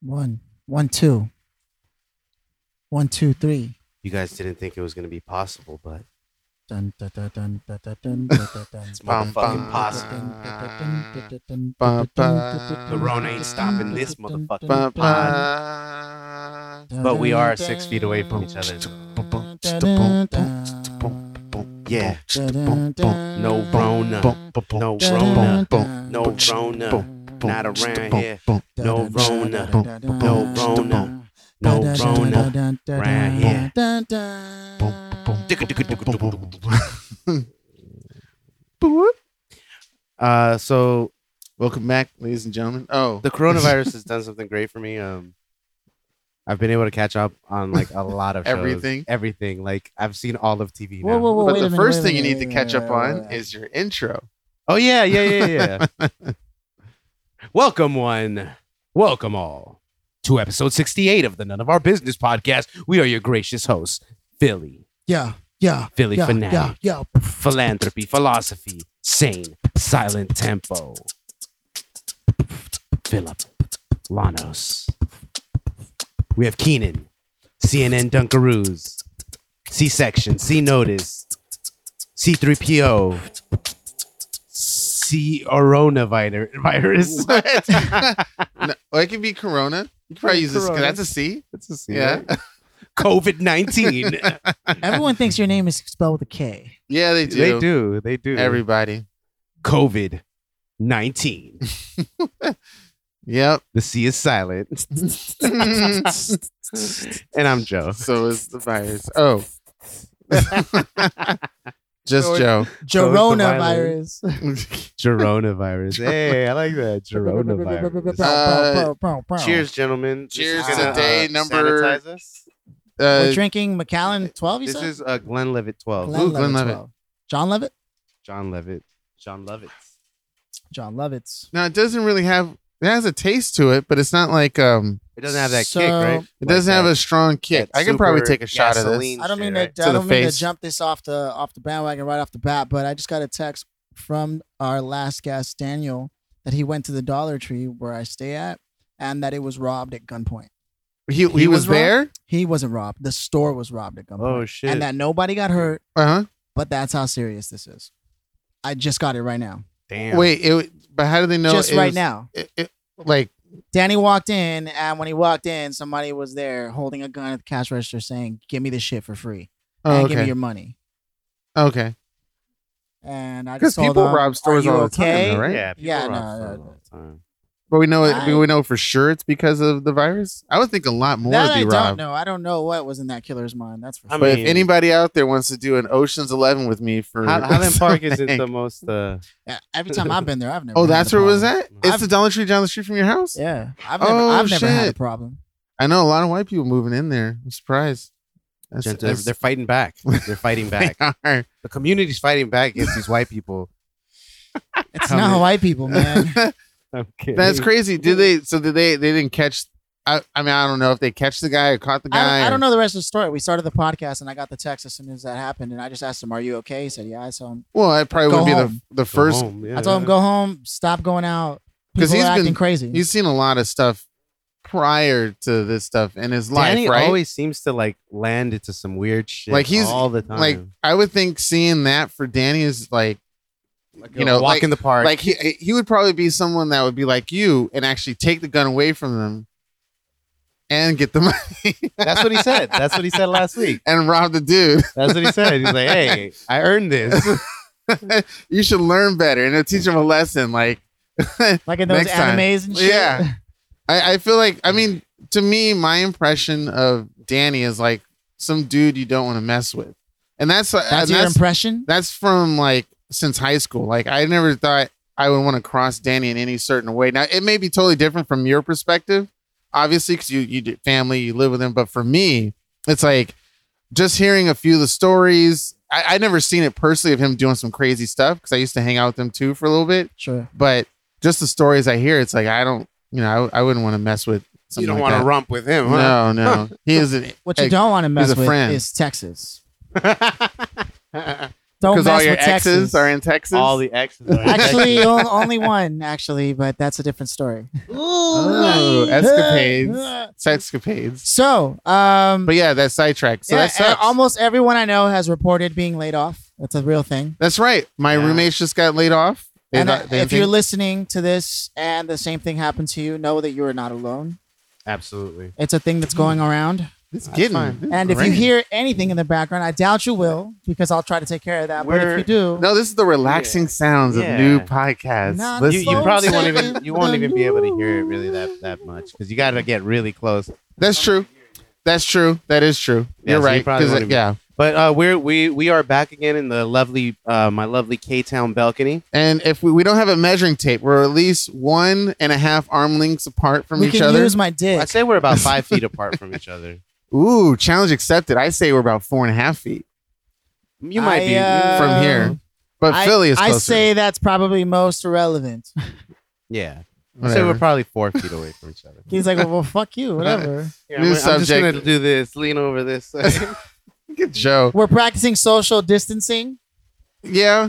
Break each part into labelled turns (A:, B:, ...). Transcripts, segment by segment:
A: One, one, two. One, two, three.
B: You guys didn't think it was going to be possible, but
A: Dun, dun, dun, dun, dun, dun, dun, dun, dun, dun.
B: It's motherfucking
A: Dun, dun,
B: possible.
A: dun, dun, dun, dun,
C: Ba,
A: dun, dun,
C: ba.
A: dun,
B: The Rona ain't stopping this motherfucking
A: dun, dun, dun,
C: Ba, ba.
A: dun,
B: But we
A: dun,
B: are six feet away from each other.
A: dun, dun, dun.
B: yeah,
A: Dun, dun,
B: no Rona, no Rona, no Rona, not around here, no Rona, no Rona, no Rona. round here. Uh, so
C: Welcome back, ladies and gentlemen. Oh,
B: the coronavirus has done something great for me. Um, I've been able to catch up on like a lot of shows.
C: Everything?
B: everything. Like I've seen all of TV now.
A: Whoa, whoa, whoa,
C: but
A: wait a
C: the
A: minute,
C: first
A: wait a
C: thing you
A: minute,
C: need to
A: wait a
C: catch
A: minute,
C: up
A: wait a
C: on
A: minute.
C: is your intro.
B: Oh yeah, yeah, yeah, yeah, yeah. welcome one, welcome all to episode sixty-eight of the None of Our Business podcast. We are your gracious hosts, Philly,
A: Yeah, yeah,
B: Philly
A: yeah,
B: fanatic,
A: yeah, yeah.
B: philanthropy, philosophy, sane, silent tempo, Philip, Lanos. We have Keenan, CNN Dunkaroos, C Section, C Notice, C3PO, C Coronavirus. Virus.
C: No, or it could be Corona. You could probably use this. 'cause That's a C.
B: That's a C,
C: Yeah.
B: COVID 19.
A: Everyone thinks your name is spelled with a K.
C: Yeah, they do.
B: they do. They do.
C: Everybody.
B: COVID 19.
C: Yep.
B: The C is silent. and I'm Joe.
C: so is the virus. Oh. Just
B: So it-
C: Joe. Uh,
A: Gerona
B: virus.
A: virus.
B: Coronavirus. Hey, I like that. Coronavirus.
C: Uh,
B: Cheers, gentlemen. This
C: cheers
B: is uh,
A: to
C: day number-
B: sanitize us.
A: We're
C: Uh,
A: drinking Macallan 12, you
B: This
A: said?
B: is uh, Glenn Levitt 12.
C: Glenn- Ooh,
A: Glenlivet
C: Glenlivet.
A: 12. John Levitt?
B: John Levitt. John Levitt.
A: John Levitt's.
C: now it doesn't really have. It has a taste to it, but it's not like um.
B: It doesn't have that
A: So-
B: kick, right?
C: It doesn't have a strong kick. I can probably take a shot of this.
B: gasoline
A: I don't mean
B: shit,
A: to,
B: right?
C: To
A: I
C: the
A: don't mean to
C: face.
A: jump this off the off the bandwagon right off the bat, but I just got a text from our last guest, Daniel, that he went to the Dollar Tree where I stay at, and that it was robbed at gunpoint.
C: He, he,
A: He
C: was,
A: was wrong?
C: there.
A: He wasn't robbed. The store was robbed at gunpoint,
B: Oh shit!
A: and that nobody got hurt.
C: Uh
A: But that's how serious this is. I just got it right now.
C: huh.
B: Damn.
C: Wait. It. But how do they know?
A: just
C: it
A: right
C: was-
A: now.
C: It, it, like
A: Danny walked in, and when he walked in, somebody was there holding a gun at the cash register saying, Give me this shit for free.
C: oh,
A: and
C: okay.
A: give me your money.
C: okay.
A: And I
C: Because
A: just told
C: people
A: them,
C: rob stores
A: "Are you
C: all the
A: okay?"
C: time, though, right?
B: Yeah. people
A: Yeah,
B: are
A: no,
B: on
A: no,
C: uh,
B: phone
A: no.
B: all the time.
C: But we know.
A: I-
C: it we know for sure it's because of the virus. I would think a lot more
A: that
C: would be
A: I
C: robbed.
A: don't know. I don't know what was in that killer's mind. That's for
B: I
A: sure.
C: But if
B: mean-
C: anybody out there wants to do an Ocean's Eleven with me for
B: Hol- Highland Park isn't
C: something-
B: the most. Uh,
A: Yeah, Every time I've been there, I've never.
C: Oh,
A: had
C: that's
A: a
C: where it was
A: problem.
C: at? It's
B: I've-
C: the Dollar Tree down the street from your house?
A: Yeah, I've never,
C: Oh,
A: I've never had a
C: shit.
A: problem.
C: I know a lot of white people moving in there. I'm surprised. That's,
B: gent- they're, they're fighting back. They're fighting back.
C: they are.
B: the community's fighting back against these white people.
A: It's
B: Come
A: not
B: here.
A: white people, man.
B: Okay.
C: That's crazy. Did they? So did they? They didn't catch. I, I mean, I don't know if they catch the guy or caught the
A: I,
C: guy.
A: don't, I don't
C: or-
A: know the rest of the story. We started the podcast, and I got the text as soon as that happened, and I just asked him, "Are you okay?" He said, "Yeah." I saw him.
C: Well, it probably
A: Go
C: would be the,
A: home.
C: the first.
A: I told him, "Go home. Stop going out."
C: 'Cause
A: People
C: he's
A: are acting
C: been-
A: crazy.
C: He's seen a lot of stuff prior to this stuff in his life,
B: Danny
C: right?
B: always seems to like land into some weird shit.
C: Like, he's-
B: all the time.
C: like I would think seeing that for Danny is like you know,
B: walk
C: like-
B: in the park.
C: like he he would probably be someone that would be like you and actually take the gun away from them and get the money
B: that's what he said. That's what he said last week.
C: and rob the dude.
B: That's what he said. He's like, "Hey, I earned this."
C: you should learn better and it'll teach him a lesson. Like
A: like in those
C: next time.
A: animes and shit.
C: Yeah. I, I feel like I mean to me my impression of Danny is like some dude you don't want to mess with. And that's uh, and
A: that's
C: that's
A: your impression.
C: that's from like since high school. Like I never thought I would want to cross Danny in any certain way. Now it may be totally different from your perspective, obviously, because you you did family, you live with him. But for me, it's like just hearing a few of the stories. I, I never seen it personally of him doing some crazy stuff because I used to hang out with him too for a little bit.
A: Sure.
C: But just the stories I hear, it's like I don't, you know, I, I wouldn't want to mess with. Something
B: you don't
C: like
B: want to romp with him, huh?
C: that. No, no, he is an
A: What you
C: Hey,
A: don't want to mess
C: a
A: with
C: friend.
A: is Texas. Don't
C: because
A: mess
C: all your
A: with Texas.
C: exes are in Texas.
B: All the exes. Are
A: actually, on- only one actually, but that's a different story.
C: Ooh, Oh, escapades, sexcapades.
A: So, um,
C: But yeah, that's sidetracked. So
A: yeah,
C: that sucks.
A: uh, almost everyone I know has reported being laid off. That's a real thing.
C: that's right. My
B: Yeah.
C: roommates just got laid off. They
A: and
C: thought-
A: uh,
C: they
A: if
C: think-
A: you're listening to this and the same thing happened to you, know that you are not alone.
D: Absolutely.
A: It's a thing that's going around.
C: it's
D: fine.
C: getting. this is
A: And if you
C: raining.
A: hear anything in the background, I doubt you will because I'll try to take care of that. But if
B: We're-
A: you do,
C: no, this is the relaxing sounds
B: Yeah.
C: of new podcasts.
A: Not
B: You,
C: Listen,
B: you probably won't even
A: Sunset
B: you won't even be able to hear it really
A: Blue.
B: that that much because you got to get really close.
C: that's true. That's true. That is true.
B: Yeah,
C: You're
B: so you
C: right.
B: probably
C: 'cause
B: won't
C: it-
B: even-
C: yeah,
B: But uh, we're we we are back again in the lovely uh, my lovely K Town balcony.
C: and if we, we don't have a measuring tape, we're at least one and a half arm lengths apart from
A: we
C: each
A: can
C: other.
A: use my dick.
B: I'd say we're about five feet apart from each other.
C: Ooh, challenge accepted. I say we're about four and a half feet
B: You might be.
A: I,
C: from
A: Uh,
C: here, but
A: I-
C: Philly is
A: I
C: closer.
A: say that's probably most irrelevant.
B: yeah. I'd say
C: Whatever.
B: we're probably four feet away from each other.
A: He's like, well, well, fuck you, whatever.
B: Here,
C: New
B: I'm, I'm just
C: subject.
B: gonna do this. Lean over this.
C: Good Joe.
A: We're practicing social distancing,
C: Yeah,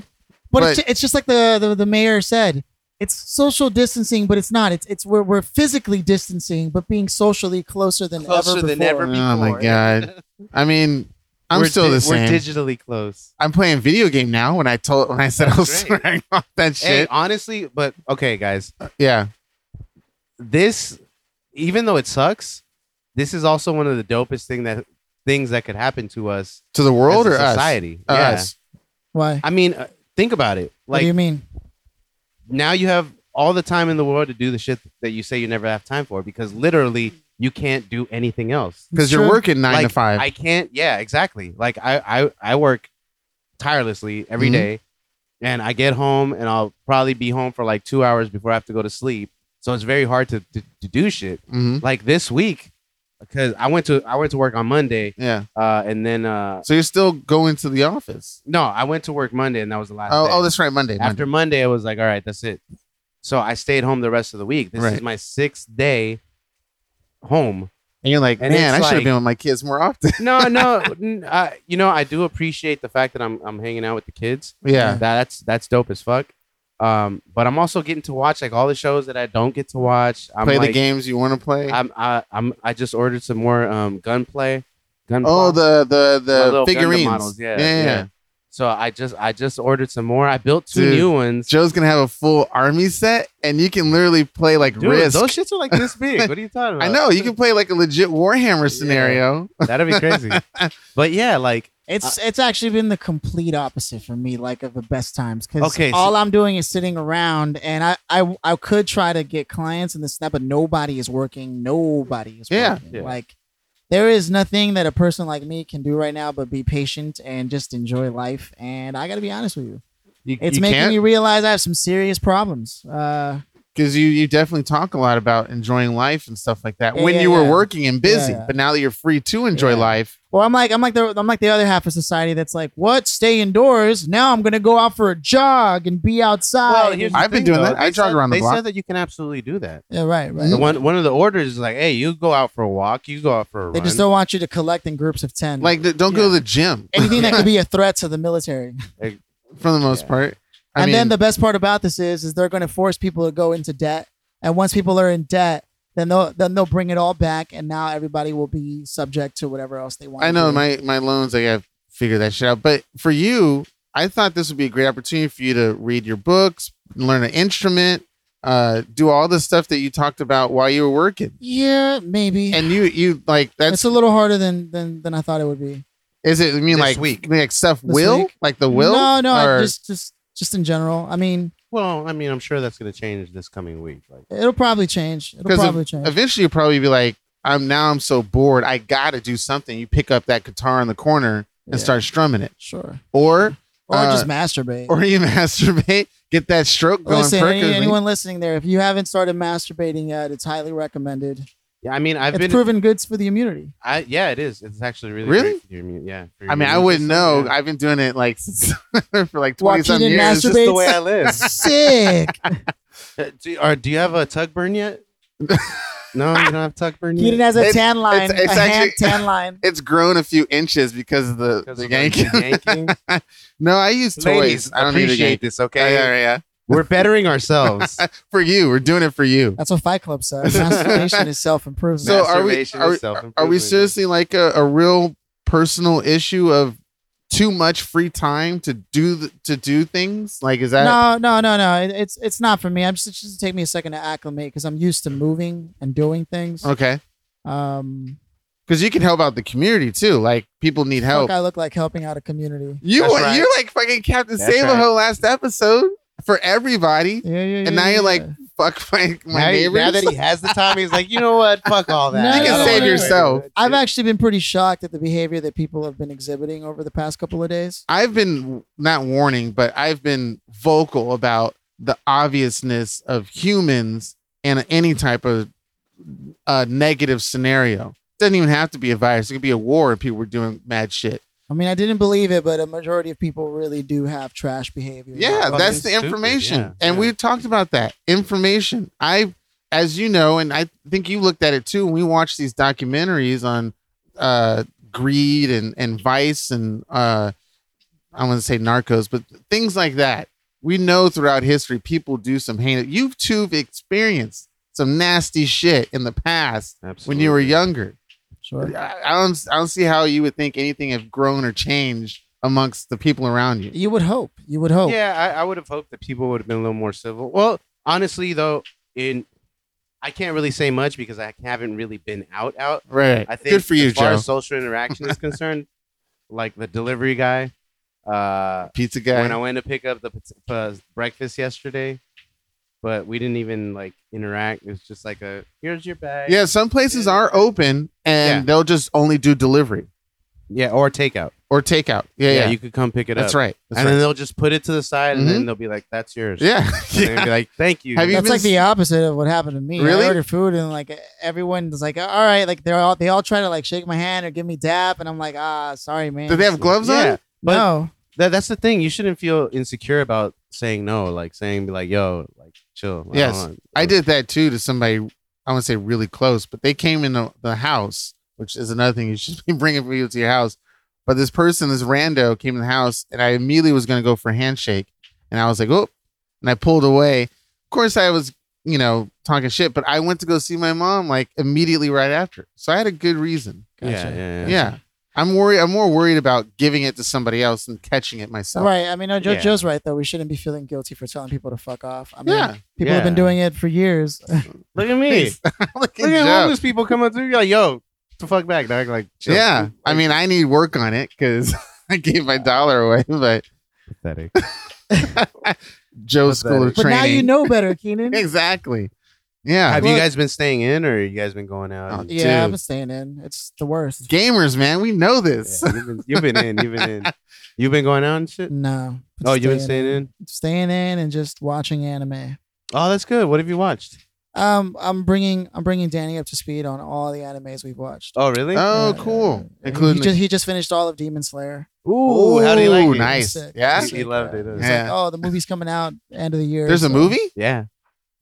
A: but,
C: But-
A: it's, ju- it's just like the, the the mayor said. It's social distancing, but it's not. It's it's we're, we're physically distancing, but being socially closer than
B: Closer
A: ever
B: than
A: before.
B: ever.
C: Oh my
B: before.
C: god. I mean, I'm
B: We're
C: still
B: di-
C: the same.
B: We're digitally close.
C: I'm playing video game now. When I told when I said I was
B: That's right.
C: swearing off that
B: Hey,
C: shit.
B: honestly, but okay, guys.
C: yeah.
B: this even though it sucks this is also one of the dopest thing that things that could happen to us
C: To the world
B: as
C: or
B: a
C: us?
B: society
C: Uh,
B: yeah.
C: Us.
A: Why?
B: i mean uh, think about it
A: what do you
B: like
A: mean?
B: now you have all the time in the world to do the shit that you say you never have time for because literally you can't do anything else
C: Because you're
A: Sure.
C: working nine to
B: Like,
C: five.
B: i can't yeah exactly like i i, I work tirelessly every
C: Mhm.
B: day, and i get home and i'll probably be home for like two hours before i have to go to sleep so it's very hard to, to, to do shit
C: hmm
B: like this week because I went to I went to work on Monday
C: Yeah.
B: uh, and then uh,
C: So you're still going to the office.
B: no, I went to work Monday and that was the last.
C: Oh,
B: day.
C: oh, that's right. Monday.
B: after Monday, I was like, all right, that's it. So I stayed home the rest of the week. This
C: Right.
B: is my sixth day home.
C: and you're like,
B: and
C: man, I
B: it's
C: should have
B: like-
C: been with my kids more often.
B: No, no, n- uh, you know, I do appreciate the fact that I'm I'm hanging out with the kids.
C: yeah.
B: that's that's dope as fuck. Um, but I'm also getting to watch like all the shows that I don't get to watch. I'm
C: play
B: like,
C: the games you want to play.
B: I'm I, I'm I just ordered some more um gunplay. Gun
C: oh, the the
B: My
C: the
B: little Gundam
C: figurines.
B: models, yeah,
C: yeah, yeah.
B: yeah. So I just I just ordered some more. I built two
C: Dude.
B: new ones.
C: Joe's gonna have a full army set, and you can literally play like
B: Dude,
C: Risk.
B: those shits are like this big. What are you talking about?
C: I know you can play like a legit Warhammer scenario.
B: That'd be crazy. but yeah, like
A: It's it's actually been the complete opposite for me, like of the best times. Because
B: Okay, so-
A: all I'm doing is sitting around, and I, I I could try to get clients and this and that, but nobody is working. Nobody is
C: Yeah.
A: working.
B: Yeah.
A: Like there is nothing that a person like me can do right now, but be patient and just enjoy life. And I got to be honest with you,
C: You,
A: it's
C: you
A: making
C: can't
A: me realize I have some serious problems. Uh,
C: because you you definitely talk a lot about enjoying life and stuff like that
A: Yeah,
C: when
A: yeah,
C: you were
A: yeah.
C: working and busy,
A: Yeah, yeah.
C: but now that you're free to enjoy
A: Yeah.
C: life,
A: Or I'm like I'm like the I'm like the other half of society that's like, what? Stay indoors. Now I'm gonna go out for a jog and be outside.
B: well, here's the
C: I've been
B: thing,
C: doing
B: though.
C: that. I
B: They
C: jog
B: said-
C: around the
B: they
C: block.
B: said that you can absolutely do that.
A: yeah, right, right.
B: The one one of the orders is like, hey, you go out for a walk, you go out for a
A: They
B: run.
A: just don't want you to collect in groups of ten.
C: like th- don't go
B: Yeah.
C: to the gym
A: anything that could be a threat to the military.
C: for the most part. I
A: and
C: mean,
A: then the best part about this is, is they're going to force people to go into debt. And once people are in debt, then they'll then they'll bring it all back, and now everybody will be subject to whatever else they want.
C: I
A: to
C: know
A: do.
C: my my loans. I gotta figure that shit out. But for you, I thought this would be a great opportunity for you to read your books, learn an instrument, uh, do all the stuff that you talked about while you were working.
A: yeah, maybe.
C: And you you like that's
A: it's a little harder than than than I thought it would be.
C: Is it? I mean,
B: This
C: like
B: week.
C: like self will,
A: week?
C: like the will?
A: No, no, I
C: Or-
A: just just just in general. I mean,
B: well, I mean, I'm sure that's gonna change this coming week. Like
A: it'll probably change. It'll
C: 'Cause
A: probably change.
C: eventually you'll probably be like, I'm now I'm so bored, I gotta do something. You pick up that guitar in the corner and
A: Yeah.
C: start strumming it,
A: sure.
C: or
A: Or
C: uh,
A: just masturbate.
C: or you masturbate, get that stroke going.
A: Listen, any,
C: percolating.
A: anyone listening there, if you haven't started masturbating yet, it's highly recommended.
B: yeah, I mean I've
A: it's
B: been
A: proven good for the immunity.
B: I yeah, it is. It's actually really
C: Really?
B: great for your immune- yeah. for your
C: I mean, I
B: immune
C: wouldn't
B: system,
C: know.
B: yeah.
C: I've been doing it like since- for like
A: Watch,
C: twenty
A: you
C: some
A: didn't
C: years.
B: It's just the
A: masturbate.
B: way I live.
A: Sick.
B: Uh, do, or do you have a tug burn yet? No, you don't have Tuckburn
A: Keaton
B: yet.
A: has a
C: It's-
A: tan line,
C: it's- it's
A: a hand
C: actually-
A: tan line.
C: It's grown a few inches because of the,
B: Because
C: the
B: of the
C: yanking.
B: yanking.
C: no, I use toys.
B: Ladies,
C: I don't need a
B: appreciate
C: yank.
B: this,
C: Yeah,
B: okay?
C: yeah, yeah.
B: We're bettering ourselves.
C: For you, we're doing it for you.
A: That's what Fight Club says. Masturbation is self improvement.
C: So are we
B: Masturbation
C: are,
B: is
C: we- are we
B: self-improvement.
C: seriously like a, a real personal issue of too much free time to do the, to do things? Like is that
A: no, no, no, no. It, it's it's not for me. I'm just, it just take me a second to acclimate because I'm used to moving and doing things.
C: okay?
A: Um,
C: Because you can help out the community too. Like people need help.
A: fuck, I look like helping out a community.
C: You
B: That's right.
C: you're like fucking Captain
B: That's
C: Save
B: right.
C: a whole last episode for everybody.
A: Yeah, yeah. yeah
C: And now you're like,
A: yeah.
C: fuck my, my
B: now,
C: neighbors.
B: now that he has the time, he's like, you know what? Fuck all that.
A: No,
B: I
A: You can
B: don't
A: save
B: wanna do
C: yourself.
B: it.
A: I've actually been pretty shocked at the behavior that people have been exhibiting over the past couple of days.
C: I've been not warning, but I've been vocal about the obviousness of humans and any type of uh, negative scenario. doesn't even have to be a virus. It could be a war if people were doing mad shit.
A: I mean, I didn't believe it, but a majority of people really do have trash behavior.
C: Yeah,
B: fucking
C: that's the
B: stupid.
C: information.
B: Yeah,
C: And
B: yeah.
C: we talked about that. Information. I as you know, and I think you looked at it too, when we watched these documentaries on uh greed and, and vice and uh I want to say narcos, but things like that. We know throughout history people do some heinous you two have experienced some nasty shit in the past
B: Absolutely.
C: when you were younger.
A: sure.
C: I I don't I don't see how you would think anything have grown or changed amongst the people around you.
A: You would hope. You would
C: Oh.
A: hope.
B: Yeah, I, I would have hoped that people would have been a little more civil. Well, honestly, though, in I can't really say much because I haven't really been out out.
C: Right.
B: I think
C: Good for you,
B: as far
C: Joe.
B: as social interaction is concerned, like the delivery guy, uh,
C: Pizza guy.
B: when I went to pick up the pot- uh, breakfast yesterday, but we didn't even like interact. It was just like a here's your bag.
C: Yeah, some places
B: Yeah.
C: are open
B: Yeah.
C: and they'll just only do delivery
B: yeah, or takeout.
C: or takeout. Yeah, yeah,
B: you could come pick it
C: that's
B: up.
C: right. That's
B: and then
C: right. Mm-hmm.
B: they'll just put it to the side, and then they'll be like, "That's yours."
C: yeah,
B: And then
C: yeah.
B: be like, "Thank you."
C: Have you
A: That's
C: been
A: like the opposite of what happened to me.
C: Really?
A: I ordered food and like everyone's like, all right, like they're all they all try to like shake my hand or give me dap, and I'm like, ah, sorry, man.
C: Do they have gloves
B: Yeah.
C: on?
B: but-
A: no,
B: That, that's the thing. You shouldn't feel insecure about saying no. Like saying, "Be like, yo, like chill." I
C: Yes,
B: don't-
C: I did that too to somebody. I want to say really close, but they came in the, the house, which is another thing you should be bringing people to your house. But this person, this rando, came in the house, and I immediately was going to go for a handshake, and I was like, "Oh!" And I pulled away. Of course, I was, you know, talking shit, but I went to go see my mom like immediately right after, so I had a good reason.
B: Yeah,
A: Gotcha.
B: yeah, yeah.
C: Yeah. I'm worried. I'm more worried about giving it to somebody else and catching it myself.
A: right. I mean, no, Joe,
B: Yeah.
A: Joe's right though. We shouldn't be feeling guilty for telling people to fuck off. I mean,
C: Yeah.
A: people have been
B: Yeah.
A: doing it for years.
B: Look at me.
C: Look at
B: Look at
C: Joe.
B: homeless people coming through. You're like, yo, the fuck back, dog. Like, chill.
C: Yeah. I mean, I need work on it because I gave my dollar away, but
B: pathetic.
C: Joe's school of
A: but
C: training.
A: now you know better, Keenan.
C: Exactly. Yeah.
B: Have you
A: Look-
B: guys been staying in, or you guys been going out? and-
A: yeah, I've
C: Dude.
A: been staying in. It's the worst.
C: Gamers, man. We know this.
B: Yeah, you've, been, you've been in. You've been in. You've been going out and shit.
A: No. but
B: Oh, you've been staying in.
A: Staying in and just watching anime.
B: Oh, that's good. What have you watched?
A: Um, I'm bringing I'm bringing Danny up to speed on all the animes we've watched.
B: Oh, really?
C: Oh,
A: Yeah, yeah,
C: cool.
A: yeah.
C: Including.
A: he just, he just finished all of Demon Slayer.
B: Ooh, how do you like
C: Ooh,
B: it?
C: nice.
A: Sick.
C: Yeah?
A: Sick,
B: He loved
A: yeah.
B: it, huh?
A: He's
C: Yeah.
A: like, oh, the movie's coming out end of the year.
C: there's a
A: so-
C: movie?
B: Yeah.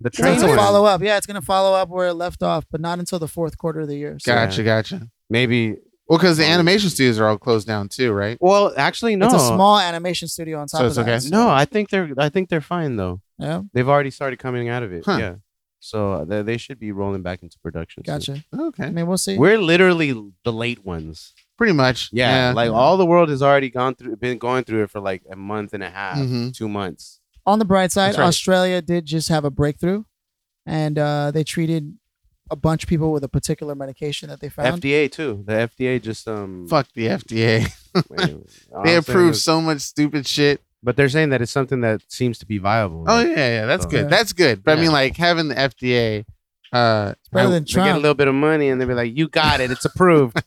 B: The
A: It's going
B: train
A: to
B: one.
A: follow up. Yeah, it's going to follow up where it left off, but not until the fourth quarter of the year. So
C: Gotcha. Gotcha.
B: Maybe.
C: Well, because the animation studios are all closed down too, right?
B: Well, actually, no.
A: it's a small animation studio on top
C: So it's
A: of that.
C: okay?
A: so-
B: no, I think they're. I think they're fine though.
A: Yeah.
B: They've already started coming out of it.
C: Huh.
B: Yeah. So uh, they, they should be rolling back into production. soon.
A: Gotcha. I
C: Okay.
A: mean, we'll see.
B: We're literally the late ones.
C: Pretty much.
B: Yeah, like
C: Mm-hmm.
A: Yeah.
B: all the world has already gone through, been going through it for like a month and a half,
C: Mhm.
B: two months.
A: on the bright side,
B: That's right.
A: Australia did just have a breakthrough, and uh, they treated a bunch of people with a particular medication that they found.
B: FDA too. The FDA just um.
C: Fuck the FDA.
B: anyway, all I'm
C: They
B: saying
C: approve
B: is-
C: so much stupid shit.
B: but they're saying that it's something that seems to be viable.
C: Oh
B: Like,
C: yeah, yeah, that's
B: So-
C: good.
A: Yeah.
C: That's good. But I
B: Yeah.
C: mean, like having the FDA. Uh,
A: better
C: I,
A: than
B: They get a
A: Trump.
B: little bit of money and they be like, "You got it. It's approved."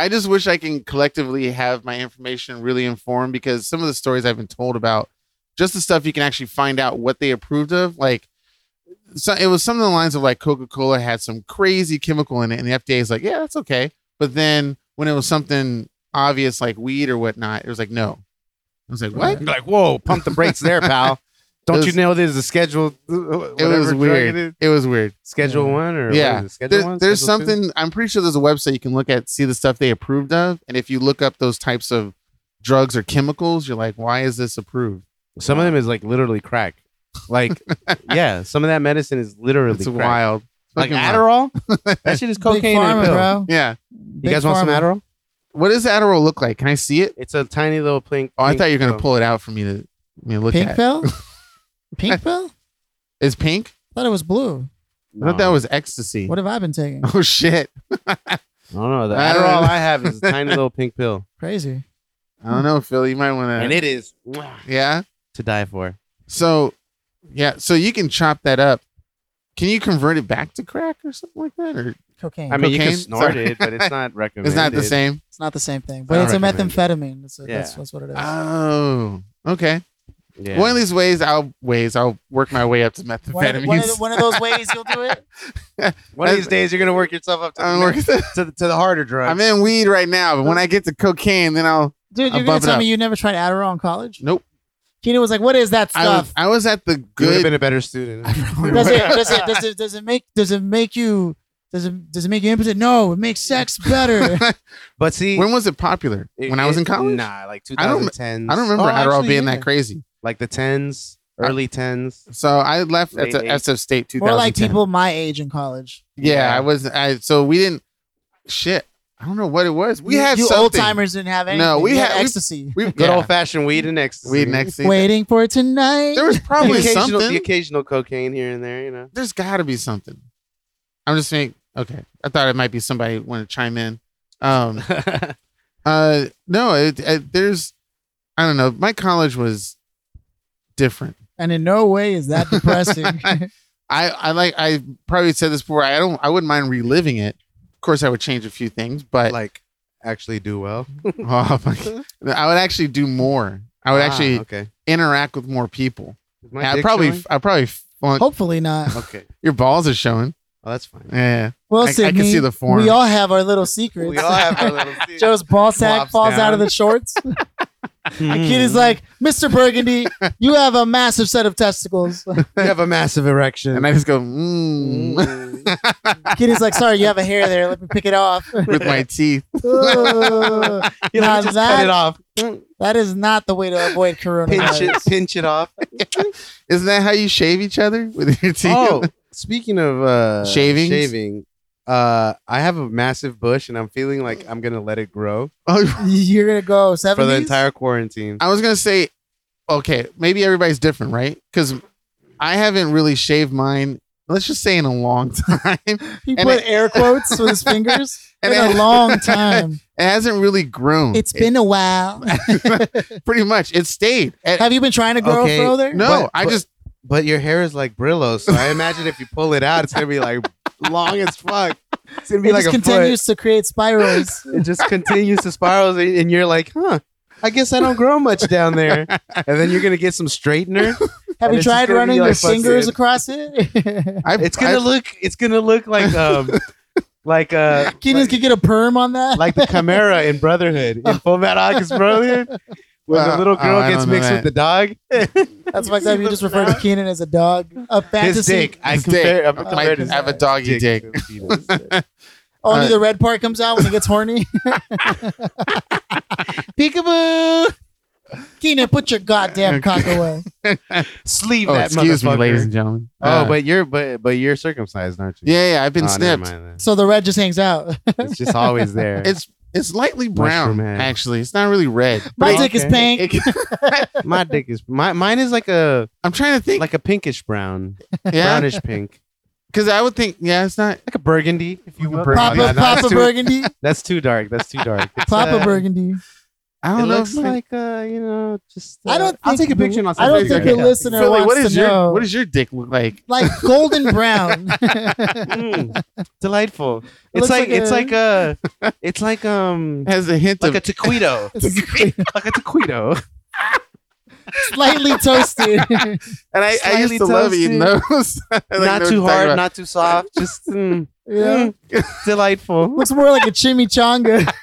C: I just wish I can collectively have my information really informed because some of the stories I've been told about, just the stuff you can actually find out what they approved of, like. So it was some of the lines of like Coca Cola had some crazy chemical in it, and the FDA is like, yeah, that's okay. But then when it was something obvious like weed or whatnot, it was like, no. I was like, what?
B: You're like, "Whoa, pump the brakes there, pal." Don't
C: It
B: you
C: was-
B: know there's a schedule? uh, whatever
C: It was
B: drug
C: weird.
B: is?
C: It, was weird.
B: Schedule one or
C: Yeah.
B: what is it, schedule
C: There-
B: one,
C: there's
B: Schedule two?
C: something. I'm pretty sure there's a website you can look at, see the stuff they approved of, and if you look up those types of drugs or chemicals, you're like, why is this approved?
B: Some of them is like literally crack. Like, yeah, some of that medicine is literally
C: it's
B: crack.
C: wild.
B: Like
C: Fucking wild.
B: Adderall? that shit is
A: Big
B: cocaine in a
A: pharma,
B: pill.
A: bro.
C: Yeah.
B: You guys want some Adderall?
C: What does Adderall look like? Can I see it?
B: It's a tiny little pink.
C: Oh, I
B: pink
C: thought you were gonna
B: pill.
C: pull it out for me to me to look
A: Pink
C: at.
A: pill? Pink pill? I
C: It's pink.
A: thought it was blue.
C: I
B: No.
C: thought that was ecstasy.
A: What have I been taking?
C: Oh shit!
B: I don't know. The
C: I don't
B: Adderall
C: know.
B: I have is a tiny little pink pill,
A: Crazy.
C: I don't know, Phil. You might want to.
B: and it is mwah,
C: yeah.
B: to die for.
C: So, yeah. So you can chop that up. Can you convert it back to crack or something like that? Or
A: Cocaine.
B: I mean, you can
C: Cocaine?
B: snort
C: Sorry.
B: it, but it's not recommended.
C: it's not the same.
A: it's not the same thing,
B: I
A: but it's a
B: recommend
A: methamphetamine. That's, that's,
B: Yeah.
A: that's what it is.
C: Oh, okay.
B: Yeah.
C: One of these ways, I'll ways I'll work my way up to methamphetamines.
A: one, of, one, of, one of those ways you'll do it.
B: One of these days, you're gonna work yourself up to,
C: I'm,
B: the,
C: working,
B: to, the, to the harder drugs.
C: I'm in weed right now, but when I get to cocaine, then I'll.
A: Dude,
C: I'll
A: you're going
C: bump
A: to
C: it
A: tell
C: up.
A: me you never tried Adderall in college?
C: Nope.
A: Keenan was like, what is that
C: I was,
A: stuff?
C: I was at the
B: you would have
C: good.
B: been a better student.
A: does, it, does, it, does, it, does it make does it make you does it does it make you impotent? No, it makes sex better.
B: But see,
C: When was it popular?
B: it-
C: when I was in
B: it-
C: college.
B: nah, like
C: I don't-
B: 2010.
C: I don't remember
B: Oh,
C: Adderall
B: actually,
C: being
B: yeah.
C: that crazy.
B: Like the tens, early tens.
C: So I left at
B: Late
C: the
B: eighties.
C: SF State 2010.
A: More like people my age in college.
C: Yeah,
B: Yeah.
C: I was. I so we didn't. Shit, I don't know what it was. We
A: you,
C: had
A: you
C: something.
A: old timers didn't have anything.
C: No, we
A: You
C: had- we-
A: ecstasy.
C: We
B: Good
C: yeah.
B: old fashioned weed and ecstasy.
C: weed next season.
A: Waiting for tonight.
C: There was
B: The
C: probably
B: occasional- The
C: something.
B: occasional cocaine here and there, you know.
C: There's got to be something. I'm just saying. Okay, I thought it might be somebody want to chime in. Um. Uh. No. It, it, there's. I don't know. My college was different.
A: and in no way is that depressing.
C: I, I like I probably said this before. I don't I wouldn't mind reliving it. Of course I would change a few things, but
B: like actually do well.
C: Oh, my God. I would actually do more. I would
B: Ah,
C: Oh, actually
B: okay.
C: interact with more people.
B: Is my
C: I
B: dick
C: would probably,
B: showing? Oh.
C: I would probably. flaunt-
A: Hopefully not.
B: okay.
C: Your balls are showing.
B: Oh, that's fine.
C: Yeah,
A: Well,
C: I- I can
A: Sydney,
C: see the form.
A: We all have our little secrets.
B: We all have our little
A: Joe's ball sack
B: Flops
A: falls out of
B: down. Mm-hmm.
A: the shorts. And Kitty's like, Mr. Burgundy, you have a massive set of testicles.
B: you have a massive erection.
C: and I just go mm,
A: Kitty's like, sorry, you have a hair there. Let me pick it off.
C: with my teeth.
A: Ugh.
B: you know,
A: Now
B: just
A: that-
B: cut it off.
A: that is not the way to avoid
B: Pinch
A: coronavirus.
B: it, pinch it off.
C: Isn't that how you shave each other with your teeth?
B: Oh, speaking of uh,
C: Shavings?
B: shaving, uh, I have a massive bush, and I'm feeling like I'm gonna let it grow
C: Oh,
A: You're gonna go
B: for
A: seventies.
B: the entire quarantine.
C: I was gonna say, okay, maybe everybody's different, right? Because I haven't really shaved mine. Let's just say in a long time. it
A: He
C: and
A: put
C: it-
A: air quotes with his fingers.
C: And
A: Been
C: it-
A: a long time.
C: hasn't really grown.
A: It's
C: It-
A: been a while.
C: pretty much. It stayed. And-
A: Have you been trying to grow
B: Okay,
A: further?
C: no,
B: But-
C: I
B: but-
C: just
B: But your hair is like Brillo, so I imagine if you pull it out, it's gonna be like long as fuck. It's gonna be
A: It
B: like
A: just
B: a
A: continues to create spirals.
B: foot. It just continues to spiral, and you're like, huh. I guess I don't grow much down there, and then you're gonna get some straightener.
A: Have
B: And
A: you
B: it's just
A: tried
B: gonna be
A: running
B: like
A: your
B: fucking-
A: fingers across it?
C: I,
B: It's gonna
C: I-
B: look. It's gonna look like um, like uh,
A: Keenan's could get a perm on that.
B: like the Chimera in Brotherhood in Full Metal Alchemist Brotherhood, where the
C: Uh,
B: little
C: oh,
B: girl
C: I
B: gets
C: don't know
B: mixed
C: that.
B: with the dog.
A: That's fucked up. You just referred to Keenan as a dog. A fantasy.
B: His dick. I
C: His
B: compare.
C: dick.
B: I'm compared
A: Like,
B: his
A: I have a
C: doggy
B: dick to a penis.
A: Only
C: Uh,
A: the red part comes out when he gets horny.
B: Peekaboo.
A: Keenan, put your goddamn cock away.
B: Sleeve
C: Oh,
B: that
C: excuse me,
B: motherfucker.
C: ladies and gentlemen. Uh,
B: Oh, but you're but but you're circumcised, aren't you?
C: yeah, yeah, I've been
B: Oh, never
C: snipped.
B: mind
A: So the red just hangs out.
B: then. It's just always there.
C: It's it's lightly brown
B: Mushroom head.
C: actually. It's not really red.
A: My
B: Okay.
A: dick is pink.
C: It- it-
B: my dick is my mine is like a
C: I'm trying to think.
B: like a pinkish brown,
C: yeah,
B: brownish pink,
C: because I would think. Yeah, it's not.
B: like a burgundy. If you will.
C: Burgundy.
B: Oh,
A: Papa,
B: no, no, that's
A: Papa
B: too-
A: Burgundy.
B: That's too dark. That's too dark. It's,
A: Papa
B: uh,
A: Burgundy.
C: I
B: It
C: don't know.
B: looks
C: if I-
B: like uh, you know, just. Uh,
A: I don't.
B: I'll
A: think
B: take a
A: the-
B: picture. And I'll
A: I
B: send
A: don't
B: it to
A: think
B: you.
A: the listener
C: Philly,
A: wants
C: what is
A: to
C: your
A: know.
C: what does your dick look like?
A: like golden brown.
B: Mm, delightful.
A: looks
B: It's
A: like
B: like, it's
A: a-
B: like a it's like um
C: It has a hint
B: like a
C: of
B: taquito, like a taquito.
A: Slightly toasted.
C: and I, I used
B: slightly
C: to love eating
B: toasted.
C: those. I like
B: not
C: know what
B: too
C: you're talking
B: hard,
C: about.
B: not too soft. Just mm,
A: You know?
B: mm, delightful.
A: Looks more like a chimichanga.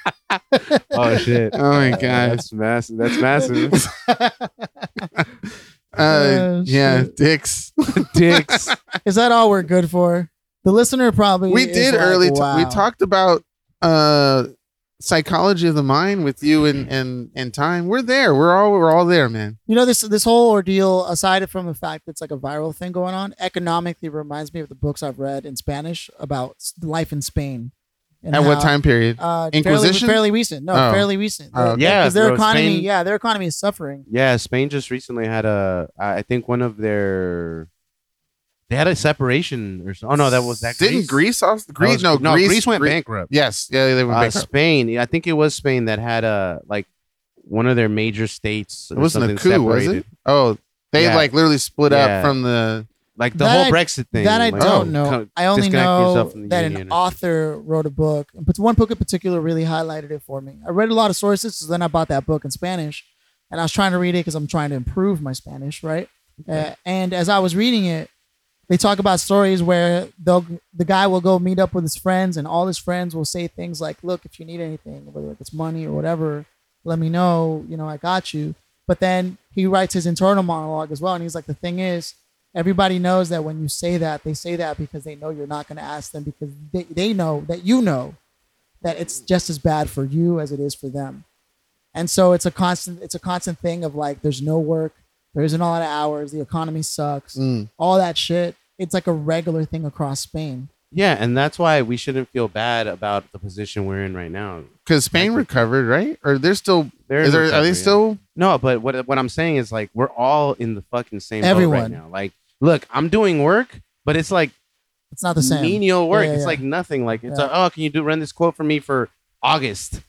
B: Oh shit!
C: oh my god.
B: massive. That's massive.
C: Uh,
A: Yeah,
C: yeah,
A: shit.
C: dicks.
D: Dicks.
A: Is that all we're good for? The listener probably
C: We
A: is
C: did
A: like,
C: early. t-
A: wow.
C: we talked about uh psychology of the mind with you and and and time. We're there. We're all we're all there, man.
A: You know this this whole ordeal. Aside from the fact that it's like a viral thing going on, economically reminds me of the books I've read in Spanish about s- life in Spain. and
C: At
A: how-
C: what time period?
A: Uh,
C: Inquisition?
A: Fairly, fairly recent. No,
C: Oh.
A: fairly recent.
C: Oh,
A: They-
B: yeah,
A: because their
B: bro,
A: economy.
B: Spain-
A: Yeah, their economy is suffering.
B: Yeah, Spain just recently had a. I I think one of their. They had a separation or so. Oh no, that was that.
C: Didn't Greece also
B: That
C: Greece?
B: was-
C: no, Greece,
B: went
C: Gre-
B: bankrupt.
C: Yes, yeah, they went
B: Uh,
C: bankrupt.
B: Spain, I think it was Spain that had a like one of their major states.
C: It
B: or
C: wasn't a coup,
B: something
C: was
B: separated.
C: it? Oh, they
B: Yeah.
C: like literally split
B: Yeah.
C: up from the.
B: Like the
A: That
B: whole
A: I-
B: Brexit thing.
A: That I
B: like,
A: don't
B: oh,
A: know.
B: co-
A: I only
B: disconnect
A: know
B: yourself from the
A: that
B: union.
A: an author wrote a book, but one book in particular really highlighted it for me. I read a lot of sources, so then I bought that book in Spanish, and I was trying to read it because I'm trying to improve my Spanish, right? Uh, and as I was reading it, they talk about stories where they'll the guy will go meet up with his friends, and all his friends will say things like, "Look, if you need anything, whether it's money or whatever, let me know. You know, I got you." But then he writes his internal monologue as well, and he's like, "The thing is." everybody knows that when you say that, they say that because they know you're not going to ask them because they, they know that you know that it's just as bad for you as it is for them. And so it's a constant it's a constant thing of like there's no work, there isn't a lot of hours, the economy sucks,
C: Mm.
A: all that shit. It's like a regular thing across Spain.
B: Yeah, and that's why we shouldn't feel bad about the position we're in right now.
C: Because Spain recovered, right? Or they're still?
B: They're
C: Is
B: in
C: there, are
B: recovery,
C: they
B: yeah.
C: still?
B: No, but what what I'm saying is like we're all in the fucking same boat right
A: Everyone.
B: now. Like, look, I'm doing work, but it's like
A: It's not the same.
B: menial work.
A: Yeah, yeah,
B: it's
A: yeah.
B: like nothing. Like it's
A: Yeah.
B: like, oh, can you do run this quote for me for August?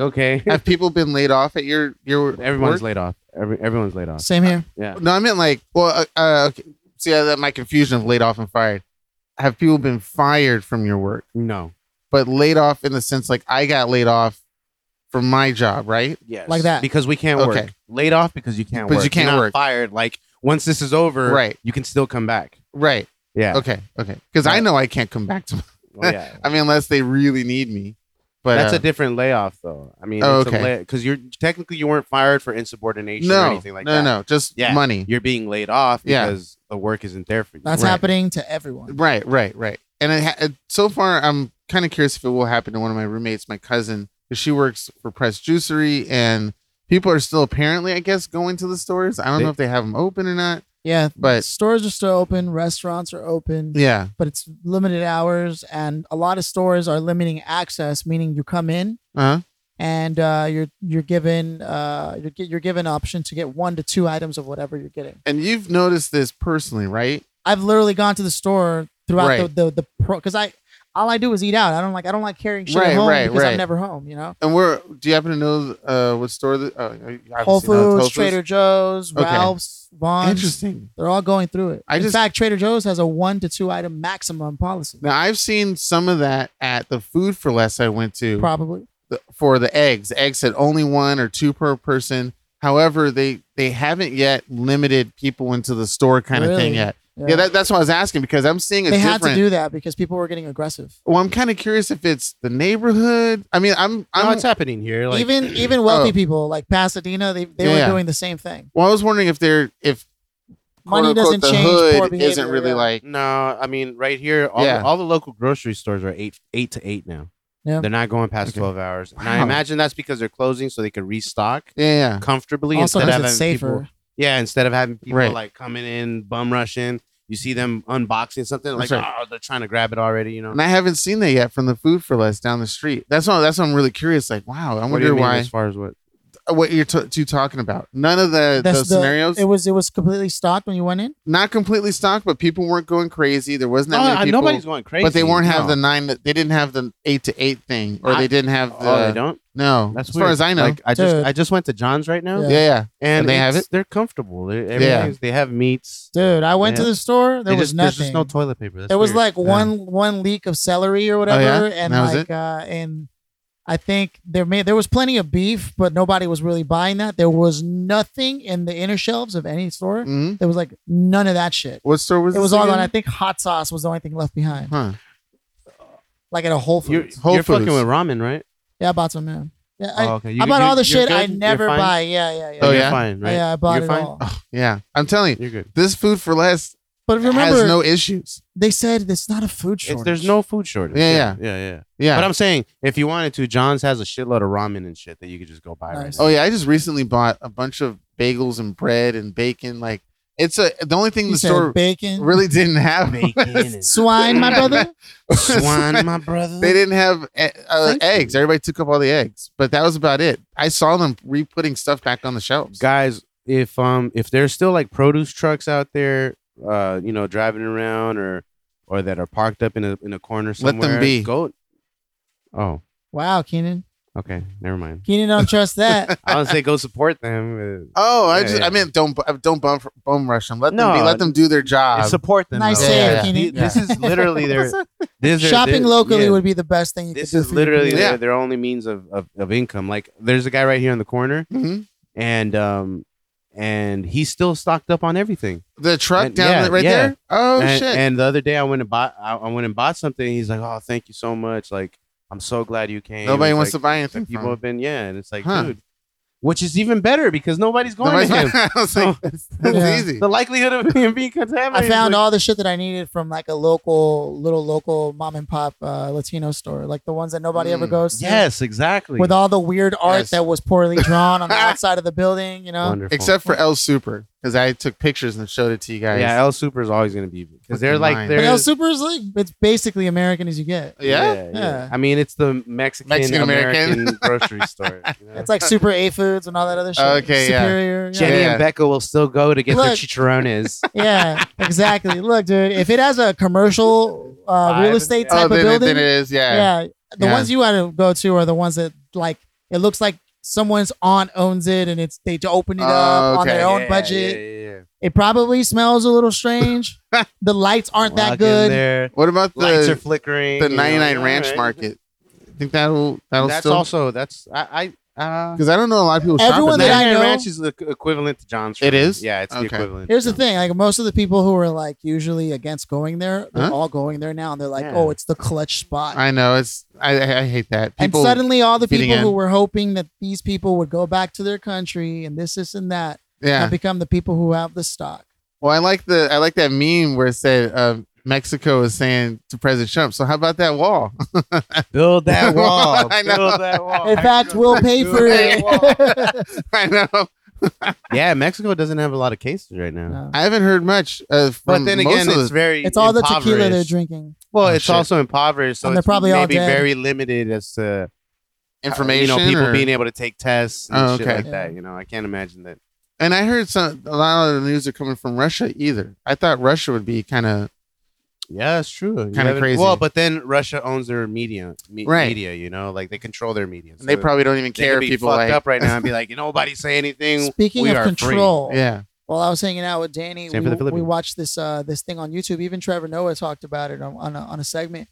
B: okay,
C: Have people been laid off at your your?
B: everyone's
C: work?
B: laid off. Every, everyone's laid off.
A: Same here.
B: Yeah,
C: No, I meant like. Well, uh, uh, okay. see, uh, that my confusion of laid off and fired. Have people been fired from your work,
B: no,
C: but laid off in the sense like I got laid off from my job, right?
B: yes,
A: Like that.
B: because we can't
C: Okay.
B: work. Laid off because you can't
C: Because
B: work.
C: you can't
B: You're not
C: work.
B: Fired. Like once this is over,
C: Right.
B: You can still come back.
C: Right.
B: Yeah.
C: Okay. Okay. Because I
B: Right.
C: know I can't come back to.
B: Well, yeah.
C: I mean, unless they really need me. But
B: That's
C: uh,
B: a different layoff, though. I mean,
C: Oh,
B: it's a
C: okay.
B: lay- cause you're technically you weren't fired for insubordination
C: no,
B: or anything like
C: no,
B: that.
C: no, just
B: Yeah.
C: money.
B: You're being laid off
C: Yeah.
B: because the work isn't there for you.
A: That's
C: Right.
A: happening to everyone.
C: Right, right, right. And it ha- it, so far, I'm kind of curious if it will happen to one of my roommates, my cousin, because she works for Press Juicery, and people are still apparently, I guess, going to the stores. I don't
B: They-
C: know if they have them open or not,
A: Yeah.
C: but
A: Stores are still open, restaurants are open.
C: yeah,
A: but it's limited hours and a lot of stores are limiting access meaning you come in
C: uh-huh.
A: and uh, you're you're given uh, you're, gi- you're given option to get one to two items of whatever you're getting
C: and you've noticed this personally, right?
A: i've literally gone to the store throughout
C: Right.
A: the the, the pro because i all i do is eat out i don't like i don't like carrying shit
C: Right,
A: at home
C: right,
A: because
C: right.
A: i'm never home you know
C: And where do you happen to know uh, what store? The, uh,
A: whole foods trader joe's
C: Okay.
A: ralph's vaughn's
C: Interesting.
A: they're all going through it
C: I
A: in
C: just-
A: fact trader joe's has a one to two item maximum policy
C: Now I've seen some of that at the food for less I went to.
A: probably
C: the, for the eggs. The eggs said only one or two per person. However, they they haven't yet limited people into the store kind of thing
A: Really?
C: yet. Yeah, that, that's what I was asking because I'm seeing a
A: they had
C: different.
A: to do that because people were getting aggressive
C: well, I'm kind of curious if it's the neighborhood. I mean, I'm
B: No,
C: I'm.
B: it's happening here. Like,
A: even even wealthy
C: Oh.
A: people like Pasadena, they they
C: Yeah.
A: were doing the same thing.
C: well, I was wondering if they're if
A: Money
C: quote, unquote,
A: doesn't change
C: The
A: poor
C: hood
A: behavior.
C: isn't really
A: yeah.
C: like
B: no, I mean, right here, all,
C: Yeah.
B: the, all the local grocery stores are eight eight to eight now.
A: Yeah.
B: They're not going past
C: Okay.
B: twelve hours, and
C: Wow.
B: I imagine that's because they're closing so they could restock
C: yeah.
B: comfortably
A: also
B: instead of
A: because
B: having
A: it's safer.
B: people. Yeah, instead of having people
C: Right.
B: like coming in bum rushing, you see them unboxing something like,
C: That's right.
B: oh, they're trying to grab it already. You know,
C: And I haven't seen that yet from the food for less down the street. That's why that's why I'm really curious. Like, wow, I
B: What do you
C: wonder
B: mean
C: why
B: As far as what?
C: what you're t- two talking about. None of the
A: That's
C: those
A: the-
C: scenarios,
A: It was it was completely stocked when you went in.
C: not completely stocked, but people weren't going crazy. There wasn't that
B: No,
C: many people.
B: Oh, nobody's going crazy.
C: But they weren't have
B: No.
C: the nine. They didn't have the eight to eight thing, or
B: I-
C: they didn't have the.
B: Oh, they don't.
C: No,
B: That's
C: as
B: weird.
C: far as I know.
B: Like, I just
A: Dude.
B: I just went to John's right now.
A: Yeah.
C: yeah, yeah.
B: and,
C: And they have
B: it's- They're comfortable. They're, everything's- They have meats.
A: Dude, I went
B: Yeah.
A: to the store. There
B: They
A: was
B: just- There's
A: nothing.
B: just no toilet paper. That's
A: there was
B: weird.
A: like one one leak of celery or whatever, and
C: Oh, That was
A: like uh and I think there may there was plenty of beef, but nobody was really buying that. There was nothing in the inner shelves of any store.
C: Mhm.
A: There was like none of that shit.
C: What store was
A: It was
C: this
A: all
C: again?
A: gone. I think hot sauce was the only thing left behind,
C: Huh.
A: like at a Whole
B: You're,
A: Foods.
C: Whole
B: you're fucking
C: Foods.
B: with ramen, right?
A: yeah, I bought some. Man, Yeah, I,
B: Oh, okay. You-
A: I bought
B: you-
A: all the
B: you're
A: shit I
B: good? You're
A: never
B: fine?
A: buy. Yeah, yeah, yeah.
C: Oh,
B: You're
C: yeah?
B: fine, right?
A: Yeah, I bought
B: You're
A: it
B: fine? Oh.
A: all.
C: Yeah, I'm telling you,
B: You're good.
C: this food for less
A: But remember,
C: has no issues.
A: they said it's not a food
B: It's,
A: shortage.
B: there's no food shortage.
C: Yeah,
B: yeah, yeah. yeah.
C: Yeah.
B: But I'm saying, if you wanted to, John's has a shitload of ramen and shit that you could just go buy
A: Nice.
B: right now.
C: oh yeah, I just recently bought a bunch of bagels and bread and bacon. Like it's a the only thing
A: You
C: the
A: said
C: store
A: bacon,
C: really didn't have.
B: Bacon and
A: swine, my brother.
B: swine, my brother.
C: They didn't have eh, uh,
B: Thank you.
C: eggs. Everybody took up all the eggs, but that was about it. I saw them re-putting stuff back on the shelves.
B: guys if um if there's still like produce trucks out there uh you know driving around or or that are parked up in a in a corner
C: them
B: somewhere
C: be.
B: go oh
A: Wow, Keenan.
B: okay never mind
A: Keenan, don't trust that.
B: i would say go support them uh,
C: Oh, I
B: Yeah,
C: just
B: yeah.
C: I meant don't bu- don't bum, bum rush them. Let
B: No.
C: them be, let them do their job.
B: support uh, them
A: Nice
B: though.
C: save,
B: Yeah.
A: Keenan.
B: The- this is literally their this is
A: Shopping
B: their-
A: locally
B: yeah,
A: would be the best thing you
B: this
A: could do.
B: is
A: for your
B: literally
A: community.
B: their,
C: Yeah.
B: their only means of, of of income like there's a guy right here in the corner
C: hmm
B: and um and he's still stocked up on everything
C: The truck
B: And-
C: down
B: yeah,
C: there- right
B: yeah.
C: there. Oh
B: and,
C: shit!
B: and the other day I went and bought I, I went and bought something. He's like, "Oh, thank you so much. Like, I'm so glad you came."
C: Nobody
B: It's
C: wants to
B: like,
C: buy anything.
B: like, people
C: from
B: have been yeah, and it's like,
C: Huh.
B: dude, which is even better because nobody's going
C: Nobody-
B: to him.
C: I was like, that's that's
A: Yeah.
C: easy.
B: The likelihood of him being
A: I
B: contaminated.
A: found all the shit that I needed from like a local, little local mom and pop uh, Latino store, like the ones that nobody ever
C: Mm.
A: goes to.
B: Yes, exactly.
A: With all the weird art
C: Yes.
A: that was poorly drawn on the outside of the building, you know.
B: Wonderful.
C: Except for El Super, because I took pictures and showed it to you guys.
B: yeah, El Super is always going to be because they're
C: Fucking
B: like
C: mine.
A: But
B: they're
A: El Super is like it's basically American as you get.
C: Yeah?
A: Yeah.
B: I mean, it's the Mexican American
C: Mexican-American.
B: grocery store. you know?
A: It's like Super A Foods and all that other shit.
C: Okay, yeah.
A: Superior. Yeah.
B: Jenny and Becca will still go to get their
A: Look.
B: chicharrones.
A: Yeah, exactly. Look, dude, if it has a commercial uh, real
B: Vibe.
A: estate type
C: Oh,
A: of
C: then, it-
A: building,
C: then it is. Yeah.
A: yeah, the
C: Yeah.
A: ones you want to go to are the ones that like it looks like someone's aunt owns it and it's they open it up
C: Oh,
A: on their
C: okay.
A: own
B: Yeah,
A: budget.
B: yeah, yeah, yeah.
A: It probably smells a little strange. the lights aren't
B: Walk
A: that
B: in
A: good.
B: there.
C: What about
B: lights are
C: the
B: flickering.
C: the
B: you know,
C: 99
B: all
C: Ranch
B: right.
C: Market? Think that'll that'll
B: That's
C: still
B: also that's I. I uh,
C: because I don't know a lot of people.
A: Everyone
C: shop at
A: that I
C: that.
A: know-
B: Ranch is the equ- equivalent to John's.
C: It
B: Ranch.
C: is?
B: Yeah, it's the
C: Okay.
B: equivalent.
A: Here's the thing: like most of the people who are like usually against going there, they're
C: Huh?
A: all going there now, and they're like,
B: Yeah.
A: "Oh, it's the clutch spot."
C: I know it's I I I hate that people.
A: and suddenly, all the
C: feeding
A: people who
C: in.
A: were hoping that these people would go back to their country and this, this, and that,
C: yeah.
A: have become the people who have the stock.
C: Well, I like the I like that meme where it said uh, Mexico is saying to President Trump. So how about that wall?
B: Build that wall.
C: I know.
B: Build that wall.
A: In fact, we'll pay for
B: Build
A: it.
B: that wall.
C: I know
B: yeah, Mexico doesn't have a lot of cases right now.
A: No.
C: I haven't heard much. Uh, from
B: But then again,
C: most of
B: it's very
A: It's all the tequila they're
B: impoverished.
A: drinking.
B: Well,
C: Oh,
B: it's
C: shit.
B: also impoverished, so
A: And they're
B: it's
A: probably all
B: maybe
A: dead.
B: very limited as to
C: the information.
B: uh, You know, people
C: or-
B: being able to take tests and
C: Oh,
B: shit
C: okay.
B: like that.
A: Yeah.
B: You know, I can't imagine that.
C: and I heard some a lot of the news are coming from Russia either. I thought Russia would be kind of
B: Yeah, it's true. You
C: Kinda
B: haven't-
C: crazy.
B: Well, but then Russia owns their media, me-
C: Right.
B: media. You know, like they control their media.
C: they
B: so
C: probably don't even
B: they could
C: care.
B: be
C: people
B: fucked
C: like
B: up right now and be like, nobody say anything.
A: Speaking
B: we
A: of
B: are free."
A: control,
C: yeah.
A: while I was hanging out with Danny,
B: Same
A: we,
B: for the
A: we
B: Philippines.
A: watched this uh, this thing on YouTube. Even Trevor Noah talked about it on on a, on a segment.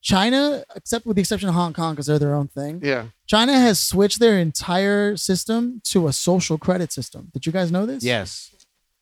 A: China, except with the exception of Hong Kong, because they're their own thing.
C: Yeah.
A: China has switched their entire system to a social credit system. Did you guys know this?
B: Yes.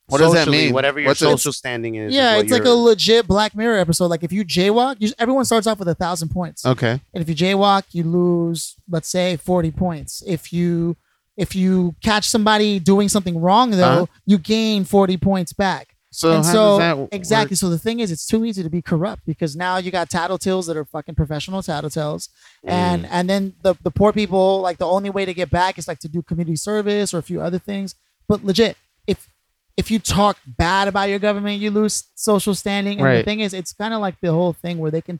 C: What does that
B: Socially,
C: mean?
B: Whatever your
C: What's it-
B: social standing is. is
A: Yeah,
B: what
A: it's like a
B: you're-
A: legit Black Mirror episode. Like if you jaywalk, you, everyone starts off with a thousand points,
B: Uh-huh.
C: Okay.
A: and if you jaywalk, you lose, let's say, forty points. If you if you catch somebody doing something wrong, though,
C: Uh-huh.
A: you gain forty points back.
C: So
A: and
C: how
A: so
C: does that w-
A: exactly.
C: work?
A: So the thing is, it's too easy to be corrupt because now you got tattletales that are fucking professional tattletales, and
C: Mm.
A: and then the the poor people like the only way to get back is like to do community service or a few other things. But legit, if if you talk bad about your government, you lose social standing. And the
C: Right.
A: thing is, it's kind of like the whole thing where they can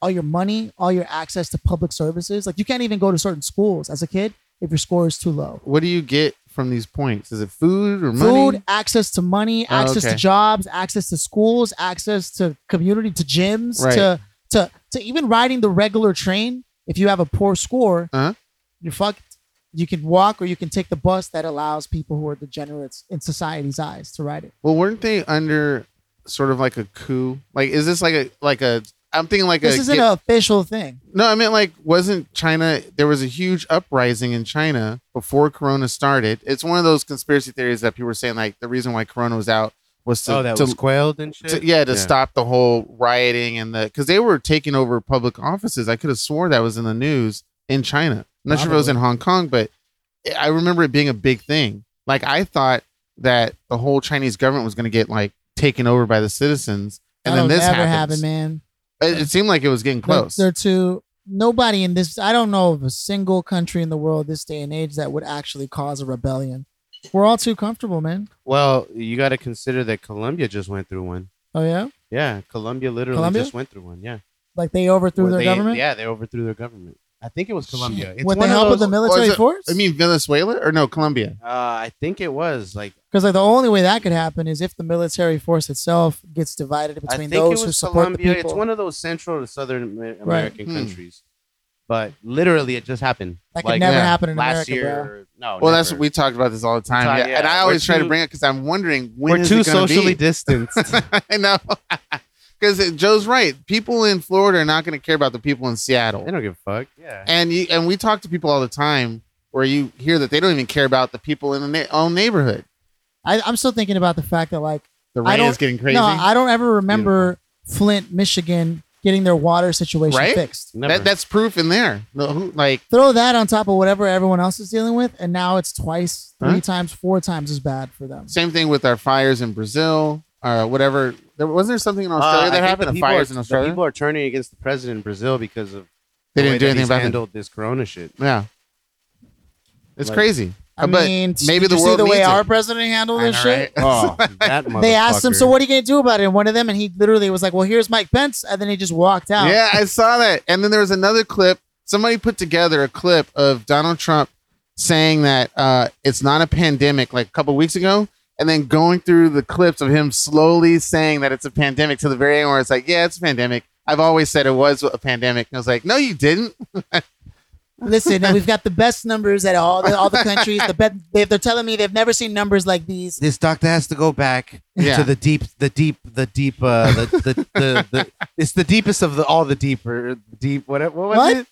A: all your money, all your access to public services. Like you can't even go to certain schools as a kid if your score is too low.
C: What do you get from these points? Is it food or money?
A: Food, access to money,
C: Oh,
A: access
C: okay.
A: to jobs, access to schools, access to community, to gyms,
C: Right.
A: to to to even riding the regular train. If you have a poor score,
C: Uh-huh.
A: you're fucked. You can walk or you can take the bus that allows people who are degenerates in society's eyes to ride it.
C: Well, weren't they under sort of like a coup? Like, is this like a like a? I'm thinking like
A: This
C: a.
A: isn't
C: get-
A: an official thing.
C: no, I meant like wasn't China? There was a huge uprising in China before Corona started. It's one of those conspiracy theories that people were saying like the reason why Corona was out was to,
B: oh, that
C: to-
B: was quailed and shit.
C: to- yeah to
B: Yeah.
C: stop the whole rioting and the because they were taking over public offices. I could have swore that was in the news in China. I'm not sure if it was in
A: Probably.
C: Hong Kong, but I- I remember it being a big thing. Like I thought that the whole Chinese government was going to get like taken over by the citizens, and
A: That'll
C: then this
A: never happen,
C: happens.
A: man.
C: it, it seemed like it was getting
A: They're-
C: close.
A: They're, too. Nobody in this. I don't know of a single country in the world this day and age that would actually cause a rebellion. We're all too comfortable, man.
B: Well, you got to consider that Colombia just went through one.
A: Oh yeah,
B: Yeah, Colombia literally
A: Colombia?
B: just went through one. Yeah,
A: like they overthrew
B: Where
A: their
B: they-
A: government.
B: Yeah, they overthrew their government. I think it was Colombia. It's
A: with the
B: one
A: help of
B: those-
A: the military
C: it-
A: force.
C: I mean, Venezuela or no, Colombia.
B: Uh, I think it was like
A: because like the only way that could happen is if the military force itself gets divided
B: I
A: between
B: think
A: those
B: it
A: who
B: was
A: support
B: Colombia.
A: the
B: It's
A: people.
B: one of those Central and Southern Amer-
A: Right.
B: American
C: Hmm.
B: countries. But literally, it just happened.
A: that could
B: like
A: never
C: yeah,
A: happen in
B: last
A: America,
B: year.
A: bro.
B: No.
C: Well, that's
B: never.
C: what we talked about this all the time,
B: Time,
C: yeah.
B: yeah.
C: and I
B: We're
C: always try to
B: too-
C: bring it because I'm wondering when
B: We're
C: is
B: too
C: it gonna
B: socially
C: Be?
B: distanced.
C: I know, because Joe's right. People in Florida are not going to care about the people in Seattle.
B: they don't give a fuck. Yeah.
C: and you and we talk to people all the time where you hear that they don't even care about the people in their own neighborhood.
A: I, I'm still thinking about the fact that like
C: The
A: I
C: rain
A: don't-
C: is getting crazy.
A: no, I don't ever remember Flint, Michigan getting their water situation
C: Right?
A: fixed.
B: Never.
C: that, that's proof in there. No, who- like
A: Throw that on top of whatever everyone else is dealing with, and now it's twice, three
C: Huh?
A: times, four times as bad for them.
C: same thing with our fires in Brazil or whatever. There wasn't there something in
B: Uh,
C: Australia
B: I
C: that
B: think
C: happened.
B: the
C: The
B: people
C: fires
B: are,
C: in
B: the
C: Australia.
B: people are turning against the president in Brazil because of the
C: they didn't
B: way
C: do
B: that
C: anything
B: he's
C: about it.
B: handled this corona shit.
C: Yeah, it's
B: Like-
C: crazy.
A: I
C: But
A: mean,
C: maybe
A: did
C: the
A: you see
C: world
A: the way
C: needs it.
A: our president handled
C: I
A: this
C: know,
A: shit.
C: right?
B: Oh, that
A: They asked him,
B: motherfucker.
A: "So what are you gonna do about it?" And one of them, and he literally was like, "Well, here's Mike Pence," and then he just walked
B: Oh.
A: out.
C: Yeah, I saw that. And then there was another clip. Somebody put together a clip of Donald Trump saying that uh, it's not a pandemic, like a couple weeks ago, and then going through the clips of him slowly saying that it's a pandemic to the very end where it's like, yeah, it's a pandemic. I've always said it was a pandemic. And I was like, no, you didn't.
A: Listen, and we've got the best numbers at all the, all the countries. The best they, they're telling me they've never seen numbers like these.
B: this doctor has to go back
C: Yeah.
B: to the deep, the deep, the deep, uh, the, the, the, the, it's the deepest of the, all the deeper, deep, whatever. What was
A: What?
B: it?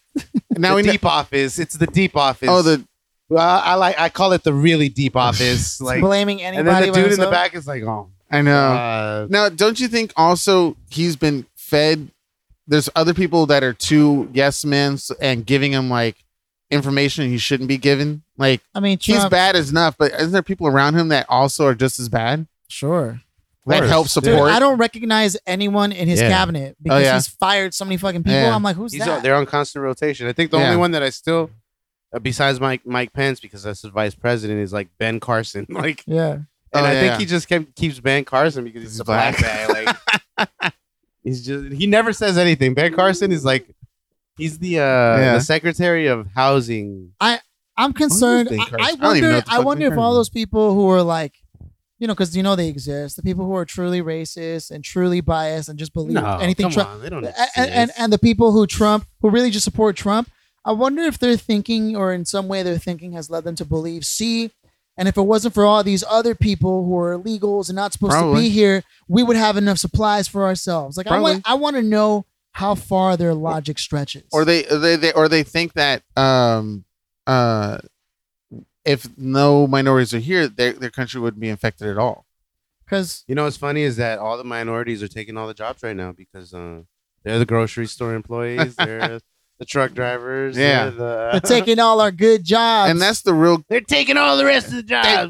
C: And now
B: the
C: we know.
B: deep office. It's the deep office.
C: Oh, the
B: Well, I like, I call it the really deep office. like,
A: blaming
B: and
A: anybody.
B: then the
A: but
B: dude in the
A: himself.
B: back is like, oh,
C: I know.
B: uh,
C: Now, don't you think also he's been fed? There's other people that are too yes men s- and giving him like information he shouldn't be given. Like
A: I mean,
C: he's
A: Trump,
C: bad as enough, but isn't there people around him that also are just as bad
A: Sure.
C: that
B: course.
C: help
A: Dude,
C: support?
A: I don't recognize anyone in his
B: Yeah.
A: cabinet because
C: yeah.
A: he's fired so many fucking people.
C: Yeah.
A: I'm like, who's
B: he's on,
A: that?
B: they're on constant rotation. I think the
C: Yeah.
B: only one that I still, uh, besides Mike, Mike Pence, because that's his vice president, is like Ben Carson. Like,
A: Yeah.
B: And
C: Oh,
B: I
C: yeah,
B: think
C: yeah.
B: he just kept, keeps Ben Carson because he's,
C: He's
B: a black, guy. Like he's just he never says anything. Ben Carson is like he's the uh the secretary of housing.
A: I'm concerned.
B: think
A: I,
B: Carson-
A: I
C: I don't even know
A: wonder.
C: what the
A: I
C: fuck
A: wonder
C: they're
A: if all
C: doing.
A: those people who are like, you know, because you know they exist. The people who are truly racist and truly biased and just believe anything
B: come
A: Trump.
B: on, they don't.
A: and, and and the people who Trump who really just support Trump, I wonder if their thinking or in some way their thinking has led them to believe see, and if it wasn't for all these other people who are illegals and not supposed to
C: Probably.
A: be here, we would have enough supplies for ourselves. Like I
C: Probably.
A: want I want to know how far their logic stretches.
C: or they, they, they, or they think that um, uh, if no minorities are here, their their country wouldn't be infected at all.
A: because
B: you know what's funny is that all the minorities are taking all the jobs right now because uh, they're the grocery store employees, they're the truck drivers,
C: Yeah.
B: they're
A: they're
B: the,
A: taking all our good jobs.
C: And that's the real.
B: they're taking all the rest of the jobs.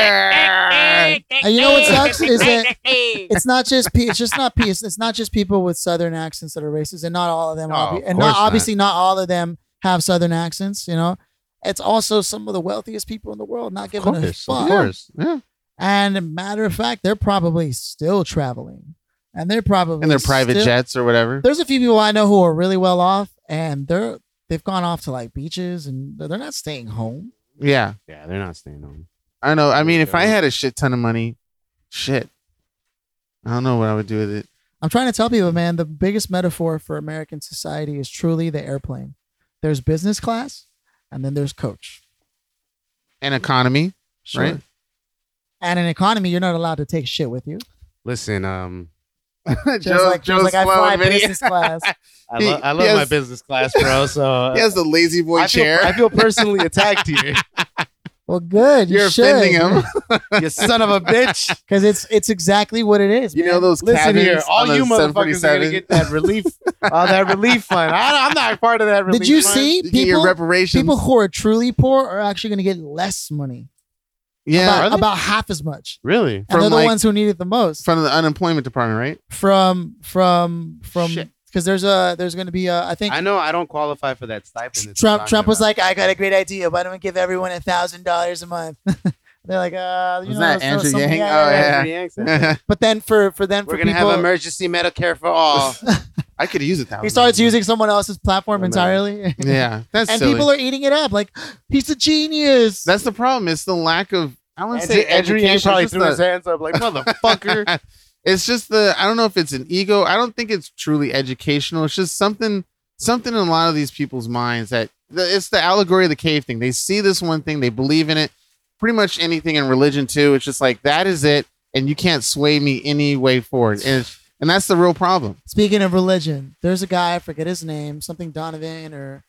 A: And you know what sucks is that it's not just pe- it's just not pe- it's not just people with southern accents that are racist, and not all of them,
B: No,
A: obvi-
B: of
A: and not
B: course not.
A: obviously not all of them have southern accents. You know, it's also some of the wealthiest people in the world not
B: Of
A: giving a
B: course, of
A: fuck.
B: course.
A: And matter of fact, they're probably still traveling, and they're probably
C: in their private
A: still-
C: jets or whatever.
A: There's a few people I know who are really well off, and they're they've gone off to like beaches, and they're not staying home.
C: Yeah,
B: Yeah, they're not staying home.
C: I know. I mean, if I had a shit ton of money, shit, I don't know what I would do with it.
A: I'm trying to tell people, man, the biggest metaphor for American society is truly the airplane. There's business class and then there's coach.
C: An economy, right?
A: And in economy, you're not allowed to take shit with you.
B: Listen, um,
A: Just like, just like I fly business class.
B: I,
C: He-
B: lo- I love
C: he
B: my
C: has-
B: business class, bro. So uh,
C: He has the lazy boy
B: I, feel,
C: chair.
B: I feel personally attacked here.
A: Well, good. You
C: You're offending him.
B: you son of a bitch.
A: because it's it's exactly what it is.
C: You
A: man.
C: know those
B: Listen
C: cabins
B: here, all
C: on
B: you
C: a
B: motherfuckers are gonna
C: 747?
B: get that relief, uh, that relief fund. I, I'm not part of that relief.
A: Did you
B: fund.
A: see
C: You get your
A: people?
C: reparations.
A: People who are truly poor are actually going to get less money,
C: yeah,
A: about, about half as much,
B: Really?
A: and
C: From,
A: they're the
C: like-
A: ones who need it the most.
C: from the unemployment department, right?
A: From from from
B: Shit.
A: because there's a there's going to be a I think
B: I know I don't qualify for that stipend. that
A: Trump
B: you're
A: Trump
B: talking
A: was
B: about.
A: like, I got a great idea. Why don't we give everyone a thousand dollars a month? They're like, uh, you
C: Was
A: know,
C: that
A: so-
C: Andrew
A: something-
C: Yang?
A: yeah, yeah,
C: Oh,
A: yeah.
C: yeah.
B: Pretty accent.
A: But then for for then
B: We're
A: for
B: gonna
A: people,
B: have emergency Medicare for all.
C: I could use it that
A: he starts using someone else's platform
B: Oh, man.
A: entirely,
C: Yeah, that's
A: and
C: silly.
A: people are eating it up. Like, he's a genius.
C: that's the problem. It's the lack of. I wouldn't
B: Andrew,
C: say
B: Andrew
C: education.
B: Yang
C: It's
B: probably
C: just
B: threw
C: the-
B: his hands up like motherfucker.
C: it's just the I don't know if it's an ego. I don't think it's truly educational. It's just something something in a lot of these people's minds that the, it's the allegory of the cave thing. They see this one thing, they believe in it. Pretty much anything in religion too. It's just like that is it, and you can't sway me any way forward. And it's- and that's the real problem.
A: Speaking of religion, there's a guy I forget his name, something Donovan or,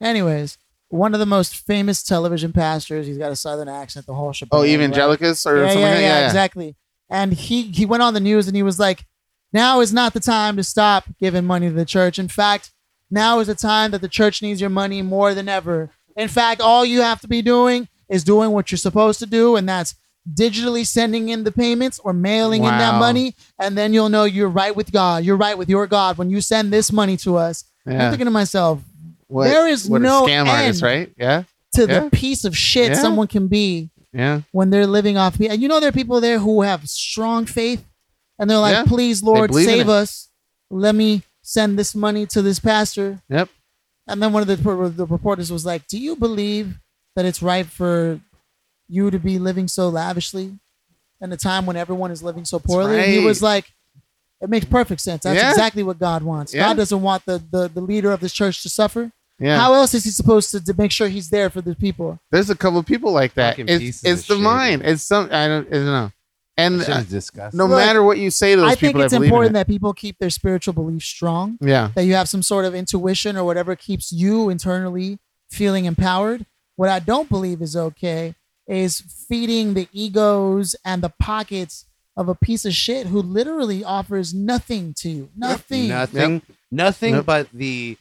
A: anyways, one of the most famous television pastors. He's got a southern accent, the whole shebang.
C: Oh,
A: right?
C: evangelicus or
A: Yeah,
C: something.
A: yeah,
C: like that?
A: yeah, exactly. And he he went on the news and he was like, "Now is not the time to stop giving money to the church. In fact, now is the time that the church needs your money more than ever. In fact, all you have to be doing is doing what you're supposed to do, and that's." digitally sending in the payments or mailing in that
C: Wow.
A: money and then you'll know you're right with God you're right with your God when you send this money to us I'm
C: Yeah.
A: thinking to myself
C: What,
A: there is
C: what
A: no
C: a scam
A: end.
C: artist, right? Yeah,
A: to
C: Yeah.
A: the piece of shit
C: Yeah.
A: someone can be
C: yeah.
A: when they're living off me. And you know, there are people there who have strong faith and they're like,
C: Yeah.
A: please, Lord,
C: believe in
A: save
C: it.
A: us. Let me send this money to this pastor.
C: Yep.
A: And then one of the, the reporters was like, do you believe that it's right for you to be living so lavishly in a time when everyone is living so poorly? And He
C: right.
A: was like, it makes perfect sense. That's
C: Yeah.
A: exactly what God wants.
C: Yeah.
A: God doesn't want the, the, the leader of this church to suffer.
C: Yeah,
A: How else is he supposed to, to make sure he's there for the people?
C: there's a couple of people like that.
B: Fucking
C: It's,
B: pieces of
C: it's the
B: shit.
C: mind. It's some. I don't, I don't know. And uh,
B: Shit is disgusting.
C: no
A: Look,
C: matter what you say to those
A: I think
C: people
A: it's
C: that believe
A: important
C: in it.
A: that people keep their spiritual beliefs strong,
C: yeah
A: that you have some sort of intuition or whatever keeps you internally feeling empowered. What I don't believe is okay is feeding the egos and the pockets of a piece of shit who literally offers nothing to you. Nothing.
B: Nothing. Nothing
C: Yep.
B: but the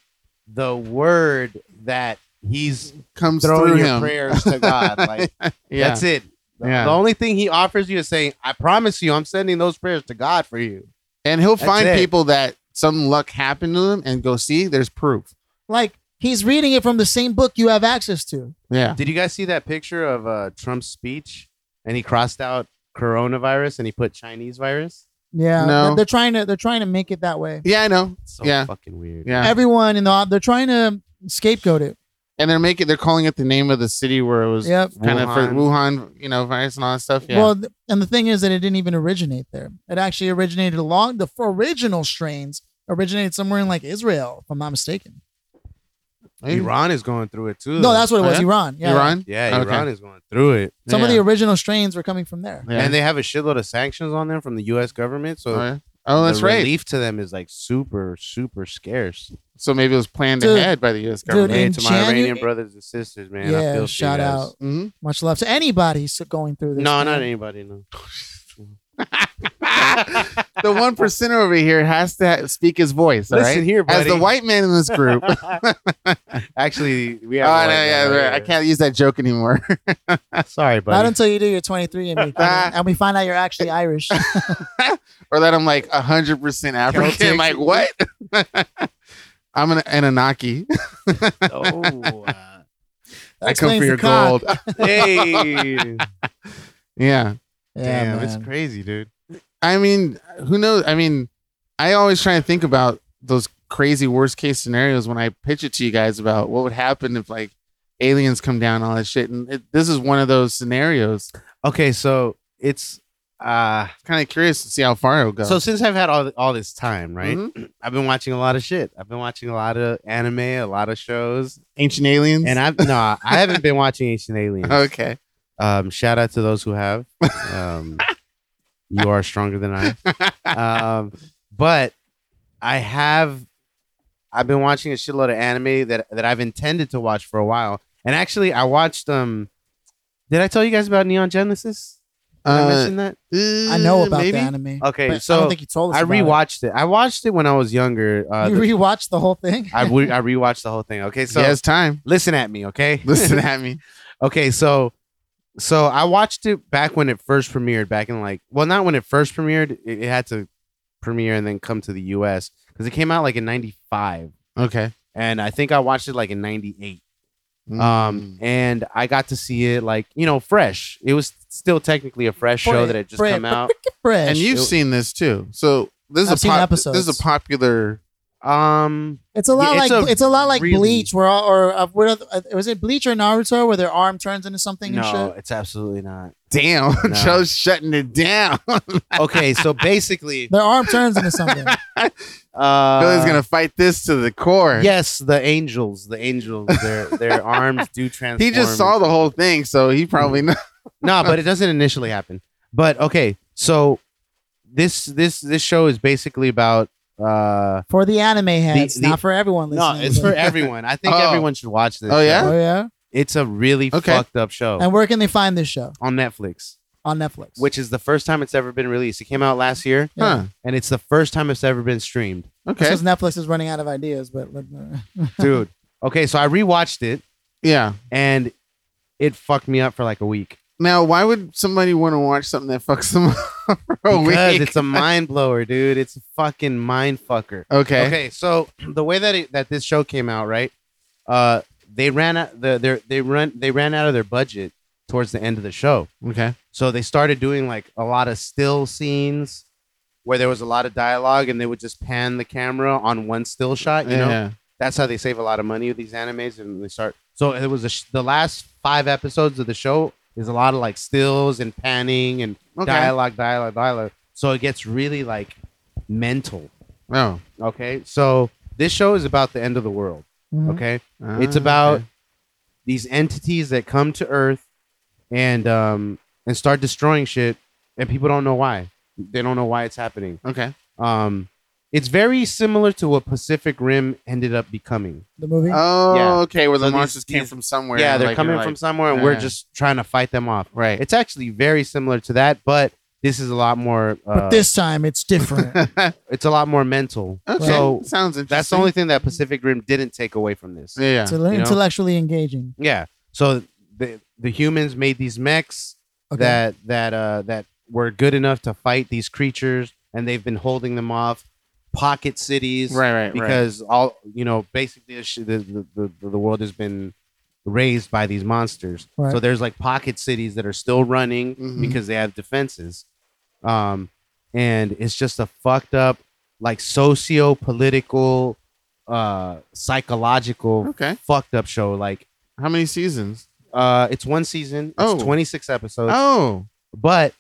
B: the word that he's
C: comes
B: throwing
C: through
B: your
C: him
B: prayers to God. Like
C: yeah
B: that's it. The,
C: Yeah.
B: the only thing he offers you is saying, "I promise you, I'm sending those prayers to God for you."
C: and he'll
B: That's
C: find
B: it.
C: people that some luck happened to them and go see there's proof
A: Like he's reading it from the same book you have access to.
C: yeah
B: Did you guys see that picture of uh, Trump's speech? And he crossed out coronavirus and he put Chinese virus.
A: Yeah.
C: No.
A: They're- They're trying to they're trying to make it that way.
C: yeah i know
B: It's so
C: Yeah.
B: fucking weird.
C: yeah
A: Everyone in the they're trying to scapegoat it.
C: and they're making they're calling it the name of the city where it was
A: Yep.
C: kind of for
B: Wuhan.
C: wuhan you know virus and all that stuff yeah
A: Well, th- and the thing is that it didn't even originate there. It actually originated along the f- original strains originated somewhere in like Israel, if I'm not mistaken.
C: Maybe.
B: Iran is going through it too.
A: No,
B: though.
A: that's what it
C: Oh,
A: was.
C: yeah?
A: Iran. Yeah.
C: iran
B: yeah.
C: Okay.
B: Iran is going through it,
A: Some of
C: Yeah.
A: the original strains were coming from there.
C: Yeah.
B: and they have a shitload of sanctions on them from the U.S. government. So
C: oh, yeah. Oh, that's
B: the
C: right
B: relief to them is like super, super scarce.
C: so maybe it was planned
A: Dude.
C: ahead by the u.s
A: Dude,
C: government
B: Hey,
A: in
B: to my Iranian
A: Janu-
B: brothers and sisters, man. I
A: Yeah,
B: feel for you
A: shout
B: guys.
A: out.
C: hmm
A: Much love to anybody so- going through this.
B: No,
A: man.
B: not anybody. No.
C: the one percenter over here has to ha- speak his voice. all
B: Listen
C: right?
B: here, buddy.
C: as the white man in this group. oh,
B: Actually, we
C: no,
B: have. a white
C: yeah,
B: guy
C: right.
B: right
C: Oh, I can't use that joke anymore.
B: here. Sorry,
A: Not
B: buddy.
A: until you do your 23 and me, and we find out you're actually Irish.
C: or that I'm like 100% African.
B: Celtic.
C: Like, what? I'm an Anunnaki.
B: oh, uh,
A: That explains the cock.
B: hey.
C: yeah.
A: Yeah,
B: Damn,
A: man.
B: it's crazy, dude.
C: I mean, who knows? I mean, I always try and think about those crazy worst case scenarios when I pitch it to you guys about what would happen if like aliens come down and all that shit. And it, this is one of those scenarios.
B: Okay, so it's uh
C: Kind of curious to see how far it'll go.
B: so mm-hmm. since I've had all all this time, right?
C: Mhm.
B: I've been watching a lot of shit. I've been watching a lot of anime, a lot of shows,
C: Ancient aliens.
B: and I've no, I haven't been watching Ancient Aliens.
C: okay.
B: Um, shout out to those who have. Um, you are stronger than I. Um, but I have. I've been watching a shitload of anime that that I've intended to watch for a while, and actually, I watched um Did I tell you guys about Neon Genesis? Did I
C: Uh,
B: mention that?
A: I know
C: uh,
A: about
C: maybe?
A: the anime.
B: Mm, Okay,
A: but I
B: so
A: don't think you told us.
B: I
A: about it.
B: rewatched it. I watched it when I was younger. Uh,
A: you
B: the-
A: rewatched the whole thing.
B: I, re- I rewatched the whole thing. Okay, so
C: he has time.
B: listen at me, okay?
C: Listen at me.
B: Okay, so so I watched it back when it first premiered, back in like well, not when it first premiered. It, it had to premiere and then come to the U.S. because it came out like in '95,
C: Okay.
B: and I think I watched it like in '98.
C: Mm.
A: Mm.
B: Um, and I got to see it like you know fresh. It was still technically a fresh show
A: Fresh,
B: that had just
A: fresh,
B: come out.
A: Fresh.
C: and you've seen this too. So this
A: I've
C: is a
A: seen
C: pop- this
A: episodes.
C: is a popular.
B: Um,
A: It's a lot
B: Yeah,
A: like
B: it's
A: it's
B: a
A: a, lot like
B: really-
A: Bleach, where all, or uh, what other, uh, was it Bleach or Naruto, where their arm turns into something and
B: no,
A: shit.
B: it's absolutely not.
C: Damn,
B: No.
C: Joe's shutting it down.
B: Okay, so basically,
A: Their arm turns into something.
B: uh,
C: Billy's gonna fight this to the core.
B: Yes, the angels, the angels, their their arms do transform.
C: He just saw the whole thing, so he
B: Mm.
C: probably knows.
B: no, but it doesn't initially happen. But okay, so this this this show is basically about uh
A: for the anime heads,
B: the-
A: not for everyone
B: no,
A: listening.
B: it's for
A: but-
B: everyone. I think
C: Oh.
B: everyone should watch this.
C: Oh,
B: show.
C: yeah?
A: Oh yeah.
B: it's a really
C: Okay.
B: fucked up show
A: And where can they find this show
B: on Netflix,
A: on Netflix?
B: Oh. which is the first time it's ever been released. It came out last year,
A: Yeah.
C: Huh.
B: and it's the first time it's ever been streamed,
C: Okay.
A: because Netflix is running out of ideas, but but, uh,
B: dude. okay, so I rewatched it,
C: Yeah.
B: and it fucked me up for like a week
C: Now, why would somebody want to watch something that fucks them up for a
B: because
C: week?
B: it's a mind blower, dude. It's a fucking mind fucker.
C: okay.
B: Okay, so the way that it, that this show came out, right? Uh, they ran out the their, they run they ran out of their budget towards the end of the show,
C: Okay.
B: so they started doing like a lot of still scenes where there was a lot of dialogue, and they would just pan the camera on one still shot. You know,
C: yeah.
B: that's how they save a lot of money with these animes, and they start. So it was a sh- the last five episodes of the show is a lot of like stills and panning and
C: Okay.
B: dialogue, dialogue, dialogue. So it gets really like mental.
C: Oh.
B: Okay, so this show is about the end of the world.
A: mhm.
B: Okay,
C: Ah,
B: it's about
C: okay.
B: these entities that come to Earth and um and start destroying shit, and people don't know why. They don't know why it's happening.
C: Okay.
B: Um, it's very similar to what Pacific Rim ended up becoming.
A: the movie.
B: Uh,
C: Oh,
B: Yeah.
C: okay. Where the
B: So these-
C: monsters came
B: these-
C: from somewhere.
B: yeah, they're
C: like,
B: coming
C: you're
B: from
C: like-
B: somewhere, and we're
C: yeah.
B: just trying to fight them off.
C: right.
B: It's actually very similar to that, but this is a lot more. Uh,
A: but this time it's different.
B: it's a lot more mental.
C: okay.
B: So
C: sounds interesting.
B: that's the only thing that Pacific Rim didn't take away from this.
C: Yeah.
A: It's a-
B: You know?
A: intellectually engaging.
B: Yeah. So the the humans made these mechs
A: Okay.
B: that that uh that were good enough to fight these creatures, and they've been holding them off. Pocket cities,
C: Right. Right. right.
B: Because all you know, basically, the sh- the the, the, the world has been raised by these monsters.
A: Right.
B: So there's like pocket cities that are still running
C: Mhm.
B: because they have defenses, um, and it's just a fucked up, like socio political, uh, psychological
C: Okay.
B: fucked up show. Like
C: How many seasons?
B: uh, it's one season. It's
C: Oh.
B: 26 episodes.
C: Oh.
B: But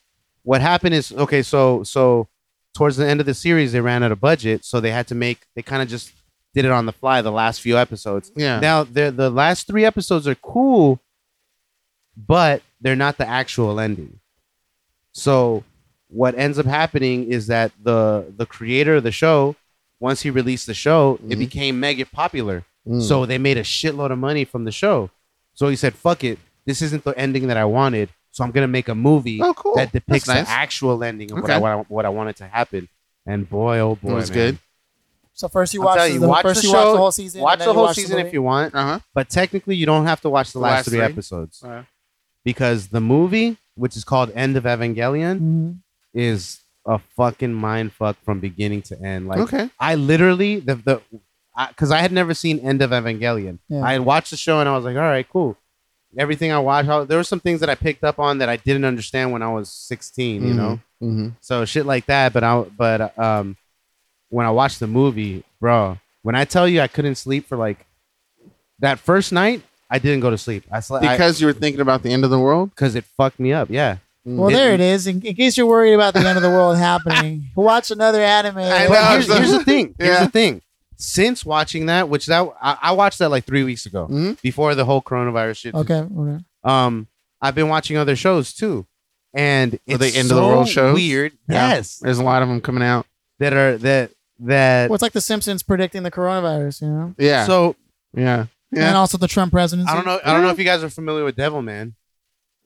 B: what happened is okay. So so towards the end of the series, they ran out of budget, so they had to make. They kind of just did it on the fly. The last few episodes.
C: Yeah.
B: Now the the last three episodes are cool, but they're not the actual ending. So what ends up happening is that the the creator of the show, once he released the show, it
C: Mhm.
B: became mega popular.
C: Mm.
B: So they made a shitload of money from the show. So he said, "Fuck it, this isn't the ending that I wanted. So I'm gonna make a movie
C: Oh, cool.
B: that depicts
C: That's nice.
B: the actual ending of
C: Okay.
B: what I wa- what I wanted to happen." And boy, oh boy,
C: That was
B: man.
C: good.
A: So first you
B: I'll
A: watch,
B: tell
A: the,
B: you, watch
A: first
B: the
A: you watch
B: show,
A: the whole season.
B: Watch
A: and then
B: the
A: you
B: whole
A: watch
B: season if
A: movie.
B: you want,
C: Uh huh.
B: but technically you don't have to watch the, last,
C: last
B: three,
C: three?
B: episodes
C: Uh-huh.
B: because the movie, which is called End of Evangelion,
A: Mhm.
B: is a fucking mind fuck from beginning to end. Like
C: okay.
B: I literally the the because I, had never seen End of Evangelion.
A: Yeah.
B: I had watched the show and I was like, all right, cool. Everything I watched, I- there were some things that I picked up on that I didn't understand when I was 16, you know,
C: Mm-hmm.
B: so shit like that. But I but um, when I watched the movie, bro, when I tell you I couldn't sleep for like that first night, I didn't go to sleep. I slept because
C: Because you were thinking about the end of the world.
B: because it fucked me up. Yeah,
A: Well, there it is. In, in case you're worried about the end of the world happening, watch another anime.
C: I
B: But here's,
C: know, I'm so-
B: here's the thing. Here's
C: Yeah.
B: the thing. Since watching that, which that I, I watched that like three weeks ago,
C: Mhm.
B: before the whole coronavirus shit.
A: Okay. okay.
B: Um, I've been watching other shows too, and
C: Are
B: it's
C: they end
B: so
C: of the world shows?
B: weird.
C: Yeah.
B: Yes,
C: There's a lot of them coming out.
B: that are that that.
A: Well, it's like The Simpsons predicting the coronavirus, you know,
C: Yeah.
B: So
C: yeah. Yeah.
A: and also the Trump presidency.
B: I don't know. I don't know if you guys are familiar with Devil Man.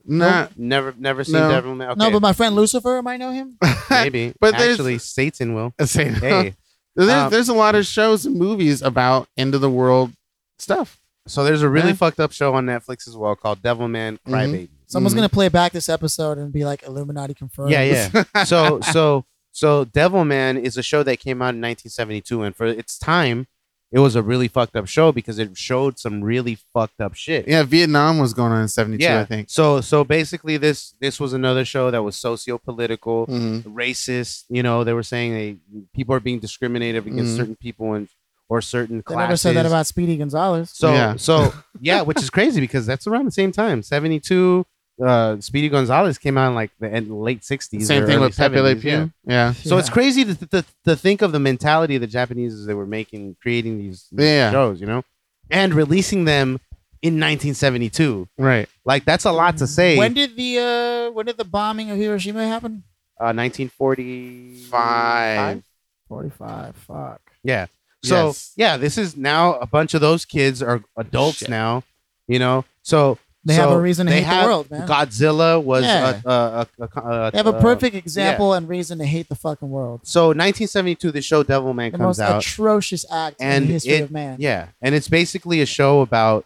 C: Nah,
B: Never, never seen
C: No.
B: Devil May. Okay,
A: No, but my friend Lucifer might know him.
B: maybe.
C: but
B: but
C: there's-
B: actually, Satan will.
C: say no.
B: Hey,
C: There's,
B: um,
C: there's a lot of shows and movies about end of the world stuff.
B: so there's a really
C: Yeah.
B: fucked up show on Netflix as well called Devilman Crybaby.
A: Someone's
C: Mhm.
A: gonna play back this episode and be like Illuminati confirmed.
B: Mm-hmm. Yeah, yeah. so, so, so Devilman is a show that came out in 1972, and for its time, it was a really fucked up show because it showed some really fucked up shit.
C: Yeah, Vietnam was going on in 72, I think.
B: So, so basically, this this was another show that was socio political.
C: Mhm.
B: racist. You know, they were saying they people are being discriminated against
C: Mhm.
B: certain people and or certain
A: They
B: classes.
A: never said that about Speedy Gonzalez.
B: so
C: Yeah.
B: so yeah, which is crazy because that's around the same time. Seventy two, uh, Speedy Gonzalez came out in like the end, late sixties.
C: Same thing with Pepe Le Pew. Yeah.
B: So it's
A: Yeah.
B: crazy to, to, to think of the mentality of the Japanese as they were making creating these, these
C: Yeah.
B: shows, you know, and releasing them in 1972.
C: right.
B: Like that's a lot to say.
A: When did the uh when did the bombing of Hiroshima happen?
B: uh, 1945.
C: Five.
A: Forty five. Fuck.
B: Yeah. So
C: Yes.
B: yeah, this is now a bunch of those kids are adults
C: Shit.
B: now. You know, so
A: They
B: so
A: have a reason to
B: they
A: hate
B: have-
A: the world, man.
B: Godzilla was
A: Yeah.
B: a, a, a, a, a-
A: they have a
B: a-
A: perfect example and reason to hate the fucking world.
B: so 1972, the show Devilman
A: The
B: comes
A: most
B: out.
A: atrocious act
B: And
A: in the history
B: it-
A: of man.
B: yeah, and it's basically a show about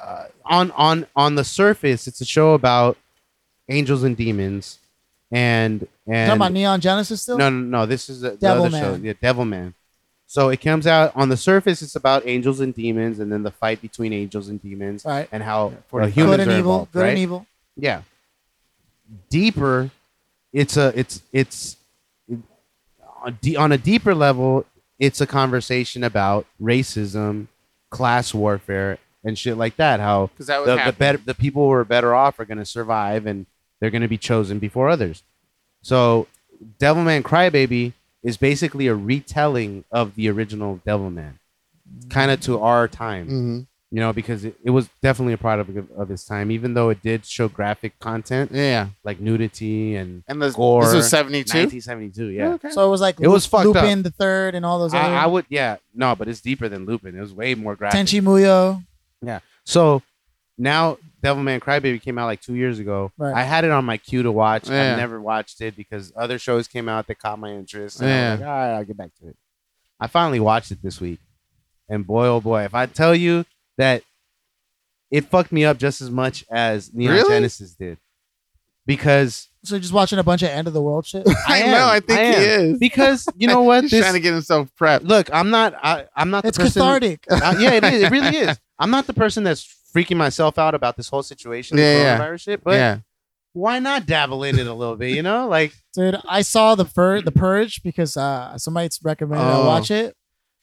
B: uh, on on on the surface, it's a show about angels and demons, and and
A: Talking about Neon Genesis still?
B: No, no, no. This is a, the
A: Devil
B: other
A: Man.
B: show. Yeah, Devil Man. So it comes out on the surface. It's about angels and demons, and then the fight between angels and demons,
A: All right.
B: and how
C: Yeah,
B: uh,
C: 45.
B: humans
A: good and
B: are
A: evil.
B: involved,
A: good
B: right?
A: and evil.
B: Yeah. Deeper, it's a it's it's on de- on a deeper level. It's a conversation about racism, class warfare, and shit like that. How
C: Because that was
B: the, the better the people who are better off are going to survive and they're going to be chosen before others so devilman crybaby is basically a retelling of the original devilman kind of to our time
C: hmm
B: you know because it, it was definitely a product of, of its time even though it did show graphic content
C: Yeah.
B: like nudity and
C: And this,
B: Gore.
C: this was 72?
B: 1972 yeah
C: Okay.
A: So it was like
B: It was
A: Lu-
B: fucked up.
A: Lupin the Third and all those
B: I, I
A: other
B: would yeah no but it's deeper than lupin it was way more graphic
A: Tenchi Muyo.
B: So now Devilman Crybaby came out like two years ago.
A: Right.
B: I had it on my queue to watch.
C: Yeah.
B: I never watched it because other shows came out that caught my interest. And
C: Yeah.
B: I was like, all right, I'll get back to it. I finally watched it this week. And boy, oh boy, if I tell you that it fucked me up just as much as Neon
C: Really?
B: Genesis did. Because
A: So you're just watching a bunch of end of the world shit.
C: I,
B: am,
C: know. I think
B: I
C: he
B: am.
C: is.
B: because you know what?
C: He's
B: This-
C: trying to get himself prepped.
B: look, I'm not I, I'm not the
A: it's
B: person
A: cathartic.
B: Uh, yeah, it is. It really is. I'm not the person that's freaking myself out about this whole situation, the
C: Yeah, yeah.
B: coronavirus shit, but
C: yeah.
B: why not dabble in it a little bit? You know, like
A: Dude, I saw the Pur-
B: Mm.
A: the Purge because uh, somebody's recommended
C: Oh.
A: I watch it.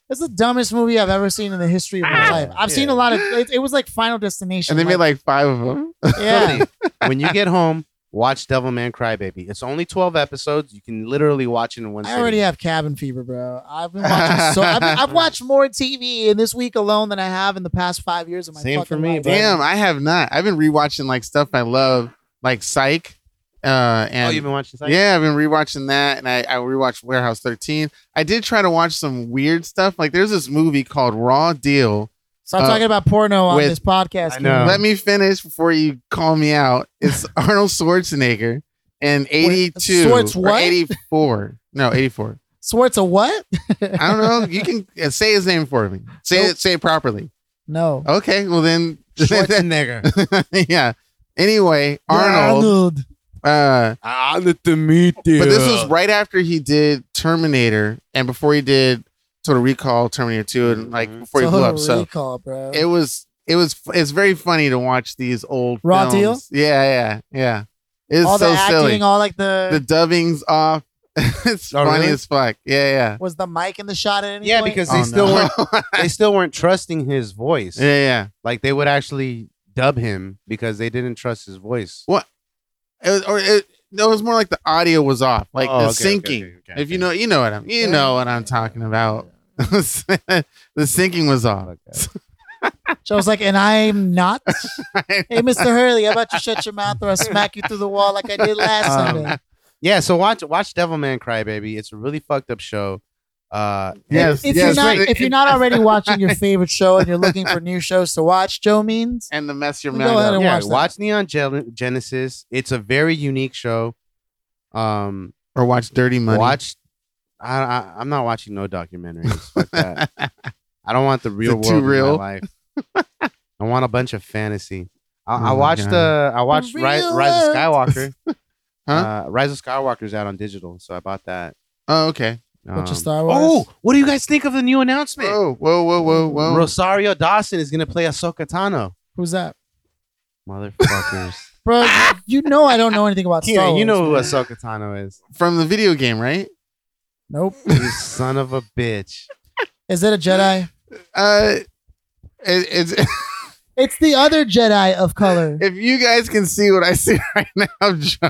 A: It's the dumbest movie I've ever seen in the history of my
B: Ah,
A: life. I've seen
B: yeah.
A: a lot of. It, it was like Final Destination.
C: And they made like five of them.
A: yeah,
B: when you get home, watch Devilman Crybaby. It's only twelve episodes. You can literally watch it in one.
A: I already have cabin fever, bro. I've been watching so. I've, been- I've watched more TV in this week alone than I have in the past five years of my
B: Same
A: fucking
B: for me,
A: life.
B: bro.
C: Damn, I have not. I've been rewatching like stuff I love, like Psych. Uh,
B: Oh,
C: and
B: you've been watching. Psych?
C: yeah, I've been rewatching that, and I, I rewatched Warehouse 13. I did try to watch some weird stuff. Like there's this movie called Raw Deal.
A: Stop
C: Uh,
A: talking about porno on
C: with-
A: this podcast.
B: I
A: dude.
B: know.
C: Let me finish before you call me out. It's Arnold Schwarzenegger and 82
A: Schwartz
C: or
A: what?
C: 84. No, 84.
A: Swartz a what?
C: I don't know. You can uh, say his name for me. Say it. Say it properly.
A: No.
C: Okay. Well then.
B: Schwarzenegger.
C: yeah. Anyway, Arnold. Uh,
B: Honored to meet you.
C: But this was right after he did Terminator and before he did Total Recall, Terminator 2, and like
B: Mhm.
C: before he blew up. So
A: recall, bro.
C: it was it was it's very funny to watch these old
A: Raw
C: films. Yeah, yeah, yeah. It's
A: all
C: so
A: the acting,
C: silly.
A: all like the,
C: the dubbing's off. it's
B: Oh,
C: funny
B: really?
C: as fuck. Yeah, yeah.
A: was the mic in the shot at any
B: Yeah,
A: point?
B: because they
C: Oh,
B: still
C: no.
B: weren't. They still weren't trusting his voice.
C: yeah, yeah.
B: Like they would actually dub him because they didn't trust his voice.
C: It was, or it, it was more like the audio was off, like
B: Oh,
C: the
B: okay, okay,
C: syncing.
B: okay, okay,
C: if you
B: okay.
C: know, you know what I'm, you
A: Yeah.
C: know what I'm talking about. the syncing was off.
A: so I was like, and I'm not.
C: I
A: Hey, Mr. Hurley, how about you shut your mouth or I smack you through the wall like I did last
B: Um,
A: Sunday?
B: Yeah, so watch watch Devilman Crybaby. It's a really fucked up show. Uh,
C: Yes,
A: If
C: yes.
A: you're not
C: right.
A: if you're not already watching your favorite show and you're looking for new shows to watch, Joe means
C: and the mess your
A: Go ahead and
C: mind up.
A: watch
B: yeah,
A: that.
B: watch Neon Gen- Genesis. It's a very unique show. Um,
C: or watch Dirty Money.
B: watch. I, I I'm not watching no documentaries. Fuck that. I don't want the real
C: it
B: world
C: too
B: in my
C: real?
B: life. I want a bunch of fantasy. I,
C: Oh
B: I
C: my
B: watched uh I watched Ri- Rise,
A: real
B: of
A: world.
B: Skywalker.
C: Huh?
B: uh, Rise of Skywalker's out on digital, so I bought that.
C: oh, okay.
A: which
B: Um,
A: is Star Wars. Oh,
D: Oh, what do you guys think of the new announcement?
C: Whoa, Oh, whoa, whoa, whoa, whoa.
B: Rosario Dawson is gonna play Ahsoka Tano.
A: Who's that,
B: Motherfuckers.
A: bro? you know I don't know anything about Star
B: yeah,
A: Wars.
B: you know who
A: man.
B: Ahsoka Tano is.
C: From the video game, right?
A: Nope.
B: You son of a bitch.
A: Is it a Jedi?
C: Uh, it, it's
A: It's the other Jedi of color.
C: if you guys can see what I see right now, Joe,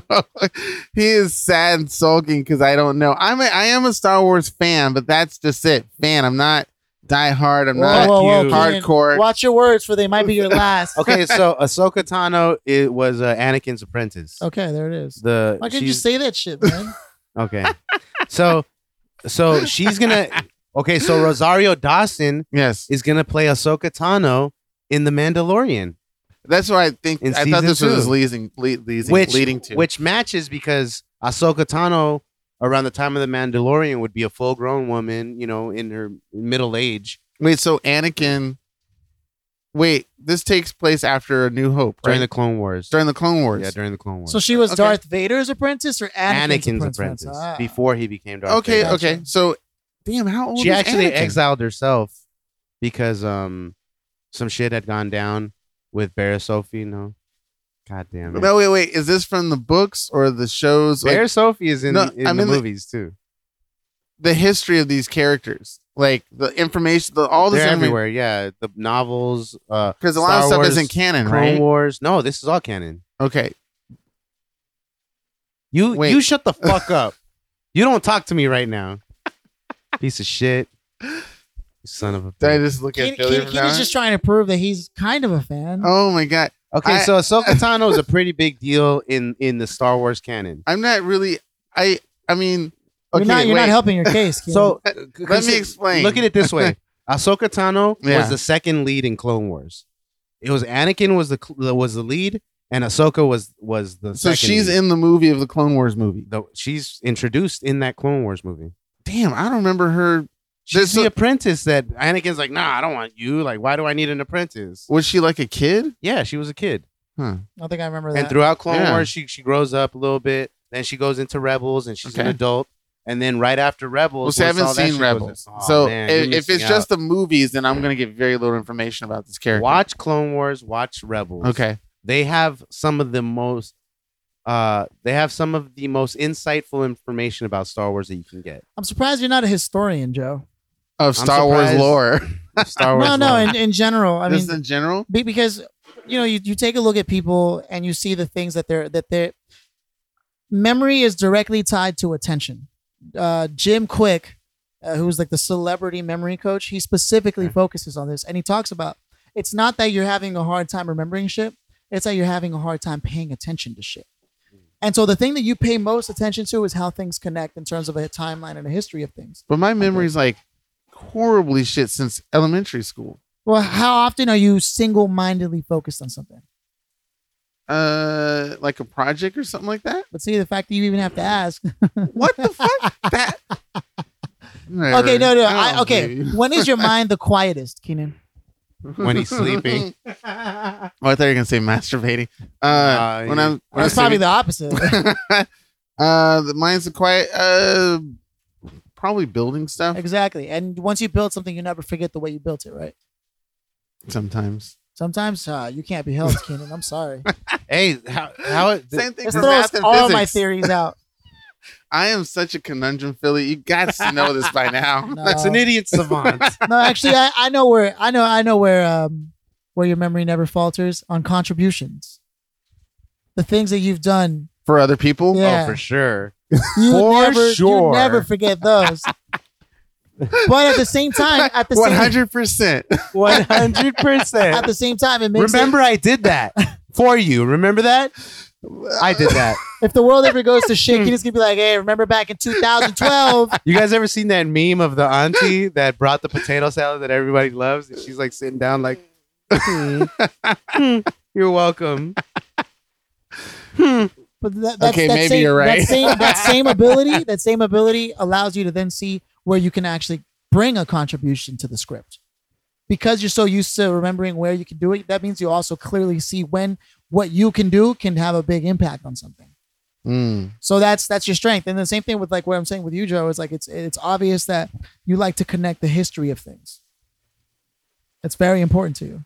C: he is sad and sulking because I don't know. I'm a, I am a Star Wars fan, but that's just it. Fan. I'm not diehard. I'm not
A: Whoa, whoa, whoa, Keenan,
C: hardcore.
A: Watch your words, for they might be your last.
B: Okay, so Ahsoka Tano it was uh, Anakin's apprentice.
A: Okay, there it is.
B: The
A: Why couldn't you
B: she's-
A: say that shit, man?
B: Okay. So so she's gonna Okay, so Rosario Dawson
C: Yes,
B: is gonna play Ahsoka Tano in The Mandalorian.
C: that's what I think.
B: In
C: I thought
B: season
C: this was
B: two.
C: leading, lead, leading,
B: Which-
C: leading to.
B: Which matches because Ahsoka Tano around the time of The Mandalorian would be a full grown woman, you know, in her middle age
C: Wait, so Anakin. Wait, this takes place after A New Hope, right?
B: during the Clone Wars.
C: during the Clone Wars.
B: Yeah, during the Clone Wars.
A: so she was
C: Okay.
A: Darth Vader's apprentice or Anakin's,
B: Anakin's
A: apprentice?
B: apprentice
A: Ah.
B: before he became Darth
C: okay,
B: Vader.
C: okay. So, damn, how old?
B: She
C: is
B: actually
C: Anakin?
B: exiled herself because um some shit had gone down with Barra Sophie. No, god damn it.
C: No, wait, wait. Is this from the books or the shows? Like,
B: Bear Sophie is in,
C: No,
B: in
C: I'm
B: the
C: in the-
B: movies too.
C: the history of these characters, like the information, the, all this
B: They're everywhere. Yeah, the novels, uh,
C: Because a lot of
B: Star
C: stuff
B: Wars,
C: isn't canon,
B: Clone
C: right?
B: Wars. No, this is all canon.
C: Okay,
B: You
C: Wait.
B: you shut the fuck up. You don't talk to me right now. Piece of shit. You Son of a.
C: did I
B: bitch.
C: just look
A: Keenan
C: at Philly
A: Keenan-
C: from now
A: Keenan's
C: on?
A: just trying to prove that he's kind of a fan.
C: Oh my god,
B: Okay,
C: I-
B: so Ahsoka Tano is a pretty big deal in in the Star Wars canon.
C: I'm not really. I I mean,
A: you're
C: okay,
A: not, you're
C: wait.
A: not helping your case. Keenan.
B: So
C: Let me
B: consi-
C: explain.
B: Look at it this way: Ahsoka Tano
C: Yeah.
B: was the second lead in Clone Wars. It was Anakin was the cl- was the lead, and Ahsoka was was the.
C: So
B: second
C: she's
B: lead.
C: in the movie of the Clone Wars movie.
B: the she's introduced in that Clone Wars movie.
C: Damn, I don't remember her.
B: She's
C: So-
B: the apprentice that Anakin's like, nah, I don't want you. Like, why do I need an apprentice?
C: Was she like a kid?
B: Yeah, she was a kid,
A: I don't think I remember
B: and
A: that.
B: throughout Clone
C: Yeah.
B: Wars, she she grows up a little bit. Then she goes into Rebels, and she's an
C: Okay.
B: adult. And then right after
C: Well,
B: Rebels,
C: see, I
B: once
C: haven't
B: all that
C: seen
B: shit goes-
C: Rebels,
B: Aw,
C: so
B: Oh, man,
C: if,
B: you're
C: if it's
B: missing out.
C: just the movies, then I'm gonna get very little information about this character.
B: watch Clone Wars, watch Rebels.
C: Okay,
B: they have some of the most uh they have some of the most insightful information about Star Wars that you can get.
A: I'm surprised you're not a historian, Joe.
C: of Star Wars
B: surprised-
C: lore, Oh,
B: Star Wars.
A: No, no,
B: lore.
A: in, in general. I mean,
C: just in general.
A: Be- because you know you, you take a look at people and you see the things that they're that they're memory is directly tied to attention uh, jim quick uh, who's like the celebrity memory coach he specifically focuses on this and he talks about it's not that you're having a hard time remembering shit it's that you're having a hard time paying attention to shit and so the thing that you pay most attention to is how things connect in terms of a timeline and a history of things
C: But my memory's like horribly shit since elementary school.
A: well how often are you single-mindedly focused on something
C: Uh, like a project or something like that.
A: but see the fact that you even have to ask
C: What the fuck? that. Oh,
A: Okay, no, no.
C: don't
A: I, okay,
C: believe you.
A: when is your mind the quietest, Keenan?
B: when he's sleeping.
C: Oh, I thought you were gonna say masturbating. Uh,
B: Nah,
C: when
B: you-
C: I'm when
A: It's
C: I'm
A: probably the opposite.
C: sleeping- uh, the mind's quiet. Uh, probably building stuff
A: exactly. And once you build something, you never forget the way you built it, right?
C: sometimes.
A: Sometimes uh, you can't be held, Keenan. I'm sorry.
B: hey, how how
C: Same thing
A: This
C: for math
A: throws
C: and
A: all
C: physics.
A: my theories out.
C: I am such a conundrum, Philly. You got to know this by now.
A: No,
B: it's an idiot savant.
A: no actually, I, I know where I know I know where um where your memory never falters on contributions. The things that you've done,
C: For other people,
A: Yeah.
B: Oh, for sure.
A: you
B: For
A: never
B: sure.
A: you never forget those. but at the same time, at the
C: one
A: same
C: hundred percent.
B: One hundred
A: at
B: percent.
A: the same time, it makes it-
B: Remember I did that for you. Remember that? I did that.
A: If the world ever goes to shit, Keenan's gonna be like, "Hey, remember back in 2012?"
B: You guys ever seen that meme of the auntie that brought the potato salad that everybody loves? And she's like sitting down, like, "Hmm. Hmm. "You're welcome."
A: But that, that's,
C: Okay,
A: that
C: maybe
A: same,
C: you're right.
A: That same, that same ability, that same ability allows you to then see where you can actually bring a contribution to the script. Because you're so used to remembering where you can do it, that means you also clearly see when what you can do can have a big impact on something.
C: Mm.
A: So that's that's your strength. And the same thing with like what I'm saying with you, Joe, is like it's it's obvious that you like to connect the history of things. It's very important to you.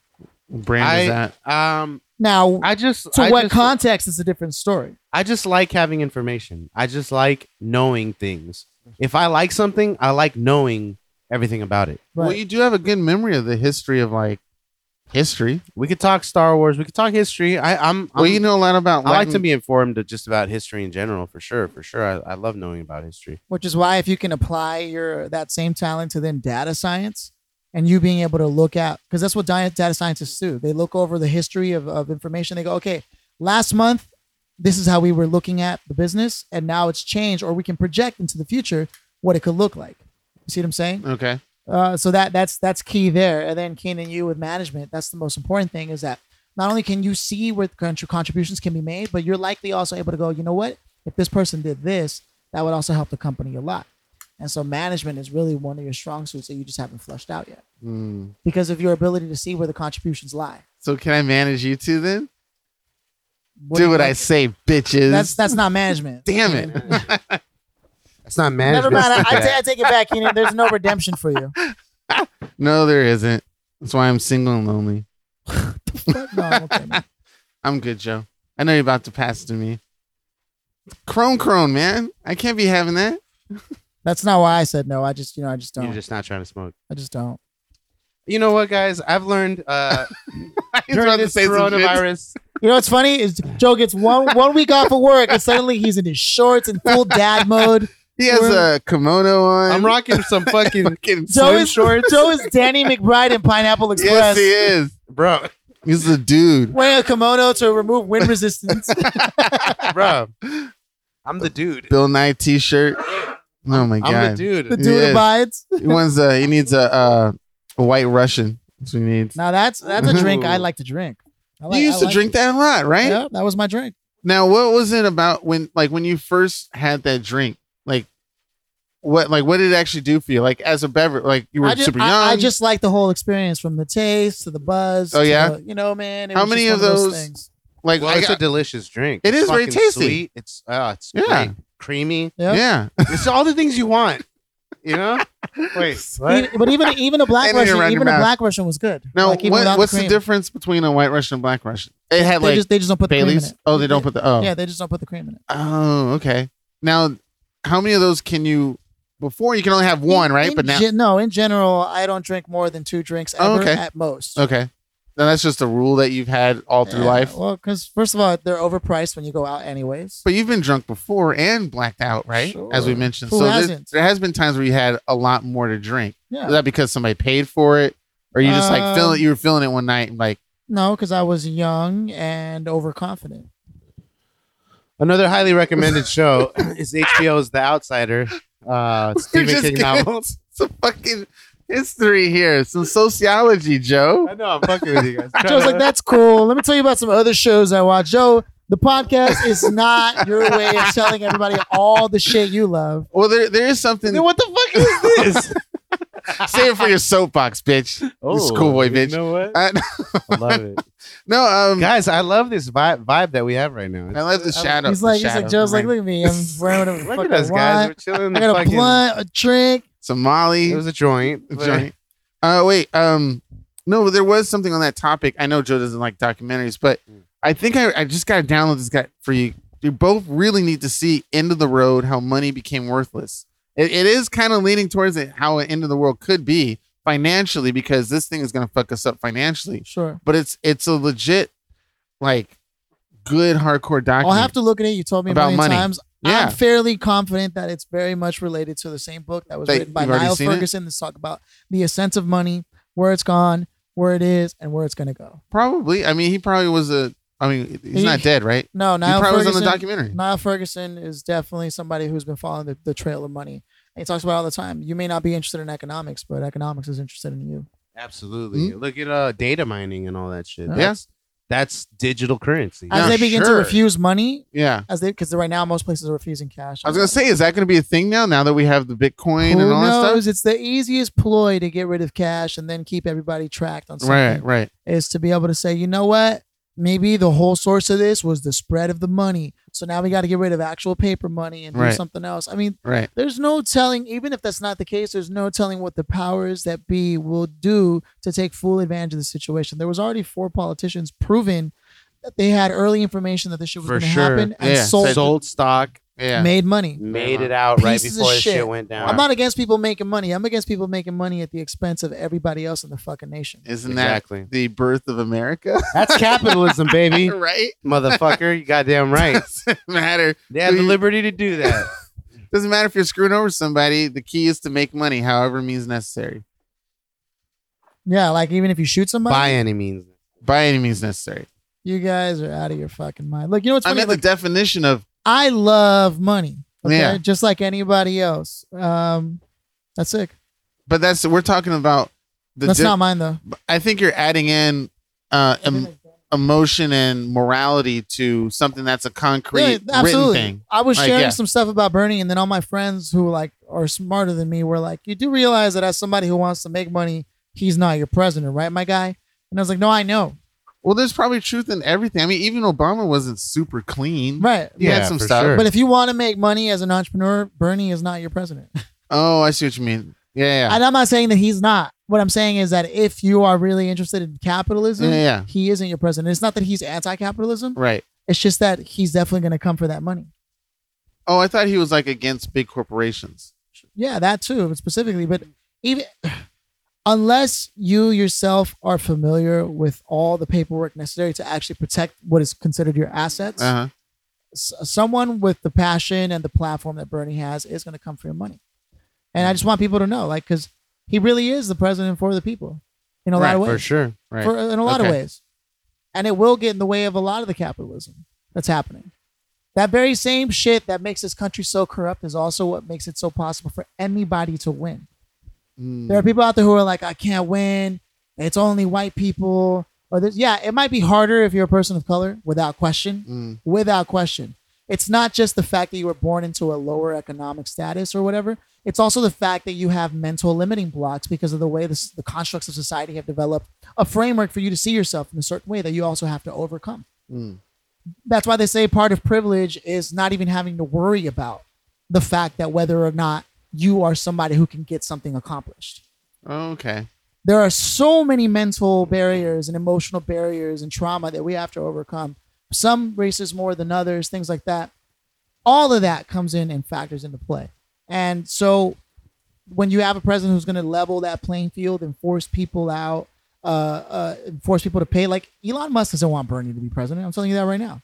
C: Brand
B: I-
C: is that?
B: Um,
A: Now
B: I just
A: to
B: I
A: what
B: just,
A: context is a different story.
B: I just like having information. I just like knowing things. If I like something, I like knowing everything about it.
C: Well,
A: Right.
C: you do have a good memory of the history of like history.
B: We could talk Star Wars. We could talk history. I, I'm,
C: Well,
B: I'm-
C: you know a lot about.
B: Um, I like to
C: Latin-
B: be informed of just about history in general, for sure, for sure. I, I love knowing about history.
A: which is why if you can apply your that same talent to then data science and you being able to look at because that's what di- data scientists do they look over the history of, of information they go okay last month this is how we were looking at the business and now it's changed or we can project into the future what it could look like you see what i'm saying
C: Okay.
A: uh, so that that's that's key there. And then Keenan, you with management, that's the most important thing is that not only can you see where contr- contributions can be made, but you're likely also able to go, you know what? If this person did this, that would also help the company a lot. And so management is really one of your strong suits that you just haven't flushed out yet
C: Mm.
A: because of your ability to see where the contributions lie.
C: So can I manage you two then?
A: do
C: do
A: you
C: what I
A: think?
C: say, bitches.
A: That's that's not management.
C: Damn it.
B: That's not
A: Never
B: management.
A: mind. I, I, ta- I take it back, Keenan. There's no redemption for you.
C: No, there isn't. That's why I'm single and lonely.
A: Fuck no, I'm okay, man.
C: I'm good, Joe. I know you're about to pass to me. Crone, crone, man. I can't be having that.
A: That's not why I said no. I just, you know, I just
B: You're
A: don't.
B: just not trying to smoke.
A: I just don't.
B: You know what, guys? I've learned uh,
C: He's
B: during
C: about to
B: this
C: say some shit.
B: coronavirus.
A: You know what's funny is Joe gets one one week off of work and suddenly he's in his shorts in full dad mode.
C: He has a kimono on.
B: I'm rocking some fucking
C: Fucking-
A: Joe
B: Swim
A: is
B: shorts?
A: Joe is Danny McBride in Pineapple
C: yes,
A: Express
C: he is.
B: bro,
C: He's a dude.
A: wearing a kimono to remove wind resistance.
B: bro. I'm the dude.
C: Bill Nye T-shirt. Oh my
B: I'm the
C: god.
A: the
B: dude.
A: dude
C: Yes.
A: abides.
C: He wants a. He needs a, uh, a white Russian. That's what he needs.
A: Now that's that's a drink I like to drink. I like,
C: you used
A: I
C: to
A: like
C: drink
A: it.
C: that a lot, right?
A: Yeah, that was my drink.
C: Now, what was it about when, like, when you first had that drink? Like, what, like, what did it actually do for you? Like, as a beverage, like, you were
A: I just,
C: super
A: I-
C: young.
A: I, just like the whole experience from the taste to the buzz.
C: Oh,
A: to
C: yeah?
A: the- you know, man. it
C: How
A: was just
C: many
A: one
C: of those-
A: things.
C: like,
B: Well,
C: I
B: it's
C: got-
B: a delicious drink.
C: It
B: It's
C: is very
B: fucking
C: tasty.
B: Sweet. It's uh, it's
C: Yeah.
B: great. creamy.
A: Yep.
C: yeah.
B: It's all the things you want. You know. Wait, what?
A: Even- but even even a black
C: And in your
A: Russian,
C: round
A: even
C: your
A: a
C: mouth.
A: black Russian was good.
C: Now,
A: Like, even
C: what,
A: without
C: what's the,
A: cream.
C: difference between a white Russian and black Russian? It had
A: They
C: like
A: just they just don't put the cream in
C: Bailey's.
A: it.
C: Oh, they don't put the. Oh,
A: Yeah, they just don't put the cream in it.
C: oh, okay. Now, how many of those can you? Before you can only have one,
A: In-
C: right?
A: in
C: But now,
A: gen- no. In general, I don't drink more than two drinks ever
C: Oh, okay.
A: at most.
C: okay. Now that's just a rule that you've had all through
A: Yeah,
C: life.
A: Well, because first of all, they're overpriced when you go out, anyways.
C: But you've been drunk before and blacked out, right? As we
A: Sure.
C: mentioned,
A: Who
C: so there,
A: hasn't?
C: there has been times where you had a lot more to drink. Is
A: yeah.
C: that because somebody paid for it, or you just like feeling
A: Um,
C: you were feeling it one night? And like,
A: No, because I was young and overconfident.
B: Another highly recommended show is HBO's The Outsider. Uh,
C: we're
B: Stephen
C: just
B: King
C: gonna-
B: novel.
C: It's a fucking history here. Some sociology, Joe.
B: I know I'm fucking with you guys.
A: Joe's like, that's cool. Let me tell you about some other shows I watch. Joe, the podcast is not your way of telling everybody all the shit you love.
C: Well, there there is something.
B: Then what the fuck is this?
C: Save it for your soapbox, bitch. schoolboy
B: Oh, you
C: bitch.
B: know what?
C: I,
B: I love it,
C: no, um,
B: guys. I love this vibe, vibe that we have right now.
C: I love the shadow.
A: he's like, he's
C: the shadow.
A: like, Joe's like, look at me. I'm wearing whatever the
B: Look
A: fuck
B: at us,
A: I
B: guys. We're
A: want.
B: chilling.
A: I got a
B: fucking-
A: blunt, a drink.
C: Somali
B: It was a joint. but-
C: joint. Uh, wait, um, no, there was something on that topic. I know Joe doesn't like documentaries, but I think I, I just got to download this guy for you. You both really need to see End of the Road, how money became worthless. It, it is kind of leaning towards it, how an end of the world could be financially, because this thing is going to fuck us up financially.
A: Sure.
C: But it's it's a legit, like, good hardcore documentary.
A: I'll have to look at it. You told me a
C: About
A: million
C: money.
A: times.
C: Yeah.
A: I'm fairly confident that it's very much related to the same book that was
C: That
A: written by
C: you've already
A: Niall
C: seen it?
A: Ferguson. Let's talk about the ascent of money, where it's gone, where it is, and where it's going to go.
C: Probably. I mean, he probably was a I mean, he's not dead, right?
A: No,
C: He
A: Niall
C: probably was on
A: Ferguson.
C: the documentary.
A: Niall Ferguson is definitely somebody who's been following the, the trail of money. And he talks about it all the time. You may not be interested in economics, but economics is interested in you.
B: Absolutely.
A: Hmm?
B: Look at uh data mining and all that shit.
A: Yeah.
B: That's that's digital currency.
A: As
C: Yeah,
A: they begin
C: sure.
A: to refuse money,
C: Yeah.
A: as they because right now most places are refusing cash.
C: I was gonna say, is that gonna be a thing now? Now that we have the Bitcoin
A: Who
C: and all that
A: knows? It's the easiest ploy to get rid of cash and then keep everybody tracked on
C: stuff.
A: something.
C: Right, right.
A: Is to be able to say, you know what? Maybe the whole source of this was the spread of the money. So now we got to get rid of actual paper money and do
C: Right.
A: something else. I mean,
C: Right.
A: there's no telling, even if that's not the case, there's no telling what the powers that be will do to take full advantage of the situation. There was already four politicians proven that they had early information that this shit was
B: For
A: going to
B: sure.
A: happen and
C: Yeah.
A: sold,
B: Sold stock,
C: Yeah.
A: made money.
B: made it out right
A: Pieces of
B: before the
A: shit.
B: shit went down.
A: I'm not against people making money. I'm against people making money at the expense of everybody else in the fucking nation.
C: Isn't
B: exactly.
C: that the birth of America?
B: That's capitalism, baby.
C: right?
B: Motherfucker, you goddamn right.
C: Doesn't matter.
B: They have the
C: Dude.
B: liberty to do that.
C: Doesn't matter if you're screwing over somebody. The key is to make money, however means necessary.
A: Yeah, like even if you shoot somebody,
B: By any means.
C: By any means necessary.
A: you guys are out of your fucking mind. Look, you know what's
C: I
A: funny?
C: meant the definition of
A: I love money. Okay?
C: Yeah.
A: Just like anybody else. Um, that's sick.
C: but that's we're talking about the
A: that's
C: di-
A: not mine though.
C: I think you're adding in uh em- emotion and morality to something that's a concrete
A: Yeah,
C: written thing.
A: I was
C: Like,
A: sharing
C: yeah.
A: some stuff about Bernie, and then all my friends who like are smarter than me were like, "You do realize that as somebody who wants to make money, he's not your president, right, my guy?" And I was like, "No, I know,
C: Well, there's probably truth in everything. I mean, even Obama wasn't super clean.
A: right."
C: He had
B: Yeah,
C: some
B: for
C: stuff.
B: sure.
A: But if you want to make money as an entrepreneur, Bernie is not your president.
C: Oh, I see what you mean. Yeah, yeah.
A: And I'm not saying that he's not. What I'm saying is that if you are really interested in capitalism,
C: Yeah, yeah.
A: he isn't your president. It's not that he's anti-capitalism.
C: Right.
A: It's just that he's definitely going to come for that money.
C: Oh, I thought he was like against big corporations.
A: Yeah, that too, specifically. But even unless you yourself are familiar with all the paperwork necessary to actually protect what is considered your assets,
C: Uh huh.
A: s- someone with the passion and the platform that Bernie has is going to come for your money. And I just want people to know, like, because he really is the president for the people in a lot of
C: Right,
A: ways.
B: For sure.
C: Right.
A: for, in a lot of
C: Okay.
A: ways. And it will get in the way of a lot of the capitalism that's happening. That very same shit that makes this country so corrupt is also what makes it so possible for anybody to win. There
C: Hmm.
A: are people out there who are like, I can't win. It's only white people. Or this. Yeah, it might be harder if you're a person of color, without question.
C: Hmm.
A: Without question. It's not just the fact that you were born into a lower economic status or whatever. It's also the fact that you have mental limiting blocks because of the way this, the constructs of society have developed a framework for you to see yourself in a certain way that you also have to overcome. That's why they say part of privilege is not even having to worry about the fact that whether or not you are somebody who can get something accomplished
C: okay.
A: there are so many mental barriers and emotional barriers and trauma that we have to overcome. Some races more than others, things like that. All of that comes in and factors into play. And so when you have a president who's going to level that playing field and force people out, uh, uh, and force people to pay, like Elon Musk doesn't want Bernie to be president. I'm telling you that right now.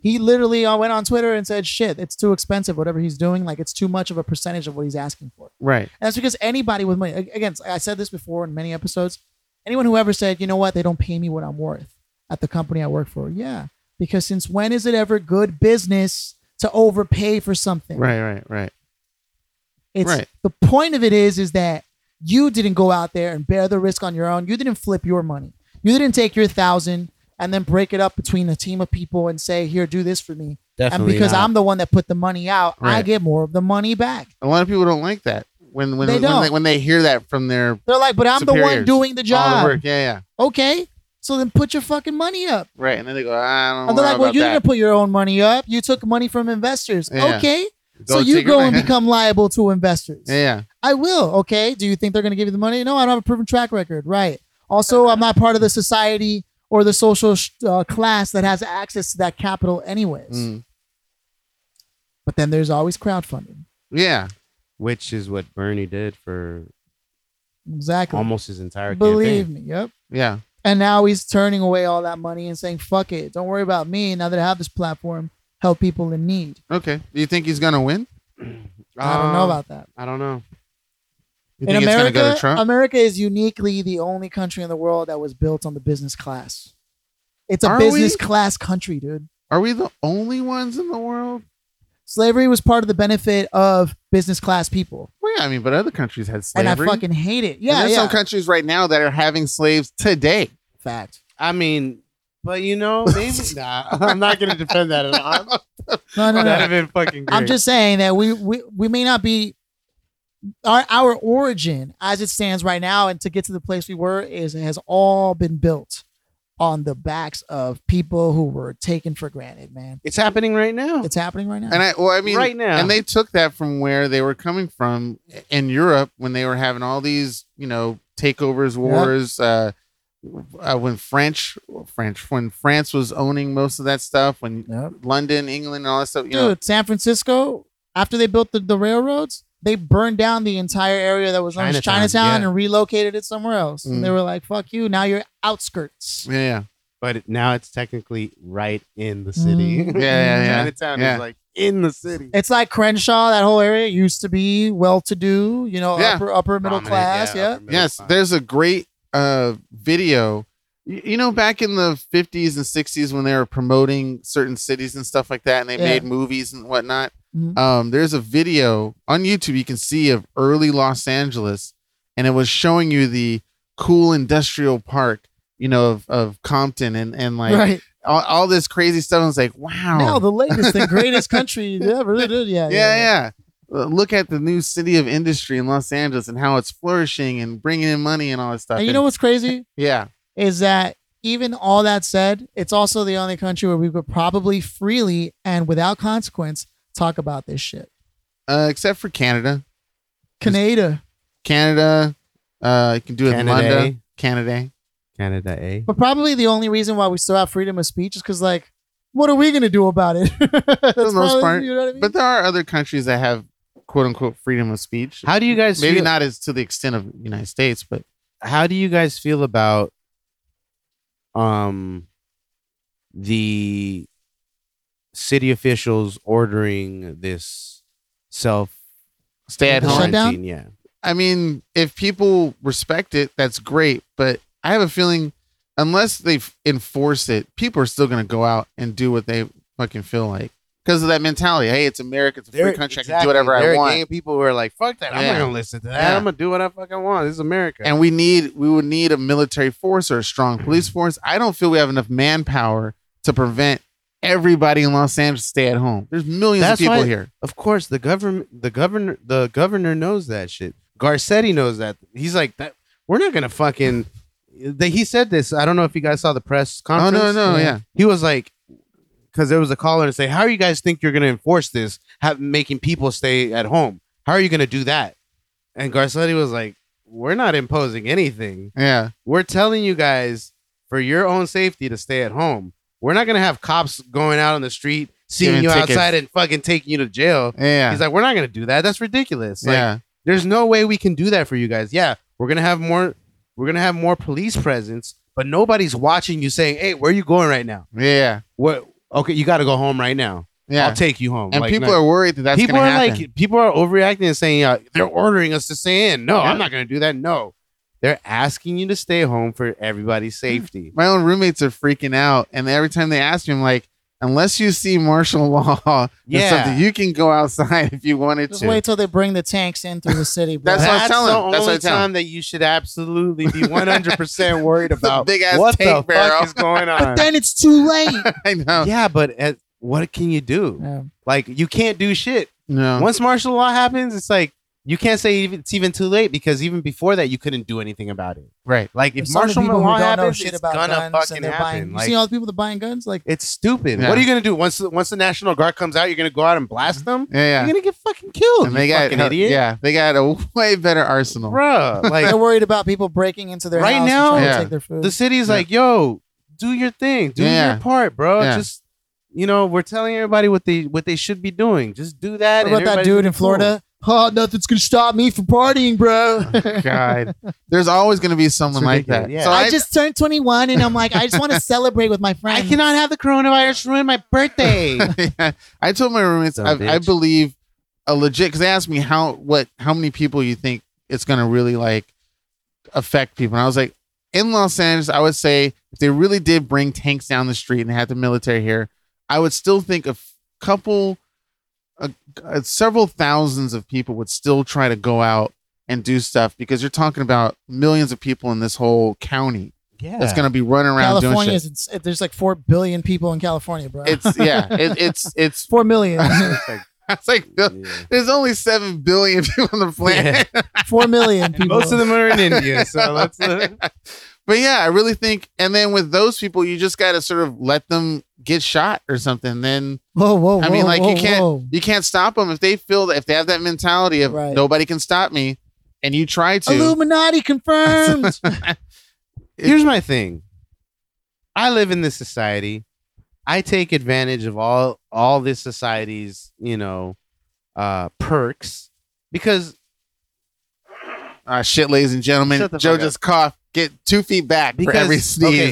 A: He literally uh, went on Twitter and said, shit, it's too expensive, whatever he's doing. Like it's too much of a percentage of what he's asking for.
C: Right.
A: And that's because anybody with money, ag- again, I said this before in many episodes, anyone who ever said, you know what, they don't pay me what I'm worth at the company I work for. Yeah. Because since when is it ever good business to overpay for something?
C: Right. Right. Right.
A: It's
C: right.
A: the point of it is, is that you didn't go out there and bear the risk on your own. You didn't flip your money. You didn't take your thousand and then break it up between a team of people and say, here, do this for me.
B: Definitely
A: and because
B: not.
A: I'm the one that put the money out, I
C: Right.
A: get more of the money back.
C: A lot of people don't like that when when
A: They
C: when,
A: don't.
C: They, when they hear that from their
A: They're like, but I'm the one
C: superiors,
A: doing the
C: all
A: job.
C: the work. Yeah. Yeah.
A: okay, so then put your fucking money up.
C: Right. And then they go, I
A: And
C: don't know
A: they're like, well,
C: about
A: you
C: that.
A: didn't put your own money up. You took money from investors.
C: Yeah.
A: Okay,
C: Go
A: so you
C: take
A: go
C: your
A: and
C: money.
A: become liable to investors.
C: Yeah. Yeah.
A: I will. Okay, do you think they're going to give you the money? No, I don't have a proven track record. Right. Also, I'm not part of the society or the social sh- uh, class that has access to that capital, anyways.
C: Mm.
A: But then there's always crowdfunding.
C: Yeah.
B: Which is what Bernie did for
A: Exactly.
B: almost his entire
A: Believe
B: campaign.
A: me. Yep.
C: Yeah.
A: And now he's turning away all that money and saying, fuck it. Don't worry about me. Now that I have this platform, help people in need.
C: Okay. Do you think he's gonna win?
A: I don't know
B: Um,
A: about that.
B: I don't know.
C: You
A: In
C: think it's
A: America,
C: gonna go to Trump?
A: America is uniquely the only country in the world that was built on the business class. It's a
C: Are
A: business
C: we?
A: class country, dude.
C: Are we the only ones in the world?
A: Slavery was part of the benefit of business class people,
C: Well, yeah, I mean, but other countries had slavery.
A: and I fucking hate it.
C: And
A: Yeah,
C: there's
A: yeah.
C: some countries right now that are having slaves today.
A: Fact.
B: I mean, but you know, maybe nah. I'm not gonna defend that at all.
A: No, no,
B: That'd
A: no.
B: have been fucking great.
A: I'm just saying that we we, we may not be our our origin as it stands right now, and to get to the place we were is has all been built on the backs of people who were taken for granted. Man,
B: it's happening right now.
A: it's happening right now.
C: And I, well, I mean,
B: Right now.
C: and they took that from where they were coming from in Europe when they were having all these, you know, takeovers, wars. Uh, uh, when French, French, when France was owning most of that stuff, when
A: Yep.
C: London, England, and all that stuff, you
A: Dude, San Francisco, after they built the, the railroads, they burned down the entire area that was known as
B: Chinatown,
A: Chinatown
B: yeah.
A: and relocated it somewhere else.
C: Mm.
A: And they were like, fuck you, now you're outskirts.
C: know, yeah,
B: But it- now it's technically right in the city.
A: Mm.
C: yeah, yeah, yeah.
B: Chinatown
C: Yeah.
B: is like in the city.
A: It's like Crenshaw, that whole area used to be well to do, you know,
C: Yeah.
A: upper upper middle
B: Prominent,
A: class. Yeah.
B: upper middle
C: yes
B: class.
C: there's a great uh video Y- you know back in the 50s and 60s when they were promoting certain cities and stuff like that and they
A: Yeah.
C: made movies and whatnot
A: Mhm.
C: um there's a video on youtube you can see of early los angeles and it was showing you the cool industrial park you know of, of compton and and like
A: right.
C: all, all this crazy stuff and it's like wow
A: Now the latest and greatest country they ever did. Yeah.
C: Oh. yeah, yeah. Uh, Look at the new city of industry in Los Angeles and how it's flourishing and bringing in money and all that stuff.
A: And you know what's crazy?
C: yeah,
A: is that even all that said, it's also the only country where we could probably freely and without consequence talk about this shit.
C: uh, except for Canada.
A: Canada.
C: Canada. Uh, you can do it in
B: Canada.
C: London, Canada.
B: Canada, eh?
A: But probably the only reason why we still have freedom of speech is because, like, what are we going to do about it? For the
C: most part.
A: You know what I mean?
C: But there are other countries that have "quote unquote" freedom of speech.
B: How do you guys
C: Maybe
B: feel,
C: not as to the extent of the United States, but
B: How do you guys feel about um the city officials ordering this self
C: stay at
A: The
C: home.
A: shutdown?
B: quarantine? Yeah.
C: I mean, if people respect it, that's great. But I have a feeling, unless they f- enforce it, people are still going to go out and do what they fucking feel like because of that mentality. Hey, it's America. It's a free country. I can do whatever
B: there
C: I
B: are
C: want.
B: gang people who are like, "Fuck that! I'm
C: Yeah.
B: not gonna listen to that.
C: Yeah.
B: I'm gonna do what I fucking want. This is America."
C: and we need we would need a military force or a strong
B: Mm-hmm.
C: police force. I don't feel we have enough manpower to prevent everybody in Los Angeles to stay at home. There's millions
B: That's
C: of people
B: why-
C: here.
B: of course, the government, the governor, the governor knows that shit. Garcetti knows that. He's like, "That we're not gonna fucking." They, he said this. I don't know if you guys saw the press
C: Oh
B: conference.
C: no, no, yeah.
B: He was like, because there was a caller to say, "How you guys think you're gonna enforce this? Have making people stay at home? How are you gonna do that?" And Garcetti was like, "We're not imposing anything."
C: Yeah.
B: we're telling you guys for your own safety to stay at home. We're not gonna have cops going out on the street, seeing
C: Giving
B: you
C: tickets.
B: outside and fucking taking you to jail.
C: Yeah. Yeah.
B: He's like, we're not gonna do that. That's ridiculous. Like, there's no way we can do that for you guys. Yeah, we're gonna have more. We're gonna have more police presence, but nobody's watching you saying, "Hey, where are you going right now?
C: yeah.
B: What? Okay, you got to go home right now.
C: Yeah.
B: I'll take you home."
C: and
B: Like,
C: people
B: no.
C: are worried that that's
B: people
C: gonna
B: are
C: happen.
B: like people are overreacting and saying uh, they're ordering us to stay in. No,
C: Yeah.
B: I'm not gonna do that. No, they're asking you to stay home for everybody's
C: Hmm.
B: safety.
C: my own roommates are freaking out, and every time they ask me, I'm like, unless you see martial law or
B: Yeah.
C: something, you can go outside if you wanted
A: Just
C: to.
A: wait till they bring the tanks in through the city. Bro.
C: That's what I'm telling
B: the
C: him. That's what
B: only
C: I'm telling
B: time that you should absolutely be 100% worried
C: It's a
B: about
C: big-ass
B: what
C: tank
B: the
C: barrel.
B: fuck is going on.
A: then it's too late.
C: I know.
B: yeah, but at, what can you do?
A: Yeah. Uh-huh.
B: Like, you can't do shit.
C: No.
B: Once martial law happens, it's like you can't say even, it's even too late because even before that, you couldn't do anything about it.
C: Right.
B: Like, if
A: It's only
B: martial
A: people
B: law
A: who don't know
B: happens,
A: shit
B: it's
A: about
B: gonna
A: guns
B: fucking
A: and they're
B: happen.
A: buying.
B: Like,
A: you see all the people that buying guns? Like,
B: it's stupid.
C: Yeah.
B: What are you gonna do once? Once the National Guard comes out, you're gonna go out and
A: Mm-hmm.
B: blast them.
C: Yeah.
B: You're
C: yeah.
B: gonna get fucking killed.
C: And
B: you
C: they got
B: fucking idiot.
C: yeah, they got a way better arsenal.
B: Bruh, like
A: they're worried about people breaking into their
B: Right
A: house
B: now-
A: and trying
C: Yeah.
A: to take their food.
B: the city's
C: Yeah.
B: like, yo, do your thing, do
C: Yeah.
B: your part, bro.
C: Yeah.
B: Just you know, we're telling everybody what they what they should be doing. Just do that.
A: What about
B: and
A: that
B: everybody's
A: dude
B: gonna
A: in
B: be
A: Florida? Oh, nothing's gonna stop me from partying, bro.
C: God, there's always going to be someone
B: It's
C: like that.
B: ridiculous, yeah.
C: So I,
A: I just turned 21 and I'm like, I just want to celebrate with my
B: cool.
A: friends.
B: I cannot have the coronavirus ruin my birthday.
C: I told my roommates
B: Dumb
C: I, I
B: bitch.
C: believe a legit because they asked me how what how many people you think it's going to really like affect people, and I was like, in Los Angeles, I would say if they really did bring tanks down the street and they had the military here, I would still think a f- couple, a, a- several thousands of people would still try to go out and do stuff because you're talking about millions of people in this whole county
B: Yeah.
C: that's going to be running around
A: California
C: doing
A: is
C: shit.
A: ins- there's like four billion people in California, bro.
C: It's yeah, it, it's it's
A: four million.
C: it's like there's only seven billion people on the planet.
A: four million people.
B: Most of them are in India, so let's. Uh,
C: But yeah, I really think, and then with those people, you just got to sort of let them get shot or something. Then
A: Whoa, whoa,
C: I mean,
A: whoa,
C: like
A: whoa,
C: you can't
A: whoa.
C: you can't stop them if they feel that if they have that mentality of
A: Right.
C: nobody can stop me, and you try to.
A: Illuminati confirmed.
B: Here's my thing. I live in this society. I take advantage of all all this society's, you know, uh, perks because
C: Ah, shit, ladies and gentlemen,
B: Shut the
C: Joe
B: fuck up.
C: just coughed. Get two feet back
B: because
C: for every
B: okay,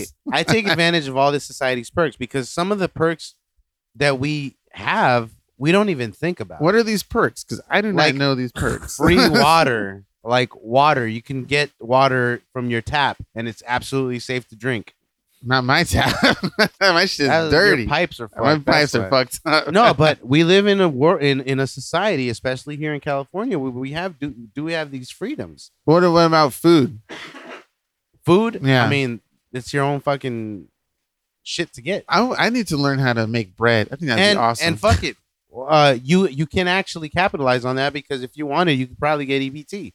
C: sneeze.
B: I take advantage of all this society's perks because some of the perks that we have we don't even think about.
C: What are these perks? Because I do not
B: Like,
C: know these perks.
B: free water? like water, you can get water from your tap, and it's absolutely safe to drink.
C: not my tap. my shit's
B: That- your
C: dirty.
B: pipes are fucked.
C: my
B: that's
C: pipes are
B: why.
C: fucked up.
B: no, but we live in a war in, in a society, especially here in California, where we have do, do we have these freedoms?
C: What, what about food?
B: Food,
C: Yeah.
B: I mean, it's your own fucking shit to get,
C: I, I need to learn how to make bread. I think that'd
B: and
C: be awesome.
B: and fuck it, uh, you you can actually capitalize on that because if you wanted, you could probably get EBT.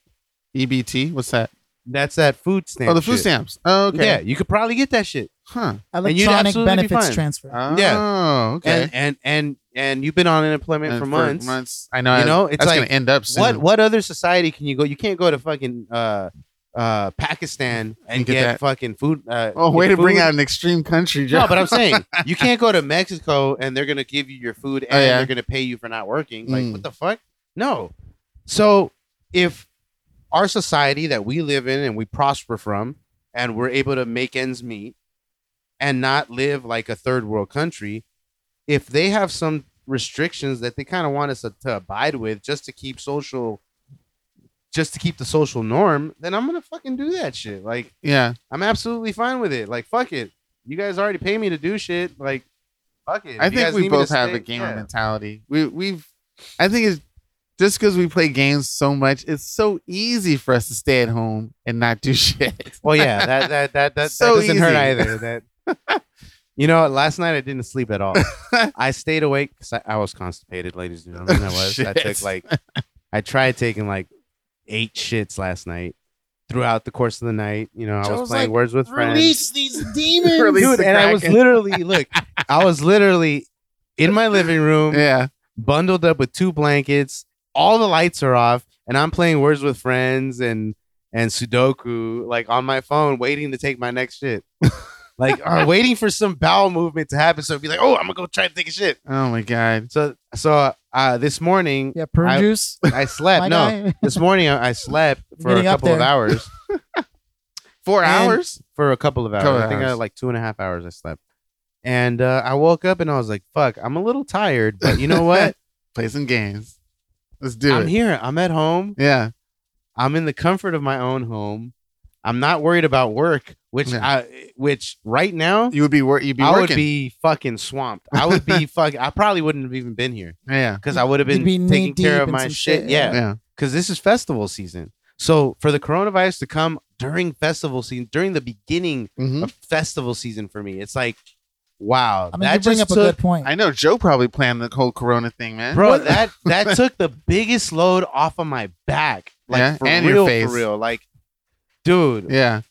C: EBT, E what's that?
B: That's that food stamp.
C: Oh, the food
B: shit.
C: stamps. Oh, okay.
B: Yeah, you could probably get that shit.
C: Huh.
B: you'd
A: Electronic
B: absolutely be
A: benefits
B: fine.
A: transfer.
C: Oh, okay.
B: And and and and you've been on unemployment
C: And
B: for months.
C: I know.
B: You know, it's
C: it's that's
B: like,
C: gonna end up soon.
B: What what other society can you go? You can't go to fucking uh, uh, Pakistan and,
C: And
B: get,
C: get that.
B: fucking food. Uh,
C: Oh, way
B: get
C: to bring
B: food.
C: out an extreme country job.
B: No, but I'm saying you can't go to Mexico and they're gonna give you your food and
C: Oh, yeah.
B: they're gonna pay you for not working. Like
C: Mm.
B: what the fuck? No. So if our society that we live in and we prosper from and we're able to make ends meet and not live like a third world country, if they have some restrictions that they kind of want us to, to abide with just to keep social just to keep the social norm, then I'm gonna fucking do that shit. Like
C: yeah,
B: I'm absolutely fine with it. Like, fuck it. You guys already pay me to do shit. Like, fuck it. If
C: I
B: you
C: think
B: guys
C: we
B: need me to
C: both have
B: stay-
C: a gamer
B: yeah.
C: mentality. We we've, I think it's just because we play games so much, it's so easy for us to stay at home and not do shit.
B: Well, yeah, that that that that,
C: So
B: that doesn't hurt
C: easy.
B: either. That you know, last night I didn't sleep at all. I stayed awake because I, I was constipated, ladies and gentlemen. I was. I took
C: Shit.
B: like, I tried taking like eight shits last night throughout the course of the night. You know, I
A: Joe's
B: was playing
A: like,
B: Words with Friends.
A: Release these demons.
C: Release
B: Dude,
C: the
B: and I was
C: Kraken.
B: literally look, I was literally in my living room.
C: yeah,
B: bundled up with two blankets. All the lights are off, and I'm playing Words with Friends and and Sudoku like on my phone, waiting to take my next shit. like uh, waiting for some bowel movement to happen, so it'd be like, oh, I'm gonna go try to take a shit.
C: oh my god,
B: So so uh, this morning
A: Yeah, prune
B: I-
A: juice.
B: I
A: my
B: slept. no,
A: guy.
B: this morning uh, I, I slept for a
A: getting up
B: couple of
A: there.
B: hours.
C: four
B: And-
C: hours.
B: For a couple of hours,
C: Couple
B: I think I had
C: hours.
B: like two and a half hours I slept, and uh, I woke up and I was like, fuck, I'm a little tired, but you know what?
C: Play some games. Let's do
B: I'm
C: it.
B: here. I'm at home.
C: Yeah,
B: I'm in the comfort of my own home. I'm not worried about work, which
C: Yeah.
B: I, which right now
C: you would be wor- you'd be
B: I
C: working.
B: would be fucking swamped. I would be fuck. I probably wouldn't have even been here
C: yeah,
B: because I would have
A: You'd
B: been
A: be
B: taking care
A: knee-deep
B: of
A: in
B: my
A: some
B: shit.
A: shit,
B: Yeah,
C: yeah.
B: because this is festival season. So for the coronavirus to come during festival season, during the beginning
C: Mhm.
B: of festival season for me, it's like, wow,
A: I mean, you
B: that
A: bring
B: just
A: up a
B: took,
A: good point.
C: I know Joe probably planned the whole Corona thing, man.
B: bro, that that took the biggest load off of my back, like
C: Yeah,
B: for
C: and your
B: real,
C: face.
B: for real, like, dude,
C: yeah,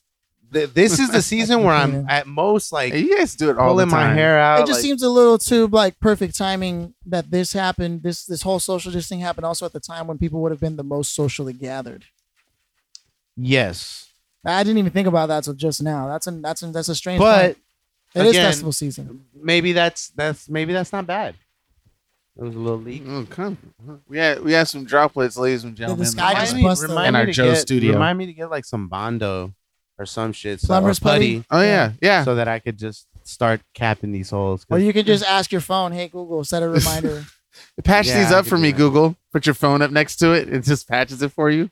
B: th- this is the season where I'm
A: Yeah.
B: at most like
C: Hey, you guys do it all
B: pulling
C: the time.
B: my hair out.
A: it just
B: like,
A: seems a little too like perfect timing that this happened. This this whole social distancing happened also at the time when people would have been the most socially gathered.
B: yes,
A: I didn't even think about that till just now. That's an that's an, that's a strange.
B: but
A: point. It is
B: again-
A: festival season.
B: maybe that's that's maybe that's not bad. It was a little leak.
C: Oh, come. We had we had some droplets, ladies and gentlemen.
A: sky I just bust up.
C: In our
B: to
C: Joe's
B: get-
C: studio.
B: Remind me to get like some bondo or some shit, so, or
A: Plumber's
B: putty,
A: putty?
C: oh yeah, yeah.
B: so that I could just start capping these holes. 'cause
A: Or you could just ask your phone, "Hey Google, set a reminder."
C: Patch
B: Yeah,
C: these
B: I
C: up
B: could
C: for
B: do
C: me,
B: that.
C: Google. Put your phone up next to it. It just patches it for you.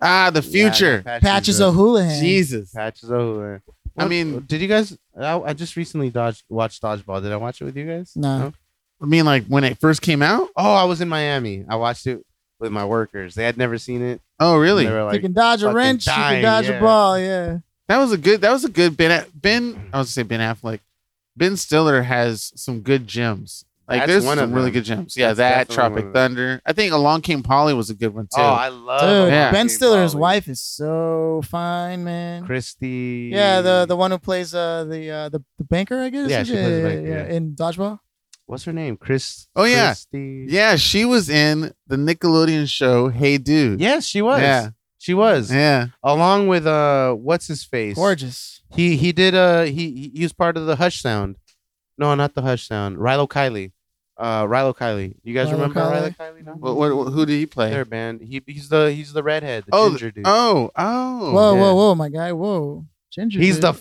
C: Ah, the
B: yeah, I
C: future.
B: got patches
A: Patches
B: of-
A: O'Houlihan.
C: Jesus.
B: patches of
C: I
B: What-
C: mean,
B: did you guys? I, I just recently dodged, watched Dodgeball. Did I watch it with you guys?
A: No.
C: I mean, like when it first came out.
B: Oh, I was in Miami. I watched it with my workers. They had never seen it.
C: Oh, really?
B: They were
A: you
B: like,
A: can dodge a
B: fucking
A: wrench, you can
B: dying,
A: dodge a
B: yeah.
A: ball, yeah.
C: That was a good. That was a good Ben. A- Ben, I was gonna say Ben Affleck. Ben Stiller has some good gems. Like
B: That's
C: there's
B: one
C: some
B: of
C: really
B: them.
C: good gems. Yeah,
B: That's
C: that
B: definitely one
C: Tropic
B: of them.
C: Thunder. I think Along Came Polly was a good one too.
B: oh, I love
A: Dude,
C: yeah.
A: Ben Stiller's
B: Bali.
A: wife is so fine, man.
B: Christy.
A: Yeah, the the one who plays uh the uh the, the banker, I guess.
B: Yeah,
A: is
B: she
A: it?
B: plays the banker, yeah.
A: in dodgeball.
B: what's her name? Chris.
C: Oh, yeah.
B: Christy.
C: yeah, she was in the Nickelodeon show Hey Dude.
B: Yes, she was.
C: Yeah.
B: She was.
C: yeah.
B: Along with uh, what's his face?
A: Gorgeous.
B: He he did uh he he- he was part of the Hush Sound. No, not the Hush Sound. Rilo Kiley. Uh, Rilo Kiley. You guys
A: Rilo
B: remember
A: Kiley?
B: Rilo Kiley? No?
C: What, what, who did he play?
B: Their band. He he's the he's the redhead. The
C: Oh,
B: ginger dude.
C: Oh, oh.
A: whoa,
B: yeah.
A: whoa, whoa, my guy, whoa. Ginger.
B: he's the
A: dude.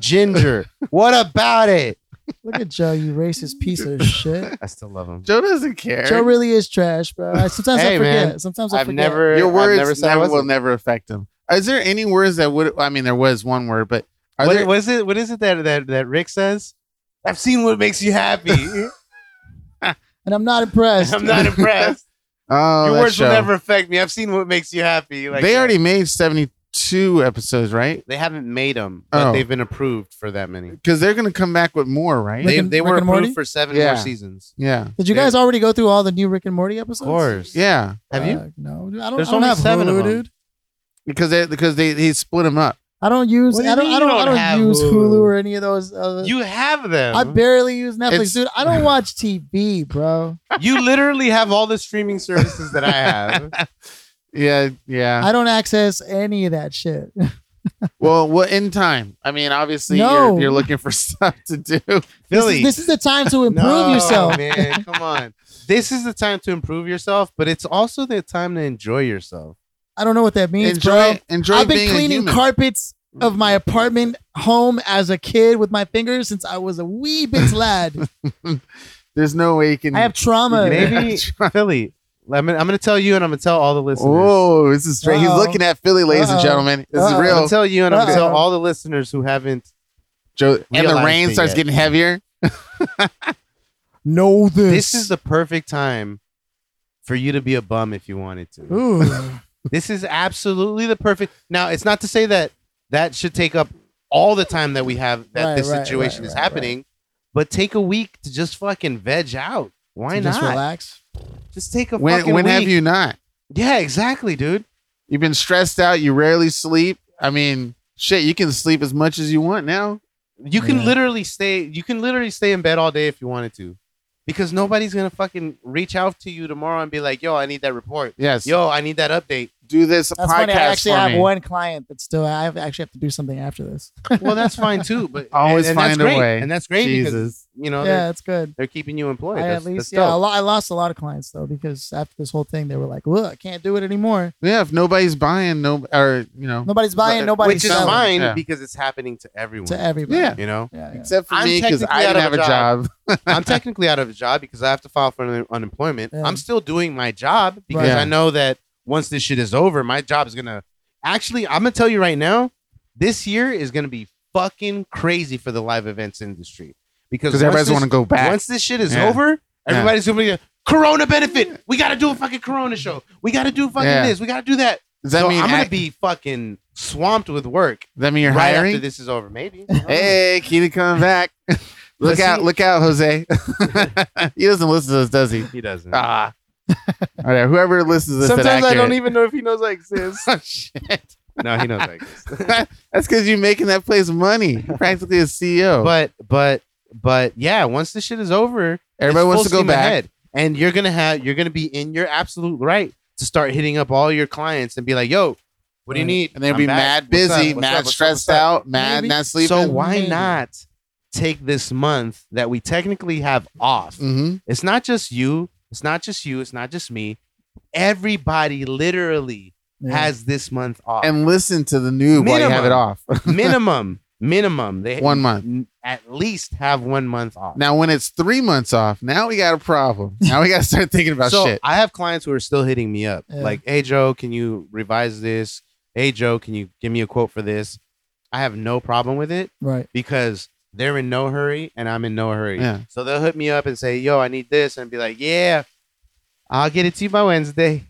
B: ginger. what about it?
A: look at Joe, you racist piece of shit.
B: I still love him.
C: Joe doesn't care.
A: Joe really is trash, bro. I- Sometimes I
B: Hey,
A: forget.
B: man.
A: Sometimes I
B: I've
A: forget.
B: never
C: Your
B: I've
C: words
B: never said I
C: never-
B: wasn't.
C: will never affect him. Is there any words that would? I mean, there was one word, but are
B: What,
C: there?
B: what is it? What is it that, that that Rick says? I've seen what makes you happy.
A: and I'm not impressed.
B: I'm not impressed.
C: oh,
B: Your
C: that
B: words
C: show.
B: will never affect me. I've seen what makes you happy. Like
C: they
B: that.
C: already made seventy-two episodes, right?
B: they haven't made them, but
C: Oh.
B: they've been approved for that many.
C: Because they're gonna come back with more, right?
A: Rick
B: They,
A: and-
B: they were
A: Rick and
B: approved
A: Morty?
B: for seven
C: Yeah.
B: more seasons.
C: yeah,
A: Did you
B: Yeah.
A: guys already go through all the new Rick and Morty episodes?
B: Of course.
C: yeah.
B: Have you?
A: Fuck, no, dude, I don't.
B: There's
A: I don't
B: only
A: have
B: seven
A: Hulu,
B: of 'em.
A: dude.
C: Because they because they he split them up.
A: I don't use.
B: What do
A: I
B: you
A: don't.
B: mean
A: I
B: you
A: don't. I
B: don't
A: don't
B: have
A: use
B: Hulu?
A: Hulu or any of those. Uh,
B: You have them.
A: I barely use Netflix,
C: It's-
A: dude. I don't watch TV, bro.
B: you literally have all the streaming services that I have.
C: Yeah, yeah.
A: I don't access any of that shit.
C: well, well, in time. I mean, obviously,
A: No.
C: you're, you're looking for stuff to do.
B: Philly.
A: This is the time to improve
B: No,
A: yourself.
B: man. Come on. This is the time to improve yourself, but it's also the time to enjoy yourself.
A: I don't know what that means,
C: enjoy,
A: bro.
C: enjoy.
A: I've been
C: being a
A: cleaning
C: human.
A: carpets of my apartment home as a kid with my fingers since I was a wee bit lad.
C: There's no way you can.
A: I have trauma.
B: Maybe Philly. I'm gonna, I'm gonna tell you, and I'm gonna tell all the listeners.
C: Oh, this is straight. He's
A: Uh-oh.
C: looking at Philly, ladies and
A: Uh-oh.
C: gentlemen. This
A: Uh-oh.
C: is
B: I'm
C: real.
B: gonna tell you, and I'm gonna
A: Uh-oh.
B: tell all the listeners who haven't.
C: Joe, and the
B: realized
C: rain
B: it
C: starts
B: yet.
C: getting heavier.
A: know this.
B: This is the perfect time for you to be a bum if you wanted to.
A: Ooh.
B: This is absolutely the perfect. Now, it's not to say that that should take up all the time that we have that
A: Right,
B: this
A: right,
B: situation
A: right,
B: is
A: right,
B: happening, but take a week to just fucking veg out. Why
A: To
B: not?
A: Just relax.
B: Just take a
C: When
B: fucking
C: when have
B: week.
C: you not?
B: Yeah, exactly, dude.
C: You've been stressed out. You rarely sleep. I mean, shit, you can sleep as much as you want now.
B: You can
A: Yeah.
B: literally stay. You can literally stay in bed all day if you wanted to, because nobody's gonna fucking reach out to you tomorrow and be like, "Yo, I need that report.
C: Yes.
B: Yo, I need that update."
C: do this
A: That's
C: podcast
A: funny. I actually
C: for
A: have
C: me.
A: one client that's still. I have, actually have to do something after this.
B: Well, that's fine too. But
C: Always
B: and- and that's
C: find a
B: great,
C: way.
B: and that's great because
C: Jesus.
B: you know
A: yeah,
B: they're,
A: it's good.
B: they're keeping you employed.
A: I
B: That's-
A: at least,
B: that's
A: yeah,
B: dope.
A: I, lo- I lost a lot of clients though because after this whole thing, they were like, "Look, I can't do it anymore.
C: Yeah, if nobody's buying, no, or you know,
A: Nobody's buying,
C: But-
A: nobody's
B: which is
A: selling."
B: fine
C: Yeah.
B: because it's happening to everyone.
A: To everybody.
C: Yeah.
B: you know,
A: yeah, yeah.
C: except for
B: I'm
C: me because I
B: technically out
C: didn't
B: of
C: have a
B: a
C: job.
B: I'm technically out of a job because I have to file for un- unemployment.
A: Yeah.
B: I'm still doing my job because
C: Right.
B: I know that once this shit is over, my job is gonna. Actually, I'm gonna tell you right now, this year is gonna be fucking crazy for the live events industry because
C: Because everybody's want
B: once
C: to go
B: this-
C: back.
B: Once this shit is
C: Yeah.
B: over, everybody's gonna be. Like, Corona benefit. We gotta do a fucking Corona show. We gotta do fucking
C: Yeah.
B: this. We gotta do that.
C: Does that
B: so
C: mean
B: I'm
C: I-
B: gonna be fucking swamped with work
C: does that mean you're
B: right
C: hiring?
B: after this is over. Maybe.
C: Hey, Keita coming back. look
B: Listen-
C: out, look out, Jose. he doesn't listen to us, does he?
B: He doesn't.
C: Ah. All right, whoever listens to this, that
B: Sometimes I don't
C: accurate.
B: even know if he knows I exist.
C: Oh, shit.
B: no, he knows I exist.
C: That's because you're making that place money. You're practically a E CEO.
B: but but but yeah, once this shit is over,
C: Everybody
B: Oh. it's
C: wants
B: full
C: to go
B: steam
C: back.
B: and you're gonna have you're gonna be in your absolute right to start hitting up all your clients and be like, "Yo, what do you
A: Right.
B: need?"
C: and they'll
B: I'm
C: be
B: back.
C: mad
B: What's up?
C: busy,
B: What's
C: mad
B: up? What's up? What's
C: stressed
B: up?"
C: out, mad
A: Maybe.
C: not sleeping.
B: So why
A: Maybe.
B: not take this month that we technically have off?
C: hmm
B: It's not just you. It's not just you. It's not just me. Everybody literally
A: Yeah.
B: has this month off.
C: And listen to the new while you have it
B: Minimum.
C: off.
B: minimum, minimum, they
C: One month.
B: n- at least have one month off.
C: Now, when it's three months off, now we got a problem. Now we got to start thinking about
B: so
C: shit.
B: I have clients who are still hitting me up,
A: Yeah.
B: like, "Hey Joe, can you revise this? Hey Joe, can you give me a quote for this?" I have no problem with it
A: Right.
B: because they're in no hurry and I'm in no hurry.
C: Yeah.
B: So they'll hook me up and say, "Yo, I need this," and be like, "Yeah, I'll get it to you by Wednesday,"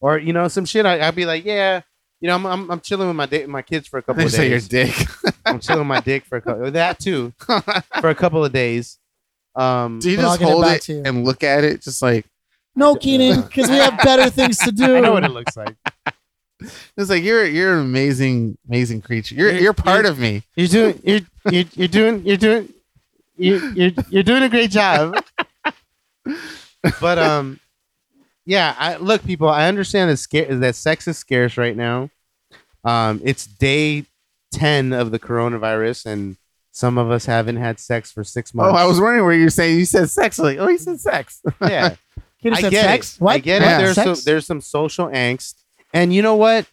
B: or you know, some shit. I, I'll be like, "Yeah." You know, I'm, I'm, I'm chilling with my da- my kids for a couple
C: They
B: of
C: say your
B: days.
C: dick.
B: I'm chilling with my dick for a couple that too for a couple of days. Um,
C: Do you
A: But I'll
C: just
A: get it
C: hold
A: back
C: it
A: to you.
C: and look at it? Just like
A: No, Keenan, because we have better things to do.
B: I know what it looks like.
C: it's like you're you're an amazing amazing creature. You're you're part of me.
B: You're doing you're you're, you're doing you're doing you're, you're you're doing a great job. but um, yeah. I look, people. I understand that scare that sex is scarce right now. Um, it's day ten of the coronavirus, and some of us haven't had sex for six
C: Oh, I
B: months.
C: was wondering where you were saying you said sex. Like, oh, you said sex.
B: yeah.
A: Keenan
B: I
A: said
B: get
A: sex.
B: it.
A: What?
B: I get
C: Yeah.
B: it. There's
A: Sex?
B: some, there's some social angst, and you know what?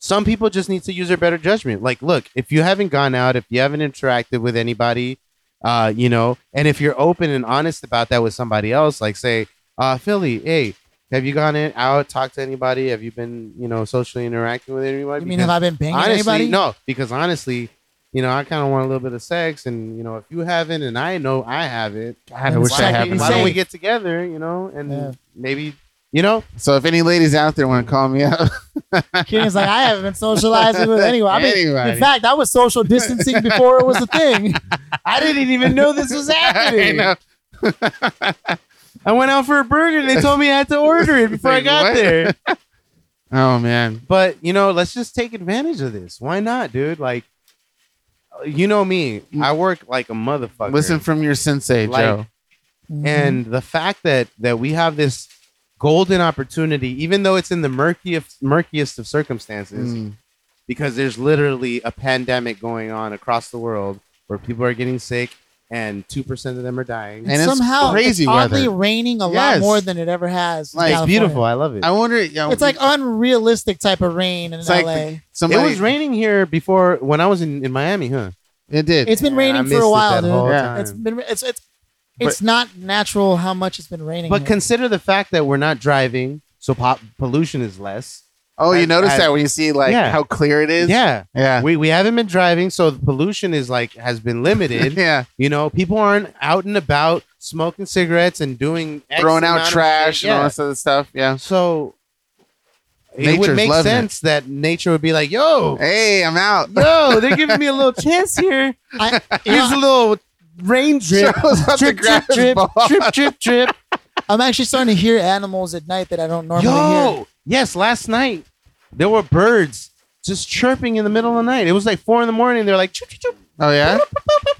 B: Some people just need to use their better judgment. Like, look, if you haven't gone out, if you haven't interacted with anybody, uh, you know, and if you're open and honest about that with somebody else, like say, uh, Philly, hey, have you gone in, out, talked to anybody? Have you been, you know, socially interacting with anybody?
A: You mean
B: Because-
A: have I been banging
B: honestly,
A: anybody?
B: No, because honestly, you know, I kind of want a little bit of sex, and you know, if you haven't, and I know I haven't,
A: I
B: why
A: wish that
B: don't we-
A: happened
B: Why
A: to
B: don't
A: me.
B: we get together, you know, and
A: Yeah.
B: maybe, you know,
C: So if any ladies out there want to call me up,
A: Keenan's like, I haven't been socializing with anyone. I mean,
C: Anybody.
A: in fact, I was social distancing before it was a thing.
B: I didn't even know this was
C: I
B: happening.
C: know.
B: I, went out for a burger, and they told me I had to order it before I
C: Like,
B: got
C: what?
B: there.
C: Oh man,
B: But you know, let's just take advantage of this. Why not, dude? Like, you know me, I work like a motherfucker.
C: listen from your sensei,
B: Like-
C: Joe.
A: Mm.
B: and the fact that that we have this golden opportunity even though it's in the murkiest murkiest of circumstances
C: Mm.
B: because there's literally a pandemic going on across the world where people are getting sick and 2% of them are dying
C: And it's
A: somehow
C: crazy
A: it's oddly
C: weather.
A: raining a
C: Yes.
A: lot more than it ever has. in
C: Like,
B: it's
A: California.
B: beautiful i love it
C: I wonder. You know,
A: It's like oh, unrealistic type of rain in
C: It's
A: LA.
C: like- somebody.
B: it was raining here before when i was in, in miami huh
C: It did.
A: it's been
B: Man, I
A: raining for
B: missed
A: a
B: it
A: while,
B: that
A: dude.
B: whole
C: Yeah.
B: time.
A: It's been it's it's it's not natural how much it's been raining.
B: but
A: here.
B: consider the fact that we're not driving so po- pollution is less
C: oh, you
B: I-
C: notice
B: I-
C: that when you see like
B: Yeah.
C: how clear it is.
B: yeah
C: Yeah.
B: we, we haven't been driving so the pollution is like has been limited
C: yeah.
B: You know, people aren't out and about smoking cigarettes and doing X
C: Throwing
B: amount
C: out
B: of
C: trash
B: shit.
C: and all
B: Yeah.
C: this other stuff. Yeah.
B: So it
C: Nature's
B: would make
C: loving it.
B: sense that nature would be like, "Yo,
C: Hey, I'm out.
B: yo, they're giving me a little chance here.
A: I, you know,
B: Here's a little rain drip,
C: Joe's about to
B: drip,
C: grab
B: drip,
C: his
B: drip,
C: ball.
B: drip, drip, drip.
A: I'm actually starting to hear animals at night that I don't normally hear.
B: Yo, yes, last night there were birds just chirping in the middle of the night. It was like four in the morning. They're like, "Chirp, chirp, chirp,
C: Oh yeah.
B: boop,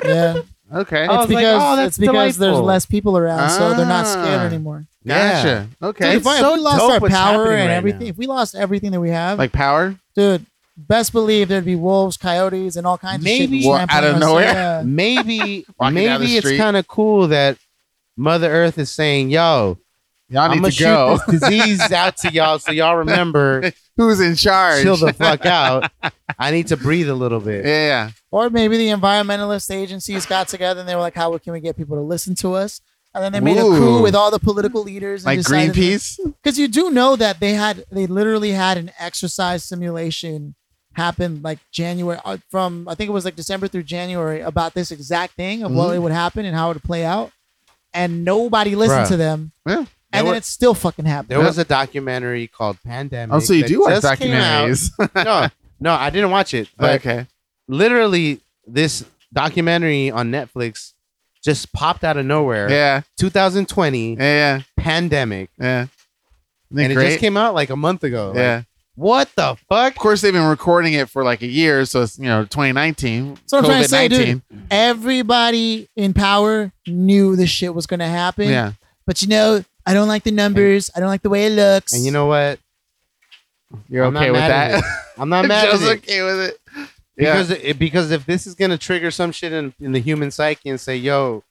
B: boop."
A: Yeah, it's
C: Okay.
B: I Oh, was like,
A: because
B: "Oh, that's
A: it's because there's
B: delightful."
A: less people around, so they're not scared
C: Ah.
A: anymore.
C: Gotcha. Okay.
A: Dude, if, I- if
B: so
A: we lost
B: dope
A: our
B: what's
A: power
B: happening
A: and
B: right
A: everything,
B: now.
A: if we lost everything that we have,
C: Like power.
A: dude, best believe there'd be wolves, coyotes, and all kinds
B: Maybe-
A: of shit.
C: Well,
A: trampling
C: out of
A: us.
C: nowhere.
A: Yeah.
B: maybe
C: Walking down the
B: maybe it's
C: street.
B: kind of cool that Mother Earth is saying, "Yo,
C: Y'all
B: I'm
C: need
B: gonna
C: to go.
B: shoot this disease out to y'all, so y'all remember
C: Who's in charge?
B: chill the fuck out. I need to breathe a little bit."
C: yeah.
A: Or maybe the environmentalist agencies got together and they were like, "How can we get people to listen to us?" And then they made a
C: Ooh.
A: coup with all the political leaders, and
C: Like Greenpeace.
A: because you do know that they had they literally had an exercise simulation happen like January uh, from I think it was like December through January about this exact thing of
B: Mm-hmm.
A: what it would happen and how it would play out, and nobody listened
B: Bruh.
A: to them,
C: Yeah.
B: There
A: and then
B: were-
A: it still fucking happened.
B: There was a documentary called Pandemic.
C: Oh, so you
B: that
C: do watch
B: just came
C: documentaries.
B: out. No, no, I didn't watch it, but
C: okay.
B: literally this documentary on Netflix just popped out of nowhere.
C: Yeah.
B: 2020
C: Yeah. Yeah.
B: pandemic,
C: yeah. Isn't it
B: and it
C: great?
B: just came out like a month ago. Like,
C: yeah.
B: what the fuck?
C: of course, they've been recording it for like a year, so it's you know 2019.
A: So I'm trying to say,
C: COVID-19.
A: dude, everybody in power knew this shit was gonna happen.
C: Yeah.
A: But you know, I don't like the numbers. I don't like the way it looks.
B: And you know what?
C: You're
B: I'm
C: okay
B: not
C: with
B: mad at
C: that?
B: it. I'm not mad at
C: Joe's
B: it.
C: okay with it. Yeah.
B: Because it, because if this is gonna trigger some shit in, in the human psyche and say, yo,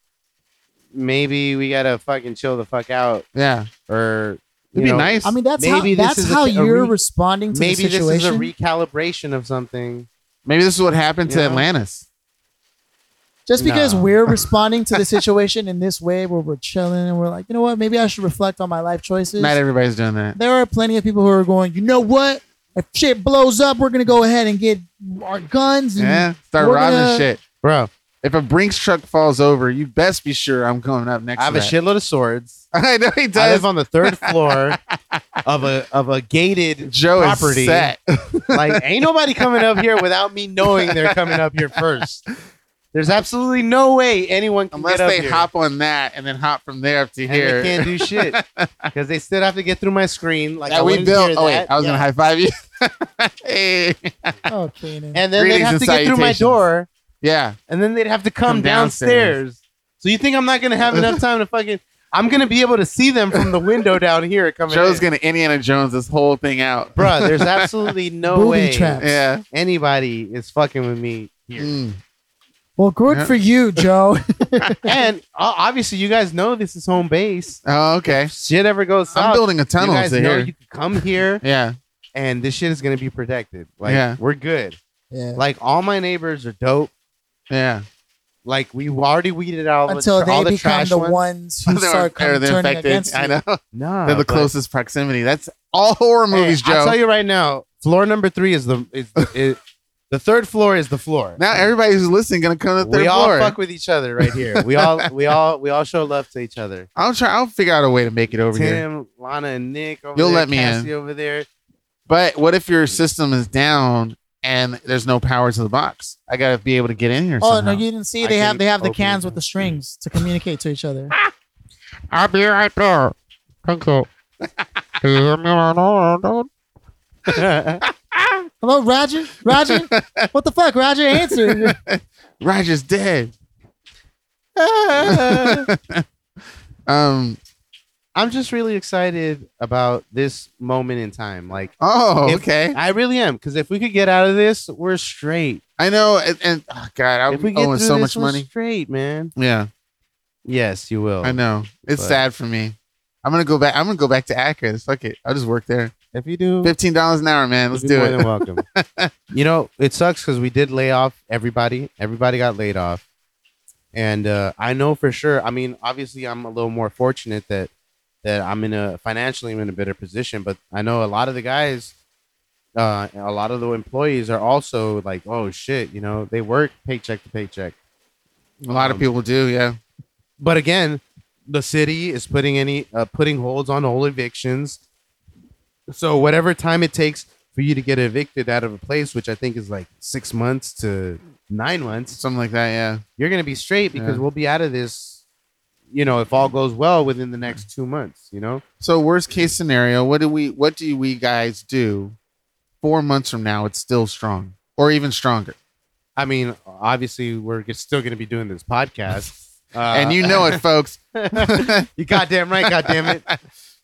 B: maybe we gotta fucking chill the fuck out
C: Yeah.
B: or you
C: It'd be
B: know,
C: nice.
A: I mean that's
B: Maybe
A: how
B: this
A: that's
B: is a-
A: how
B: a
A: you're
B: re-
A: responding to
B: Maybe
A: the
B: this
A: situation.
B: is a recalibration of something.
C: Maybe this is what happened to
B: Yeah.
C: Atlantis.
A: Just because
B: No.
A: we're responding to the situation in this way where we're chilling and we're like, you know what, maybe I should reflect on my life choices.
C: Not everybody's doing that.
A: there are plenty of people who are going, you know what? if shit blows up, we're gonna go ahead and get our guns. And
C: Yeah, Eh, start
A: Mm-hmm. We're
C: robbing
A: gonna-
C: shit.
B: bro.
C: If a Brinks truck falls over, you best be sure I'm coming up next.
B: I have
C: to
B: a shitload of swords.
C: that. I know he
B: I
C: does.
B: live on the third floor of a of a gated.
C: Joe
B: property.
C: is set.
B: Like, ain't nobody coming up here without me knowing they're coming up here first. There's absolutely no way anyone can
C: Unless
B: get up
C: they
B: here.
C: hop on that and then hop from there up to
B: and they
C: here.
B: can't do shit because they still have to get through my screen. Like I
C: that we
B: wouldn't
C: built.
B: hear
C: Oh wait,
B: that.
C: I was
B: Yeah.
C: gonna high five you. hey.
A: Oh, Kanan.
B: and then they'd
C: Greetings
B: have
C: and
B: to get through my
C: salutations.
B: door,
C: Yeah.
B: and then they'd have to come,
C: Come
B: downstairs. So you think I'm not gonna have enough time to fucking? I'm gonna be able to see them from the window down here coming.
C: Joe's
B: in.
C: gonna Indiana Jones this whole thing out.
B: Bruh, there's absolutely no
A: Booby
B: way
A: trap.
C: Yeah.
B: anybody is fucking with me here.
C: Mm.
A: well, good
C: Yeah.
A: for you, Joe.
B: and uh, obviously, you guys know this is home base.
C: Oh, okay.
B: If shit ever goes south,
C: I'm building a
B: you
C: tunnel
B: guys
C: to
B: know
C: here.
B: you can come here,
C: yeah.
B: and this shit is gonna be protected. Like
C: Yeah.
B: we're good.
A: yeah.
B: Like all my neighbors are dope.
C: Yeah.
B: Like we already weeded out all
A: Until
B: the, all
A: they
B: the
A: become
B: trash
A: the ones
B: ones.
A: who
C: They're-
A: start
C: they're
A: coming, turning against
C: I
A: you.
C: know.
B: Nah,
C: They're the
B: but-
C: closest proximity. That's all horror
B: Oh, Hey,
C: movies, Joe.
B: I'll tell you right now, floor number three is the is, is the third floor is the floor.
C: now everybody who's listening gonna come to the third
B: we all
C: floor.
B: fuck with each other right here. We all we all we all show love to each other.
C: I'll try. I'll figure out a way to make it over here.
B: Tim, Lana, and Nick over
C: You'll
B: there.
C: let me in.
B: Cassie over there.
C: But what if your system is down and there's no power to the box? I gotta be able to get in here.
A: Oh
C: somehow.
A: no, you didn't see
B: I
A: they have
B: can
A: they have the
B: open
A: cans
B: it.
A: with the strings to communicate to each other.
E: I'll be right there. Thank you. Can you hear me right now, dude?
A: Hello, Roger. Roger, what the fuck, Roger? Answer.
C: Roger's dead. Um.
B: I'm just really excited about this moment in time. Like
C: Oh,
B: If-
C: okay.
B: I really am, because if we could get out of this, we're straight.
C: I know. And, and oh God, I
B: If we
C: am
B: get
C: owing
B: through
C: so
B: this,
C: much
B: we're
C: money.
B: straight, man.
C: Yeah,
B: Yes, you will.
C: I know. It's
B: But-
C: sad for me. I'm gonna go back. I'm gonna go back to Akron. Fuck it. I'll just work there.
B: If you do,
C: Fifteen dollars an hour, man. Let's
B: You'd be
C: do
B: more
C: it.
B: than welcome. you know, it sucks because we did lay off everybody. Everybody got laid off, and uh, I know for sure. I mean, obviously, I'm a little more fortunate that that I'm in a financially I'm in a better position. But I know a lot of the guys, uh, a lot of the employees are also like, oh shit, you know, they work paycheck to paycheck.
C: A lot of
B: Um,
C: people do. Yeah.
B: But again, the city is putting any uh, putting holds on all evictions. So whatever time it takes for you to get evicted out of a place, which I think is like six months to nine months,
C: Something like that. Yeah.
B: you're gonna be straight because
C: Yeah.
B: we'll be out of this. You know, if all goes well within the next two months, you know.
C: So worst case scenario, what do we? What do we guys do? Four months from now, it's still strong, or even stronger.
B: I mean, obviously, we're g- still gonna be doing this podcast. Uh,
C: and you know it, folks.
B: you goddamn right, goddamn it.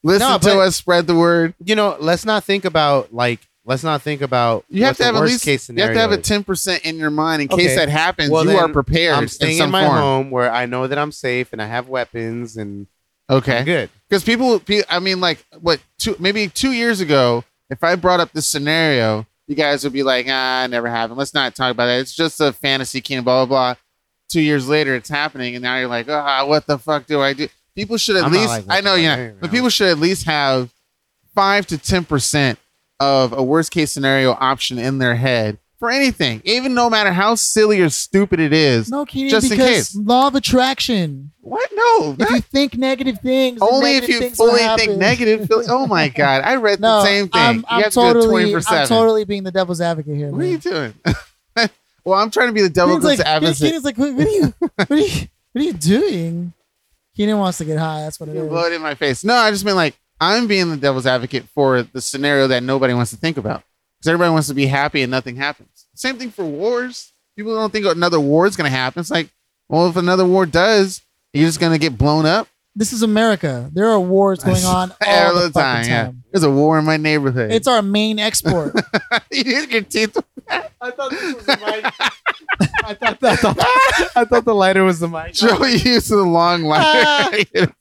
C: Listen
B: No,
C: to
B: but-
C: us. Spread the word.
B: You know, let's not think about like, let's not think about.
C: You have
B: what
C: to
B: the
C: have at
B: worst
C: least.
B: Case
C: You have to have a
B: scenario is.
C: ten percent in your mind in case
B: Okay.
C: that happens.
B: Well,
C: you are
B: then,
C: prepared.
B: I'm staying in,
C: some
B: my
C: form.
B: home where I know that I'm safe and I have weapons and I'm
C: Okay.
B: good.
C: because people, pe- I mean, like what two maybe two years ago, if I brought up this scenario, you guys would be like, ah, it never happened. Let's not talk about that. It's just a fantasy kingdom, blah blah blah. Two years later, it's happening, and now you're like, ah, what the fuck do I do? People should at
B: I'm not
C: least,
B: like that,
C: I know,
B: but I
C: yeah,
B: don't
C: but
B: know.
C: people should at least have five to ten percent of a worst case scenario option in their head for anything, even no matter how silly or stupid it is.
A: No, Kanan,
C: Just in
A: because
C: case.
A: law of attraction.
C: What? No,
A: If you think negative things, then
C: only if
A: negative
C: you
A: things will
C: fully
A: happen.
C: think negative. Philly. Oh my God, I read
A: No,
C: the same thing.
A: I'm, I'm
C: you have to do
A: totally,
C: twenty
A: I'm
C: percent.
A: totally being the devil's advocate here.
C: What are you
A: Man.
C: doing? well, I'm trying to be the devil
A: Kenan's like,
C: like, advocate.
A: Kenan's like, what, what are you, what are you, what are you doing? Keenan wants to get high. That's what it
C: You
A: is.
C: blow it in my face. No, I just mean like I'm being the devil's advocate for the scenario that nobody wants to think about because everybody wants to be happy and nothing happens. Same thing for wars. People don't think another war is going to happen. It's like, well, if another war does, you're just going to get blown up
A: This is America. There are wars going on all the, fucking time.
C: Yeah, there's a war in my neighborhood.
A: It's our main export.
C: you hit your teeth.
B: I thought this was the mic. I, thought, I, thought, I thought the lighter was the mic.
C: Joey used the long
B: Ah.
C: lighter.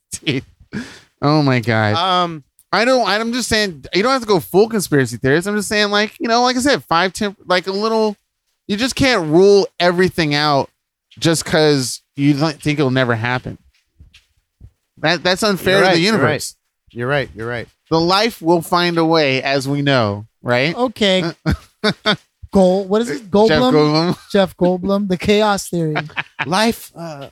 C: oh my god!
B: Um,
C: I don't. I'm just saying you don't have to go full conspiracy theorist. I'm just saying like you know, like I said, five ten, like a little. You just can't rule everything out just because you don't think it'll never happen. That that's unfair
B: You're
C: to
B: right,
C: the
B: you're
C: universe.
B: you're right. You're right.
C: The life will find a way, as we know, right?
A: Okay. Gold. What is it? Goldblum.
B: Oh,
A: Jeff
C: Jeff Goldblum.
A: Goldblum. The Chaos Theory.
B: Life uh,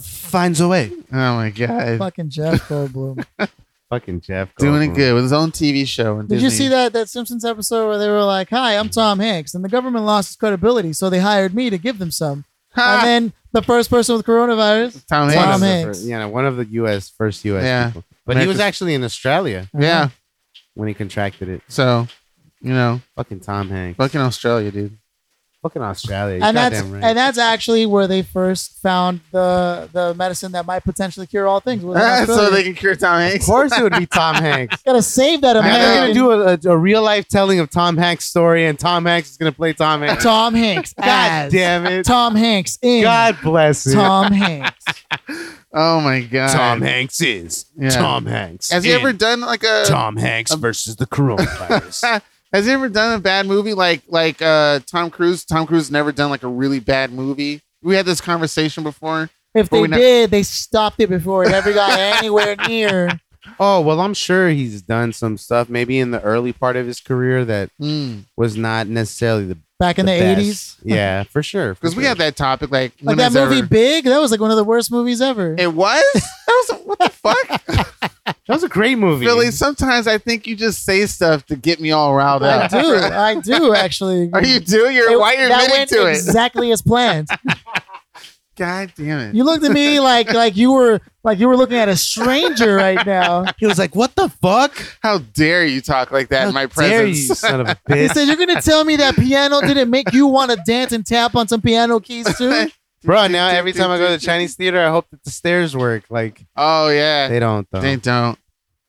B: finds a way.
C: Oh my god,
A: Fucking Jeff Goldblum.
B: Fucking Jeff.
C: doing
B: Goldblum.
C: it good with his own TV show. And
A: Did you see that that Simpsons episode where they were like, "Hi, I'm Tom Hanks," and the government lost its credibility, so they hired me to give them some.
C: Ah.
A: And then the first person with coronavirus. Tom
C: Tom Hanks.
B: One of the
A: Hanks.
B: fir- yeah, one of the U.S. first U.S.
C: Yeah.
B: people. But he was
C: America's-
B: actually in Australia
C: Yeah.
B: when he contracted it.
C: So, you know,
B: Fucking Tom Hanks.
C: fucking Australia, dude.
B: Fucking Australia.
A: and that's
B: Goddamn right.
A: and that's actually where they first found the the medicine that might potentially cure all things. was in
C: Ah, so
A: Australia.
C: they can cure Tom
B: of
C: Hanks.
B: course, it would be Tom Hanks.
A: gotta save that
B: I'm
A: American.
B: gonna do a, a, a real life telling of Tom Hanks' story, and Tom Hanks is gonna play Tom Hanks.
A: Tom Hanks.
B: God
A: as
B: damn it!
A: Tom Hanks in
B: God bless him.
A: Tom Hanks.
C: Oh my god,
D: Tom Hanks is
C: Yeah.
D: Tom Hanks.
C: Has he
D: in
C: ever done like a?
D: Tom Hanks
C: Um,
D: versus the coronavirus?
C: Has he ever done a bad movie like like uh Tom Cruise? Tom Cruise never done like a really bad movie. We had this conversation before.
A: If
C: But
A: they
C: we know-
A: did, they stopped it before it ever got anywhere near.
B: Oh well, I'm sure he's done some stuff. Maybe in the early part of his career that
A: Hmm.
C: Because
B: was not necessarily the
A: Back in the eighties,
B: best. Yeah, for sure. for
C: we
B: sure.
C: had that topic like,
A: like
C: when
A: that
C: has
A: movie
C: ever-
A: Big, that was like one of the worst movies ever.
C: It was. That was what the fuck,
B: That was a great movie.
C: Philly. Sometimes I think you just say stuff to get me all riled
A: I
C: up.
A: do, I do actually.
C: Are you doing your?
A: It-
C: why you're
A: that
C: admitting
A: went
C: to it?
A: exactly as planned.
C: God damn it!
A: You looked at me like like you were like you were looking at a stranger right now.
B: He was like, "What the fuck?
C: How dare you talk like that
B: How
C: in my
B: dare you,
C: presence?
B: son of a
A: He
B: bitch,
A: said, "You're gonna tell me that piano didn't make you want to dance and tap on some piano keys too?"
B: bro." Now every time I go to the Chinese theater, I hope that the stairs work. Like
C: Oh yeah,
B: they don't though.
C: They don't.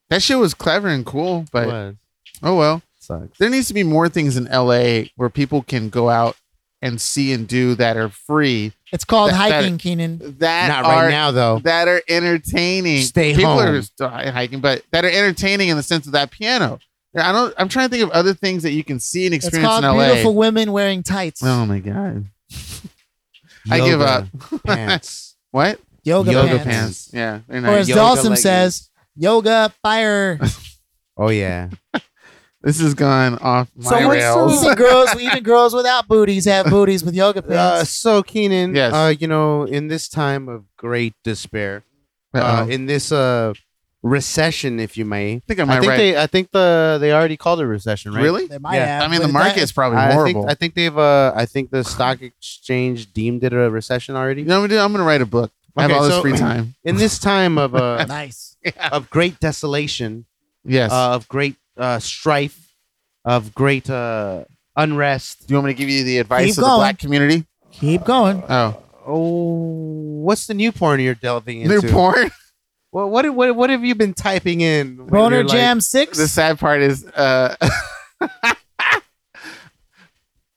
C: That shit was clever and cool, but
B: What?
C: oh well.
B: Sucks.
C: There needs to be more things in LA where people can go out and see and do that are free.
A: It's called
C: That- that-
A: hiking, Keenan.
C: That
B: Not
C: are
B: right now though.
C: that are entertaining.
B: Stay
C: people
B: home.
C: are st- hiking, but that are entertaining in the sense of that piano. I don't. I'm trying to think of other things that you can see and
A: It's
C: experience
A: called
C: in LA.
A: beautiful women wearing tights.
C: oh my god! I give
B: Yoga Pants.
C: What
A: Yoga,
B: Yoga
A: pants.
B: pants.
C: Yeah, they're
A: Or
C: nice.
A: as
B: Yoga
A: Dawson
B: leggings.
A: says, yoga fire.
B: Oh yeah.
C: this has gone off my
A: So what's-
C: rails.
A: even girls, even girls without booties have booties with yoga
B: Uh,
A: pants.
B: so Keenan,
C: Yes.
B: uh, you know, in this time of great despair, uh,
C: Uh-oh. I
B: in this uh recession, if you may,
C: think I'm
B: I think
C: right.
B: they, I think the they already called it a recession, right?
C: Really?
A: they might
B: yeah.
A: have.
C: I mean,
A: but
C: the market's probably
B: I
C: horrible.
B: think I think they've uh I think the stock exchange deemed it a recession already.
C: You know what I'm gonna do? I'm gonna write a book. I have
B: Okay,
C: all this
B: so-
C: free time.
B: In this time of uh
A: That, nice.
B: of great desolation,
C: Yes.
B: uh, of great uh strife, of great uh unrest.
C: do you want me to give you the advice
A: Keep
C: of the
A: going.
C: black community?
A: Keep going.
C: Oh,
B: Oh, what's the new porn you're delving into?
C: new porn.
B: Well, what what what have you been typing in? when
A: Boner
B: you're like-
A: Jam Six.
C: The sad part is, uh,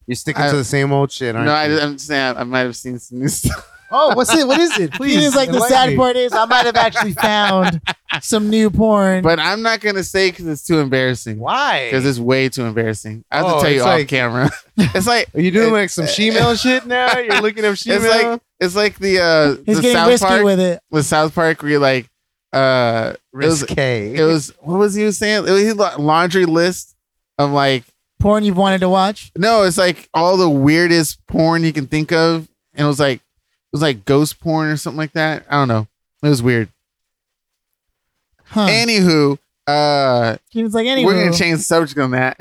B: You're sticking
C: I-
B: to the same old shit,
C: no,
B: aren't
C: I,
B: you?
C: I'm just saying I might have seen some new stuff.
B: oh, what's it? What is it?
A: Keenan's like the
B: enlighten
A: sad
B: me."
A: part is I might have actually found some new porn.
C: but I'm not gonna say because it's too embarrassing.
B: Why?
C: Because it's way too embarrassing. I have
B: Oh,
C: to tell you
B: it's
C: off
B: like-
C: camera. it's like
B: Are you doing like some shemale shit now? You're looking up shemale.
C: it's like it's like the uh,
A: He's
C: the
A: getting
C: South
A: risky
C: Park
A: with it.
C: the South Park where you're like uh, it was
B: Risque.
C: it was what was he saying? It was his la- laundry list of like
A: Porn you've wanted to watch.
C: No, it's like all the weirdest porn you can think of, and it was like it was like ghost porn or something like that. I don't know. It was weird.
A: Huh.
C: Anywho, uh,
A: Keenan's like,
C: we're gonna
A: anyway.
C: change the subject on that.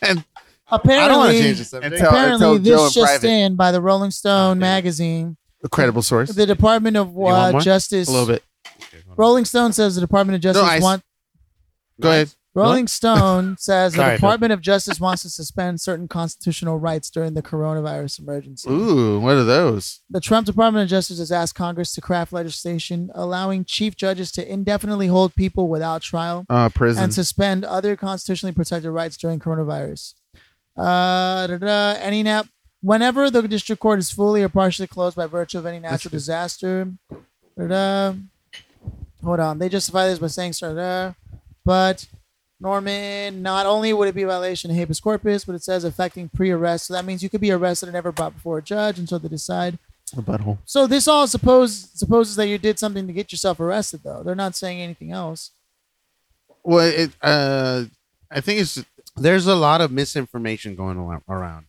C: and,
B: I don't want to change
A: Apparently,
B: the subject.
C: Until- Tell- tell
A: apparently,
C: Joe in
A: this just
C: private.
A: in by the Rolling Stone magazine.
C: a credible source.
A: The Department of
B: want
A: uh,
B: more?
A: Justice.
C: a little bit.
A: Rolling Stone says the Department of Justice
C: ice.
A: wants.
C: Go ahead.
A: Rolling Stone says the
B: Sorry,
A: Department of Justice wants to suspend certain constitutional rights during the coronavirus emergency.
C: Ooh, what are those?
A: The Trump Department of Justice has asked Congress to craft legislation allowing chief judges to indefinitely hold people without trial
C: Uh, prison.
A: and suspend other constitutionally protected rights during coronavirus. Uh, da, da, any nap. Whenever the district court is fully or partially closed by virtue of any natural disaster. Da, da. Hold on. They justify this by saying, da, da. but Norman, not only would it be a violation of habeas corpus, but it says affecting pre arrest. So that means you could be arrested and never brought before a judge until they decide
C: a butthole.
A: so this all suppose supposes that you did something to get yourself arrested, though. They're not saying anything else.
C: Well, it, uh, I think it's
B: there's a lot of misinformation going al- around,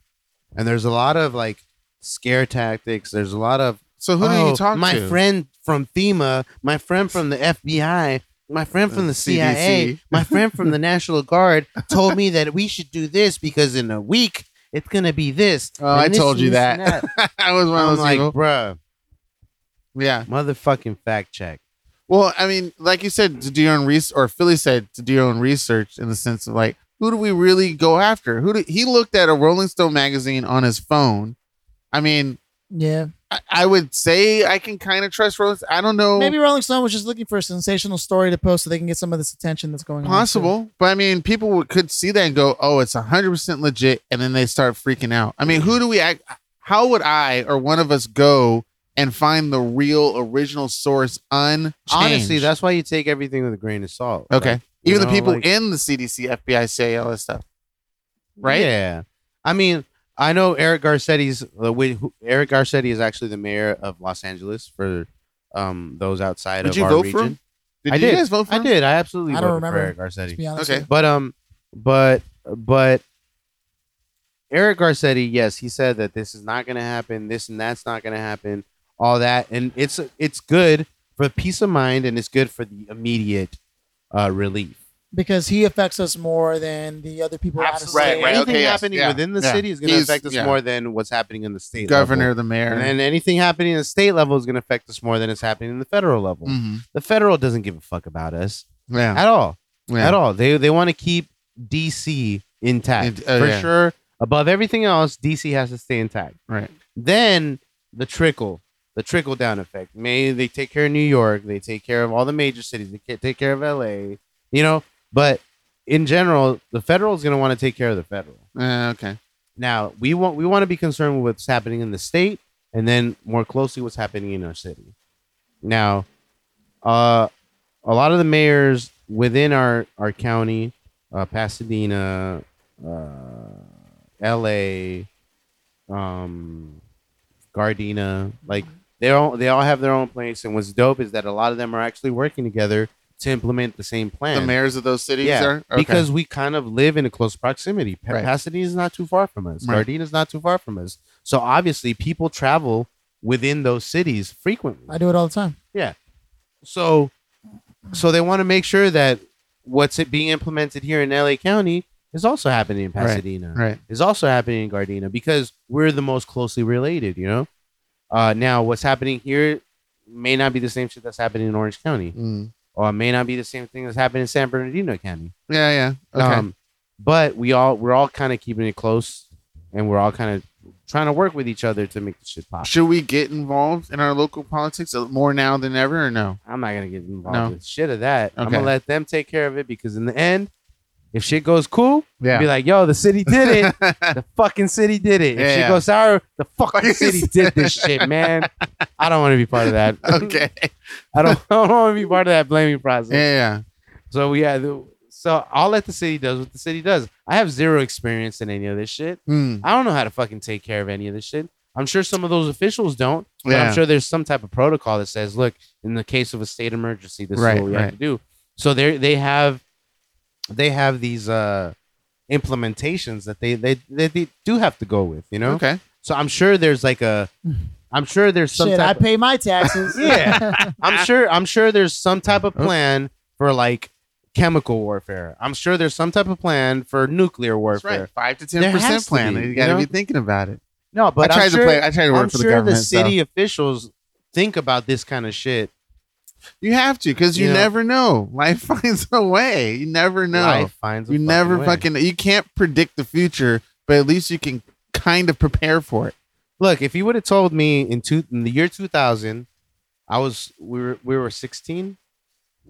B: and there's a lot of like scare tactics. There's a lot of
C: so. Who do
B: "Oh,
C: you talk
B: my
C: to?
B: friend from FEMA, my friend from the FBI, my friend from
C: Uh,
B: the CIA,
C: CDC.
B: my friend from the National Guard told me that we should do this because in a week it's gonna be this.
C: Oh, I
B: and this
C: told
B: and
C: you
B: this and
C: that. I was one of
B: I'm
C: those
B: like, "Oh."
C: people.
B: bruh,
C: Yeah.
B: motherfucking fact check.
C: Well, I mean, like you said, to do your own research, or Philly said, to do your own research in the sense of like, who do we really go after? Who do he looked at a Rolling Stone magazine on his phone? I mean,
A: Yeah.
C: I, I would say I can kind of trust Rolling. I don't know,
A: Maybe Rolling Stone was just looking for a sensational story to post so they can get some of this attention that's going on.
C: possible, but I mean, people would, could see that and go, "Oh, it's hundred percent legit," and then they start freaking out. I mean, who do we? act? How would I or one of us go and find the real original source? Unchanged?
B: Honestly, that's why you take everything with a grain of salt.
C: okay.
B: Like, you
C: Even the
B: know,
C: people
B: like-
C: in the CDC, FBI, CIA, all that stuff. right?
B: Yeah. I mean, I know Eric Garcetti's. Uh, wi- who- Eric Garcetti is actually the mayor of Los Angeles. For um, those outside
C: Did
B: of
C: you
B: our
C: vote for
B: region,
C: him? Did
B: I
C: you
B: did.
C: guys vote for
B: I
C: him?
B: did. I absolutely
A: I don't
B: voted for Eric
A: remember, To
B: Garcetti.
A: be honest
C: Okay.
A: with
B: But um, but but Eric Garcetti, yes, he said that this is not going to happen. This and that's not going to happen. All that, and it's it's good for peace of mind, and it's good for the immediate uh, relief.
A: you. because he affects us more than the other people out of
C: Absolutely. Right,
A: state.
C: right,
B: Anything
C: okay, yes,
B: happening
C: yeah,
B: within the
C: yeah.
B: city is going to
C: He's-
B: affect us
C: yeah.
B: more than what's happening in the state.
C: Governor,
B: level.
C: the mayor.
B: And then anything happening in the state level is going to affect us more than it's happening in the federal level.
C: Mhm.
B: The federal doesn't give a fuck about us
C: Yeah.
B: at all.
C: yeah.
B: At all. They they want to keep DC intact.
C: Int- oh,
B: For
C: yeah.
B: sure. Above everything else, DC has to stay intact.
C: Right.
B: Then the trickle, the trickle down effect. Maybe they take care of New York. They take care of all the major cities. They ca- take care of LA, you know? But in general, the federal is going to want to take care of the federal.
C: Uh, okay.
B: Now we want we want to be concerned with what's happening in the state, and then more closely what's happening in our city. Now, uh, a lot of the mayors within our our county, uh, Pasadena, uh, L.A., um, Gardena, like they all they all have their own place. And what's dope is that a lot of them are actually working together to implement the same plan.
C: The mayors of those cities
B: Yeah,
C: are okay.
B: Because we kind of live in a close proximity. Pa-
C: Right.
B: Pasadena is not too far from us.
C: Right.
B: Gardena is not too far from us. So obviously, people travel within those cities frequently.
A: I do it all the time.
B: So, so they want to make sure that what's it being implemented here in LA County is also happening in
C: Right,
B: Pasadena.
C: right.
B: Is also happening in Gardena because we're the most closely related. You know. Uh, now, what's happening here may not be the same shit that's happening in Orange County,
C: Mm.
B: or it may not be the same thing that's happening in San Bernardino County.
C: Yeah, yeah. Okay.
B: Um, but we all we're all kind of keeping it close, and we're all kind of trying to work with each other to make the shit pop.
C: Should we get involved in our local politics more now than ever, or no?
B: I'm not gonna get involved
C: No.
B: with shit of that. I'm
C: Okay.
B: gonna let them take care of it because in the end, if shit goes cool, be
C: Yeah.
B: like, yo, the city did it. the fucking city did it. If
C: Yeah,
B: shit
C: yeah.
B: goes sour, the fucking
C: Fucking
B: city did this shit, man. I don't want to be part of that.
C: okay. Yeah,
B: I don't, I don't want to be part of that blaming process.
C: yeah.
B: So we had. So I'll let the city does what the city does. I have zero experience in any of this shit.
C: Mm.
B: I don't know how to fucking take care of any of this shit. I'm sure some of those officials don't, but
C: Yeah.
B: I'm sure there's some type of protocol that says, look, in the case of a state emergency, this is
C: Right,
B: what we have
C: right.
B: to do. So they they have they have these uh implementations that they they, they, they do have to go with, you know?
C: Okay.
B: So I'm sure there's like a I'm sure there's some
A: Shit, I
B: type of,
A: pay my taxes.
B: Yeah. I'm sure I'm sure there's some type of plan for like chemical warfare. I'm sure there's some type of plan for nuclear
C: That's
B: warfare.
C: right. Five to
B: There
C: ten
B: has
C: percent
B: to
C: plan.
B: be,
C: you
B: you
C: got to
B: know?
C: be thinking about it.
B: No, but
C: I tried
B: I'm sure,
C: to play. I tried to work
B: I'm
C: for
B: sure
C: the government. so-
B: city officials think about this kind of shit.
C: You have to, because you,
B: You know.
C: never know. Life finds a way. You never know.
B: Life finds a
C: You never
B: way.
C: fucking you can't predict the future, but at least you can kind of prepare for it.
B: look. If you would have told me in two in the year 2000, I was we were we were 16.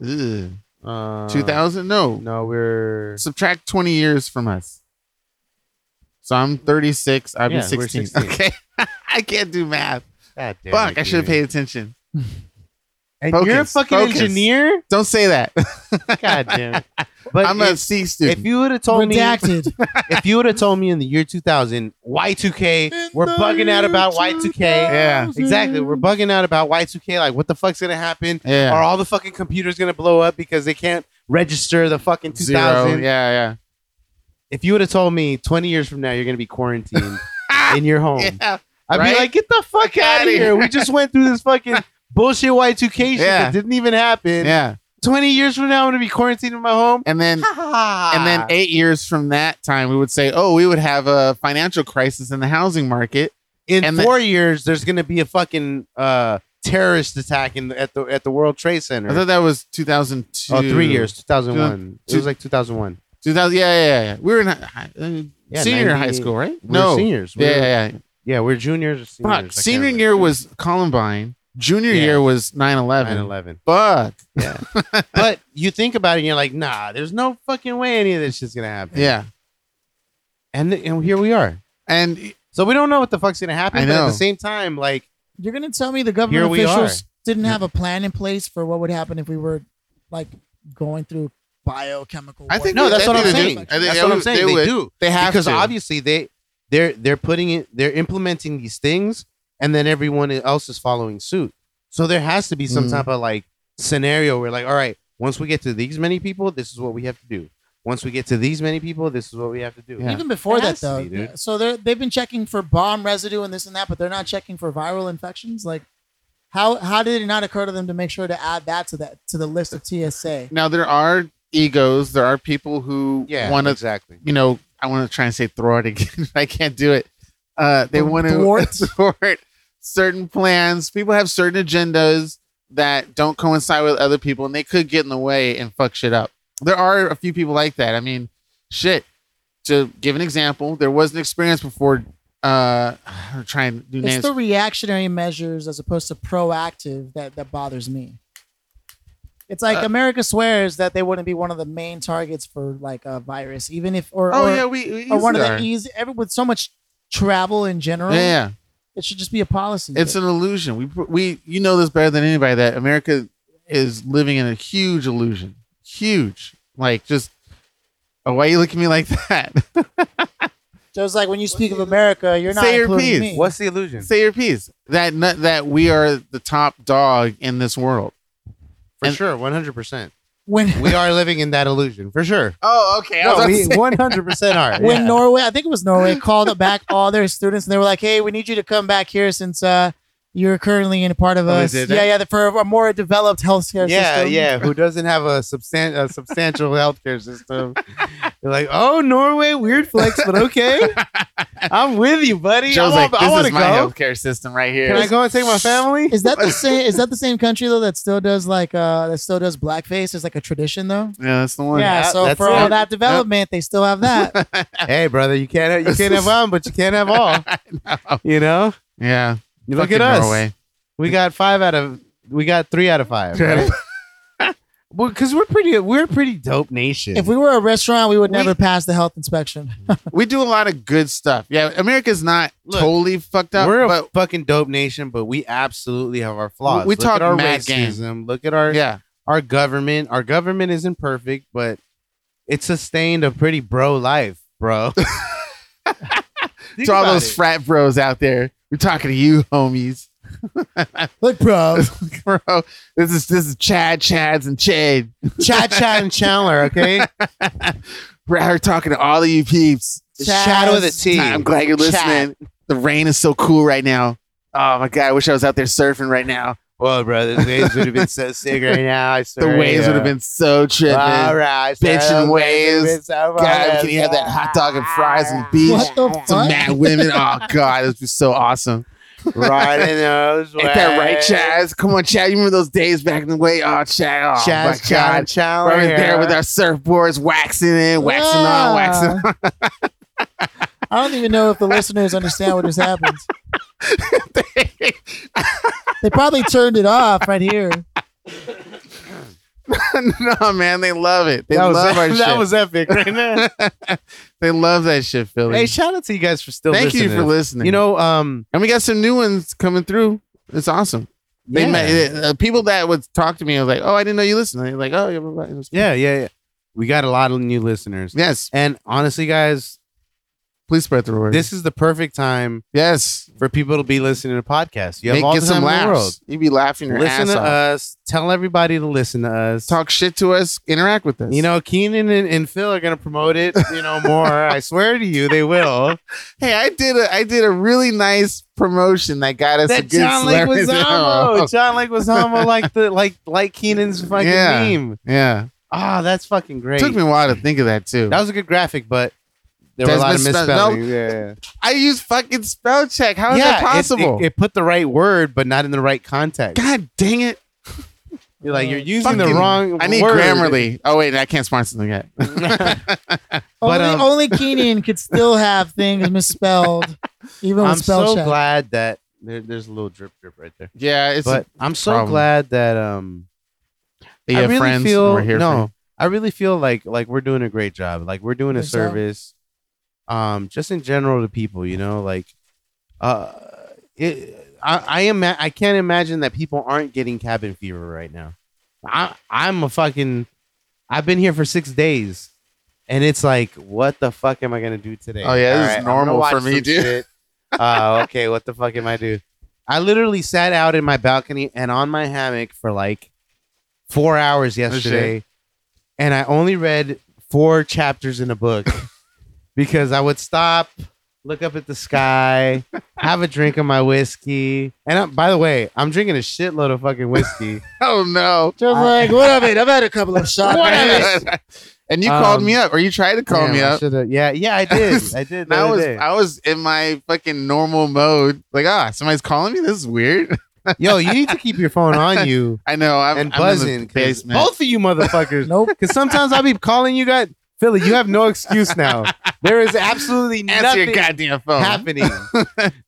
C: Ugh.
B: Uh,
C: 2000? No.
B: No, we we're
C: Subtract 20 years from us. So I'm 36. I'll
B: Yeah,
C: be
B: we're
C: 16.
B: 16.
C: Okay. I can't do math.
B: God damn
C: Fuck,
B: it,
C: I should have
B: dude.
C: paid attention.
B: And
C: Focus,
B: you're a fucking
C: focus.
B: engineer?
C: Don't say that.
B: God damn. it. But
C: I'm a
B: if,
C: C
B: if
C: student.
B: you would have told me
A: Redacted.
B: if you would have told me in the year 2000, Y2K, we're bugging out about Y2K.
C: Yeah.
B: Exactly. We're bugging out about Y2K. Like, what the fuck's going to happen?
C: yeah.
B: Are all the fucking computers going to blow up because they can't register the fucking 2000?
C: Zero. Yeah, yeah.
B: If you would have told me 20 years from now, you're going to be quarantined in your home,
C: Yeah.
B: I'd
C: Right?
B: be like, get the fuck out of
C: outta
B: here.
C: here.
B: We just went through this fucking bullshit Y2K shit
C: Yeah.
B: that didn't even happen.
C: Yeah.
B: 20 years from now, I'm going to be quarantined in my home.
C: And then and
B: and
C: then eight years from that time, we would say, oh, we would have a financial crisis in the housing market.
B: in
C: And the-
B: four years, there's going to be a fucking uh, terrorist attack in the, at the at the World Trade Center.
C: I thought that was 2002.
B: oh, three years, 2001.
C: two-
B: it was like 2001.
C: 2000. Yeah, yeah, yeah. We were in hi- uh,
B: Yeah,
C: senior
B: 90
C: high school, right?
B: We were seniors. We
C: Yeah,
B: were-
C: yeah, yeah.
B: yeah, we are juniors. Or seniors. I
C: Fuck.
B: can't
C: Senior
B: remember.
C: year was Columbine. Junior
B: Yeah.
C: year was 9 11.
B: 9/11.
C: Fuck.
B: but you think about it, and you're like, nah, there's no fucking way any of this shit's gonna happen.
C: Yeah.
B: and and here we are.
C: And
B: So we don't know what the fuck's gonna happen.
C: I
B: But at
C: know.
B: the same time, like,
A: You're gonna tell me the
B: Here
A: government
B: we
A: officials
B: are.
A: didn't have a plan in place for what would happen if we were like going through biochemical.
C: I
A: warfare?
C: think
B: no,
C: we-
B: that's
C: I
B: what I'm
C: think they do.
B: saying.
C: I think
B: That's
C: they
B: what I'm
C: would-
B: saying.
C: they
B: They,
C: would.
B: do
C: they have
B: because
C: to.
B: obviously they they're they're putting it they're implementing these things and then everyone else is following suit so there has to be some
C: Mhm.
B: type of like scenario where like all right once we get to these many people this is what we have to do once we get to these many people this is what we have to do
C: Yeah.
A: Even before
B: It
A: that,
B: has to
A: though,
B: be, dude.
A: so they they've been checking for bomb residue and this and that, but they're not checking for viral infections. Like, how how did it not occur to them to make sure to add that to that to the list of TSA?
C: now there are egos. There are people who
B: yeah
C: want to
B: exactly
C: you know, I want to try and say throw it again. I can't do it. Uh, they want to
A: Thwart?
C: thwart certain plans. People have certain agendas that don't coincide with other people, and they could get in the way and fuck shit up. There are a few people like that. I mean, shit. To give an example, there was an experience before. Uh, I'm trying to do
A: It's
C: names.
A: the reactionary measures as opposed to proactive that that bothers me. It's like
C: Uh,
A: America swears that they wouldn't be one of the main targets for like a virus, even if or
C: oh
A: or,
C: yeah, we, we
A: or one of
C: easily
A: the E
C: are.
A: easy every, with so much travel in general.
C: yeah, yeah.
A: it should just be a policy.
C: It's an illusion. We we you know this better than anybody that America is living in a huge illusion. Huge. Like just oh, why you look at me like that?
A: just like when you speak of America, you're not
C: Say your
A: including
C: piece.
A: me.
B: what's the illusion
C: Say your piece. That n- that we are the top dog in this world.
B: for
C: and-
B: sure 100%
A: when
B: we are living in that illusion for sure
C: Oh, okay.
B: no, we 100% are
A: when
B: Yeah.
A: Norway, I think it was Norway, called back all their students and they were like, "Hey, we need you to come back here since uh, you're currently in a part of
C: Oh, they
A: us."
C: did
A: Yeah, yeah, for a more developed healthcare
B: yeah,
A: system.
B: yeah. Who doesn't have a, substan- a substantial healthcare system? You're like, oh, Norway, weird flex, but okay. I'm with you, buddy. I
C: Joe's like,
B: want-
C: this
B: I want to
C: is my
B: go.
C: healthcare system right here.
B: Can I go and take my family?
A: Is that the same? Is that the same country though that still does like uh that still does blackface? Is like a tradition though.
C: Oh, Yeah, that's the one.
A: yeah.
B: that-
A: So
B: that's
A: for
B: it.
A: all that development, they still have that.
B: hey, brother, you can't have, you can't have one, but you can't have all. You know,
C: Yeah.
B: you look
C: Fucking
B: at us.
C: Norway.
B: We got five out of we got three out of five.
C: Three out
B: Right? well, because we're pretty we're a pretty dope nation.
A: if we were a restaurant, we would
C: We-
A: never pass the health inspection.
C: We do a lot of good stuff. Yeah, America's not
B: Look,
C: totally fucked up,
B: we're a
C: but
B: fucking dope nation, but we absolutely have our flaws.
C: We- we
B: look
C: talk
B: at our
C: mad game.
B: racism. Look at our
C: yeah.
B: our government. Our government isn't perfect, but it sustained a pretty bro life, bro. Think
C: To all
B: about
C: those
B: it.
C: frat bros out there, we're talking to you, homies.
A: Look, bro,
C: bro. This is this is Chad, Chads, and Chad.
B: Chad, Chad, and Chandler, okay?
C: We're out here talking to all of you peeps.
B: It's Chad with a
A: Chaz.
B: T.
C: I'm glad you're
B: Chad.
C: listening. The rain is so cool right now. Oh my god, I wish I was out there surfing right now.
B: Well, bro, the waves would have been so sick right now. I
C: The
B: swear,
C: waves
B: yeah.
C: would have been so tripping.
B: All right,
C: Bitchin'
B: so-
C: waves. God, can you have that hot dog and fries and beach?
A: what the
C: Some
A: fuck?
C: mad women. Oh god, this was so awesome.
B: Right in those
C: Ain't that right,
B: waves.
C: Chaz? Come on, Chad. You remember those days back in the way? Oh, Chad. Oh
B: Chad,
C: my
B: Chad,
C: god.
B: and Chandler.
C: We're there
B: here.
C: with our surfboards, waxing in, waxing on, waxing on.
A: I don't even know if the listeners understand what just happened. they probably turned it off right here.
C: no, man, they love it. They
B: that was,
C: love our
B: that
C: shit.
B: was epic right there.
C: they love that shit, Philly.
B: hey, shout out to you guys for still
C: Thank
B: listening.
C: you for listening.
B: You know, um,
C: and we got some new ones coming through. It's awesome. They met, uh, people that would talk to me. I was like, "Oh, I didn't know you listened." They're like, "Oh, yeah, blah, blah, it was cool."
B: yeah, yeah, yeah. We got a lot of new listeners.
C: Yes,
B: And honestly, guys,
C: please spread the word.
B: this is the perfect time
C: yes,
B: for people to be listening to podcasts. You have
C: Make-
B: all
C: get
B: the
C: some
B: time in the world.
C: laughs. You'd be laughing your
B: Listen
C: ass
B: to
C: off.
B: us. Tell everybody to listen to us.
C: Talk shit to us. Interact with us.
B: You know, Keenan and, and Phil are gonna promote it. You know more. I swear to you, they will.
C: hey, I did a I did a really nice promotion that got us a
B: that
C: good Oh,
B: John
C: celebrity.
B: Leguizamo. John Leguizamo, like the like like Keenan's fucking
C: Yeah.
B: meme.
C: Yeah,
B: Ah, that's fucking great.
C: took me a while to think of that too.
B: that was a good graphic, but there were a
C: There's
B: lot of
C: misspell-
B: misspelling. Yeah, yeah.
C: I used fucking spell check. How is
B: Yeah,
C: that
B: it-
C: possible?
B: It, it put the right word, but not in the right context.
C: God dang it!
B: You're like you're using the
C: Fucking-
B: wrong.
C: I need
B: word.
C: Grammarly. Oh wait, I can't sponsor them yet.
B: But,
A: only,
B: um,
A: only Keenan could still have things misspelled, even with
B: I'm
A: spell
B: so
A: check.
B: glad that there, there's a little drip drip right there.
C: yeah, it's
B: But I'm so
C: problem.
B: glad that um.
C: you
B: I
C: have
B: really
C: friends. and
B: feel
C: we're here for you.
B: no. I really feel like like we're doing a great job. Like we're doing a
A: Think so?
B: service, um, just in general to people. You know, like, uh, it, I I am I can't imagine that people aren't getting cabin fever right now. I I'm a fucking. I've been here for six days, and it's like, what the fuck am I gonna do today?
C: Oh, yeah, this is
B: All I'm gonna
C: normal
B: watch
C: for me,
B: some
C: dude.
B: shit. Uh, okay, what the fuck am I do? I literally sat out in my balcony and on my hammock for like four hours yesterday, and I only read four chapters in a book because I would stop, look up at the sky, have a drink of my whiskey, and I, by the way, I'm drinking a shitload of fucking whiskey.
C: Oh no!
A: Just like what of it? I've had a couple of shots.
C: and you called
B: Um,
C: me up, or you tried to call
B: Damn,
C: me
B: I
C: up.
B: shoulda- Yeah, yeah, I did. I did.
C: And I
B: that
C: was
B: was
C: I was in my fucking normal mode. Like, ah, somebody's calling me. This is weird.
B: yo. You need to keep your phone on you
C: I know. I'm,
B: and
C: I'm in
B: buzzing
C: the
B: 'cause
C: basement.
B: both of you motherfuckers.
A: Nope.
B: Because sometimes I'll be calling you guys, Philly. You have no excuse now. There is absolutely
C: Answer
B: nothing
C: your goddamn phone.
B: happening.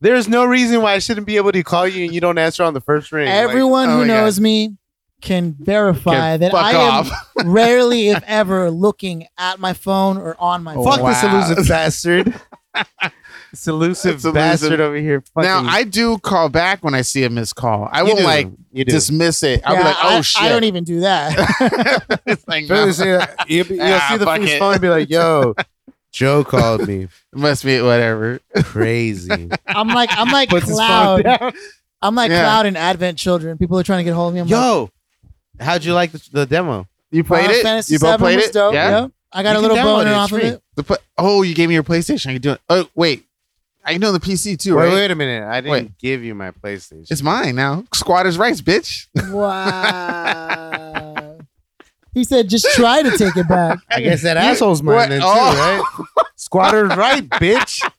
B: there is no reason why I shouldn't be able to call you and you don't answer on the first ring. Like,
A: Everyone
C: oh
A: who
C: my God.
A: knows me can verify
C: Okay,
A: that
C: fuck
A: I
C: off.
A: am rarely, if ever, looking at my phone or on
C: Oh
A: my phone.
B: Fuck this
C: Wow.
B: elusive bastard. this elusive
C: That's elusive.
B: bastard over here. Fucking,
C: now I do call back when I see a missed call. I
B: You
C: won't
B: do.
C: like
B: you do.
C: dismiss it. I'll be
A: Yeah,
C: like, oh
A: I,
C: shit.
A: I don't even do that.
C: it's like, no,
B: Philly, see, uh, you'll, be- you'll
C: Ah,
B: see the
C: fuck
B: his
C: it.
B: phone and be like, "Yo, Joe called me.
C: it must be whatever.
B: Crazy."
A: I'm like I'm like
B: Puts his phone
A: cloud.
B: down.
A: I'm like
C: Yeah.
A: cloud and Advent children. People are trying to get hold of me. I'm like,
B: Yo, how'd you like the, the demo?
C: You played
A: Final
C: it.
A: Fantasy
C: you both
A: VII
C: played
A: was
C: it.
A: dope,
C: Yeah.
A: yep. I got
B: You
A: a
B: can
A: little
B: download
A: boner
B: it, it's
A: off of
B: free.
A: it.
C: The pla- oh, you gave me your PlayStation. I can do it. Oh wait, I can do it on the PC too, right?
B: Wait, wait a minute. I didn't
C: Wait.
B: give you my PlayStation.
C: It's mine now. Squatters' rights, bitch.
A: Wow. he said, just try to take it back.
B: I guess that
C: You-
B: asshole's mine
C: what-
B: then too,
C: oh.
B: right? Squatter's right, bitch.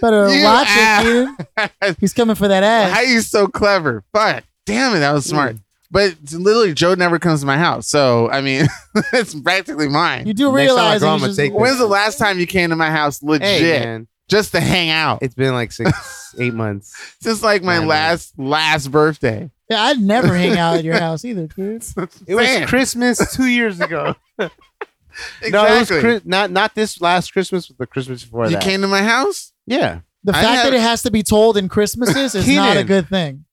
A: Better
C: You
A: watch
B: ah.
C: ass.
A: it, dude. He's coming for that
C: How
A: ass.
C: you so clever? Fuck, damn it, that was smart.
B: Mm.
C: But literally, Joe never comes to my house, so I mean, it's practically mine.
A: You do
B: Next time I
A: realize
B: grow,
A: that
B: I'ma
A: you just-
B: take this.
C: When's the last time you came to my house, legit,
B: Hey, man.
C: just to hang out?
B: It's been like six, eight months.
C: Since like my
B: Yeah, man.
C: last last birthday.
A: Yeah, I'd never hang out at your house either, dude.
B: It was
C: Man,
B: Christmas two years ago.
C: exactly.
B: No, it was Chris- not not this last Christmas, but the Christmas before
C: you
B: that.
C: came to my house.
B: yeah,
A: The
C: I
A: fact
C: have-
A: that it has to be told in Christmases is not a
B: Keenan.
A: good thing.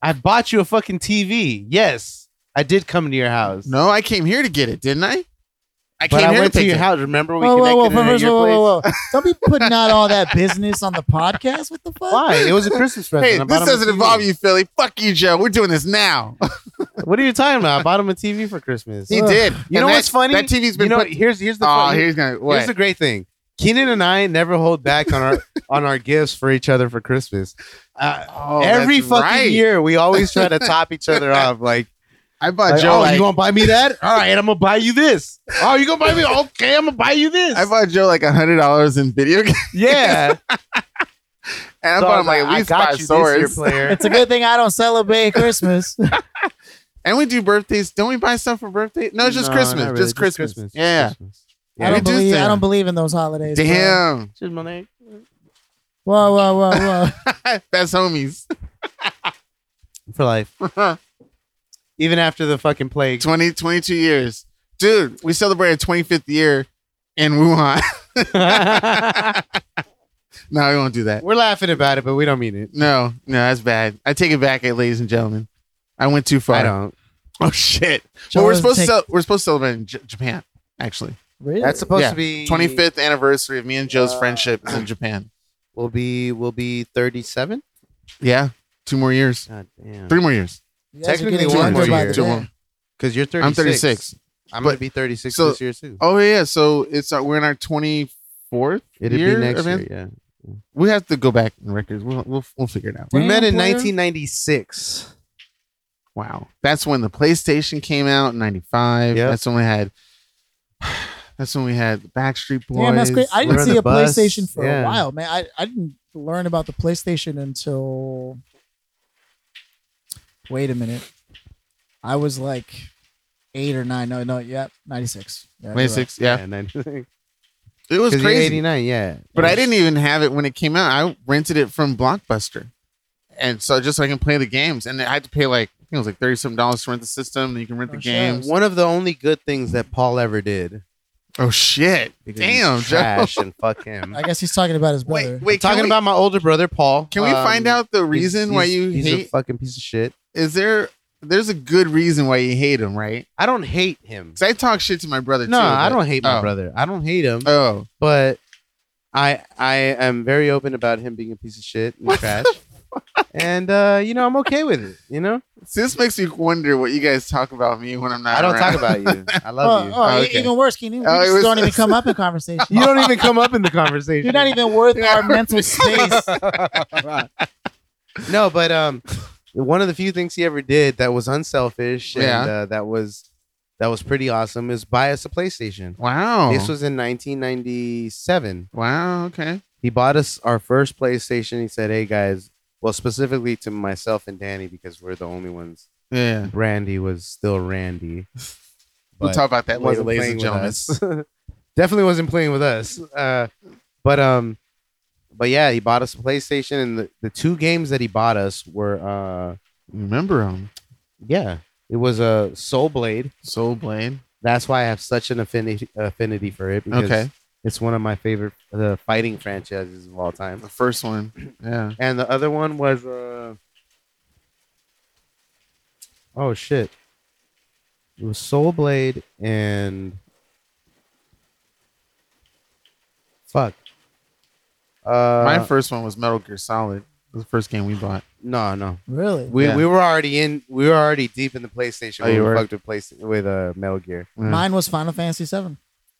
B: I bought you a fucking TV. Yes, I did come to your house.
C: No, I came here to get it, didn't I? I
B: but
C: came
B: I
C: here
B: went to
C: pick
B: your
C: it.
B: house. Remember we
A: Whoa, whoa,
B: connected
A: whoa,
B: in at
A: first,
B: your
A: whoa,
B: place?
A: whoa, whoa. Don't be putting out all that business on the podcast. What the fuck?
B: Why? It was a Christmas present.
C: Hey,
B: I
C: this
B: bought him a
C: doesn't
B: TV.
C: involve you, Philly. Fuck you, Joe. We're doing this now.
B: What are you talking about? I bought him a TV for Christmas.
C: he
A: Ugh.
C: did.
B: You know
C: that,
B: what's funny?
C: That TV's
B: you
C: been
B: know,
C: put.
B: here's here's the
C: Oh,
B: funny-
C: here's gonna
B: here's
C: what?
B: the great thing. Keenan and I never hold back on our on our gifts for each other for Christmas. Uh,
C: Oh,
B: Every
C: that's
B: fucking
C: right.
B: year, we always try to top each other off. Like,
C: I bought
B: like,
C: Joe.
B: oh,
C: like,
B: you gonna buy me that? All right, I'm gonna buy you this. Oh, you gonna buy me? Okay, I'm gonna buy you this.
C: I bought Joe like hundred dollars in video games,
B: yeah,
C: and
B: So
C: I bought
B: was
C: him like at
B: I
C: least
B: got
C: five
B: you this year,
C: swords.
B: player.
A: It's a good thing I don't celebrate Christmas.
C: And we do birthdays. Don't we buy stuff for birthday? No, it's just
B: No,
C: Christmas.
B: not really,
C: Just Christmas. Yeah.
B: Christmas.
A: I
C: we
A: don't
C: do
A: believe.
C: that.
A: I don't believe in those holidays. bro.
C: Damn,
A: Whoa, whoa, whoa, whoa.
C: that's homies.
B: for life. Even after the fucking plague,
C: 20, 22 years, dude. We celebrated twenty fifth year in Wuhan.
B: I
C: No, we won't do that.
B: We're laughing about it, but we don't mean it.
C: No, no, that's bad. I take it back, eh, ladies and gentlemen. I went too far.
B: I don't.
C: Oh shit!
A: Joe
C: well, we're
A: doesn't
C: supposed
A: take-
C: to cel- we're supposed to celebrate in J- Japan. Actually,
A: Really?
B: That's supposed
C: Yeah.
B: to be
C: 25th anniversary of me and Joe's
B: Uh,
C: friendship is in Japan.
B: Will be will be thirty seven.
C: Yeah, two more years,
B: God damn.
C: three more years.
A: You guys are
B: technically
A: getting
B: one
A: younger
B: more
A: by
B: year.
A: the
C: Two
A: day.
C: more.
B: Because you're thirty.
C: I'm 36.
B: I'm
C: but-
B: gonna be thirty six
C: so-
B: this year too.
C: Oh yeah, so it's our, we're in our 24th.
B: It'd
C: year
B: be next
C: event?
B: year. Yeah.
C: We have to go back in records. We'll we'll, we'll figure it out.
B: We
A: Damn,
B: met in
A: player.
B: 1996.
C: Wow. That's when the PlayStation came out in 95.
B: Yep.
C: That's when we had That's when we had the Backstreet Boys.
A: Damn, that's great. I
B: We're
A: didn't
B: on
A: see
B: the
A: a
B: bus.
A: PlayStation for
B: Yeah.
A: a while, man. I, I didn't learn about the PlayStation until. Wait a minute. I was like eight or nine. No, no, yeah, 96. Yeah, you're right.
C: 96, yeah.
B: And then it
C: It was crazy.
B: 89. Yeah.
C: But I didn't even have it when it came out. I rented it from Blockbuster. And so just so I can play the games. And I had to pay like I think it was like thirty something dollars to rent the system. And you can rent
A: Oh,
C: the
A: shit.
C: games.
B: One of the only good things that Paul ever did.
C: Oh shit.
B: because he's
C: Damn, Joe.
B: trash and fuck him.
A: I guess he's talking about his brother.
C: Wait, wait, can
B: Talking
C: we-
B: about my older brother Paul.
C: can we
B: um,
C: find out the
B: he's-
C: reason
B: he's-
C: why you
B: he's
C: hate
B: a fucking piece of shit?
C: is there there's a good reason why you hate him, right?
B: I don't hate him.
C: Because I talk shit to my brother
B: No,
C: too.
B: I
C: but-
B: don't hate my
C: oh.
B: brother. I don't hate him.
C: Oh.
B: but I I am very open about him being a piece of shit and trash. And uh, you know, I'm okay with it. You know,
C: See, this makes me wonder what you guys talk about me when I'm not.
B: I don't
C: around.
B: talk about you. I
A: Oh,
B: love you.
A: oh,
C: Oh,
A: e-
C: okay.
A: even worse, Keenan. We
C: Oh, it
A: just
C: was-
A: don't even come up in conversation.
B: You don't even come up in the conversation.
A: You're not even worth our mental space.
B: no, but um, one of the few things he ever did that was unselfish
C: Yeah.
B: and uh, that was that was pretty awesome is buy us a PlayStation.
A: Oh.
C: Wow.
B: This was in 1997.
C: wow. Okay.
B: He bought us our first PlayStation. He said, "Hey guys," well, specifically to myself and Danny because we're the only ones.
C: Yeah.
B: Brandy was still Randy.
C: We'll
B: but
C: talk about that later,
B: wasn't
C: ladies
B: playing
C: and
B: with
C: gentlemen.
B: us. Definitely wasn't playing with us. Uh, but um, but yeah, he bought us a PlayStation, and the, the two games that he bought us were uh,
C: Remember him,
B: yeah, it was a uh, Soul Blade.
C: Soul Blade.
B: That's why I have such an affinity affinity for it. Because
C: Okay.
B: it's one of my favorite the fighting franchises of all time.
C: The first one. Yeah.
B: And the other one was uh Oh shit. It was Soul Blade and Fuck. Uh
C: my first one was Metal Gear Solid. It was the first game we bought.
B: no, no.
A: Really?
B: We
C: Yeah.
B: we were already in we were already deep in the PlayStation
C: Oh,
B: when
C: you
B: we
C: were?
B: fucked with place with uh Metal Gear.
C: Yeah.
A: Mine was Final Fantasy VII.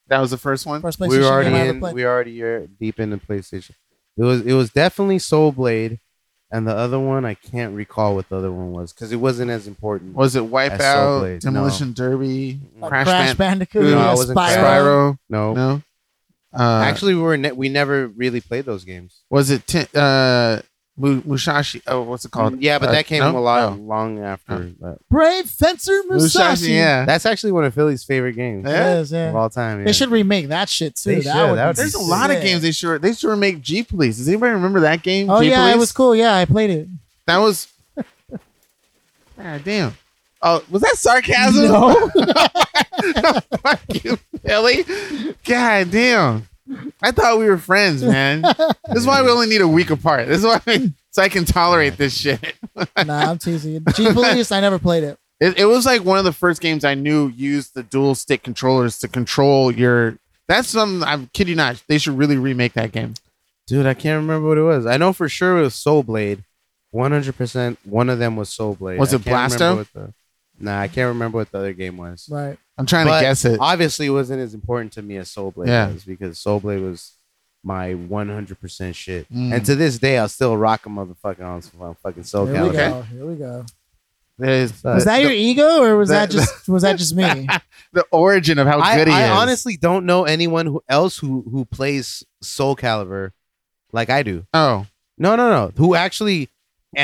C: That was the first one.
A: First PlayStation
B: We were already
A: game I ever
B: in
A: played.
B: we already are deep in the PlayStation. It was it was definitely Soul Blade and the other one I can't recall what the other one was because it wasn't as important.
C: Was it
B: Soul
C: Wipeout,
B: Blade,
C: Demolition Derby,
A: Like
C: Crash,
A: Crash
C: Band-
A: Bandicoot,
C: No,
B: I wasn't Crash.
A: Spyro.
C: Spyro?
B: No.
C: No. Uh, Actually,
B: Actually, we were ne- we never really played those games.
C: was it t- uh, Mu- Mushashi? Oh, what's it called?
B: Mm, Yeah, but
C: Uh,
B: that came
C: no?
B: a lot
C: No.
B: long after. that.
A: Brave Fencer Musashi.
C: Musashi. Yeah.
B: That's actually one of Philly's favorite games
A: It is, yeah.
B: of all time.
A: They
B: yeah.
A: should remake that shit too.
B: They
A: that
B: should.
A: would
B: That
A: be
B: would be
C: There's a
B: sick.
C: lot of
A: sick.
C: games they sure they sure make G Police. Does anybody remember that game?
A: Oh
C: G
A: yeah,
C: Police?
A: it was cool. Yeah, I played it.
C: that was. God damn. Oh, was that sarcasm? Fuck you, Billy. God damn. I thought we were friends, man. this is why we only need a week apart. This is why, so I can tolerate this shit.
A: nah, I'm teasing. you. G Police, I never played it.
C: It, it was like one of the first games I knew used the dual stick controllers to control your. That's something I'm kidding not. They should really remake that game.
B: Dude, I can't remember what it was. I know for sure it was Soul Blade. One hundred percent. One of them was Soul Blade.
C: Was
B: I
C: it
B: can't remember
C: Blasto?
B: what the- Nah, I can't remember what the other game was.
A: Right.
C: I'm trying
B: But
C: to guess it.
B: Obviously, it wasn't as important to me as Soul Blade
C: Yeah.
B: was because Soul Blade was my one hundred percent shit.
C: Mm.
B: And to this day, I'll still rock a motherfucking on some fucking Soul
A: Here we
B: Calibur.
A: go. Here we go.
C: There's-
B: Uh,
A: Was that your ego or was that
C: the-
A: just was that just me?
C: the origin of how
B: I,
C: good he
B: I
C: is.
B: honestly don't know anyone who else who who plays Soul Calibur like I do.
C: oh,
B: No, no, no. Who actually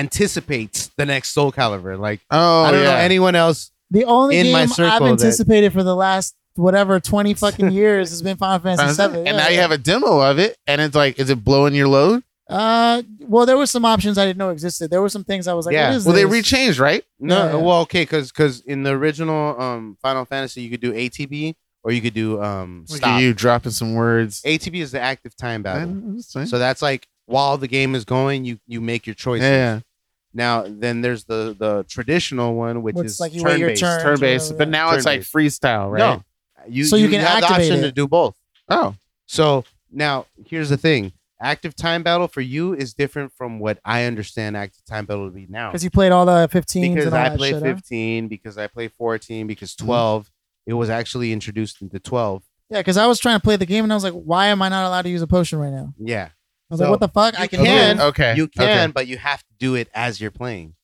B: anticipates the next Soul Calibur? Like
C: oh,
B: I don't
C: yeah.
B: know anyone else.
A: The only
B: In my
A: game I've
B: circle that-
A: anticipated for the last whatever twenty fucking years has been Final Fantasy Seven.
C: and now you have a demo of it, and it's like, is it blowing your load?
A: Uh, well, there were some options I didn't know existed. There were some things I was like,
B: Yeah.
A: what is
C: Well, they
A: this?
C: rechanged, right?
B: No,
A: Yeah.
B: well, okay, because because in the original um Final Fantasy you could do ATB or you could do um
C: Look
B: stop.
C: at you dropping some words.
B: ATB is the active time battle.
C: Man, that's fine.
B: So that's like while the game is going, you you make your
C: yeah,
B: choices.
C: yeah.
B: Now then, there's the the traditional one, which
A: Where
B: is
A: it's like you wait
B: turn
A: your
B: based.
A: turn.
C: turn based,
A: Yeah,
C: but
A: yeah.
C: now it's like freestyle, right?
B: No, you
A: So you can
B: have the
A: activate
B: option
A: it.
B: to do both.
C: Oh,
B: So now here's the thing: active time battle for you is different from what I understand active time battle to be now.
A: Because you played all the 15s
B: Because
A: and all
B: I
A: that
B: played
A: shit. huh? Mm-hmm.
B: 15, because I played 14, because 12. It was actually introduced into 12.
A: Yeah, because I was trying to play the game and I was like, why am I not allowed to use a potion right now?
B: Yeah,
A: I was
B: So,
A: like, what the fuck? I
B: you
A: can.
B: can- Oh,
A: do it.
C: Oh, okay.
B: you
C: okay.
B: can, but you have to do it as you're playing.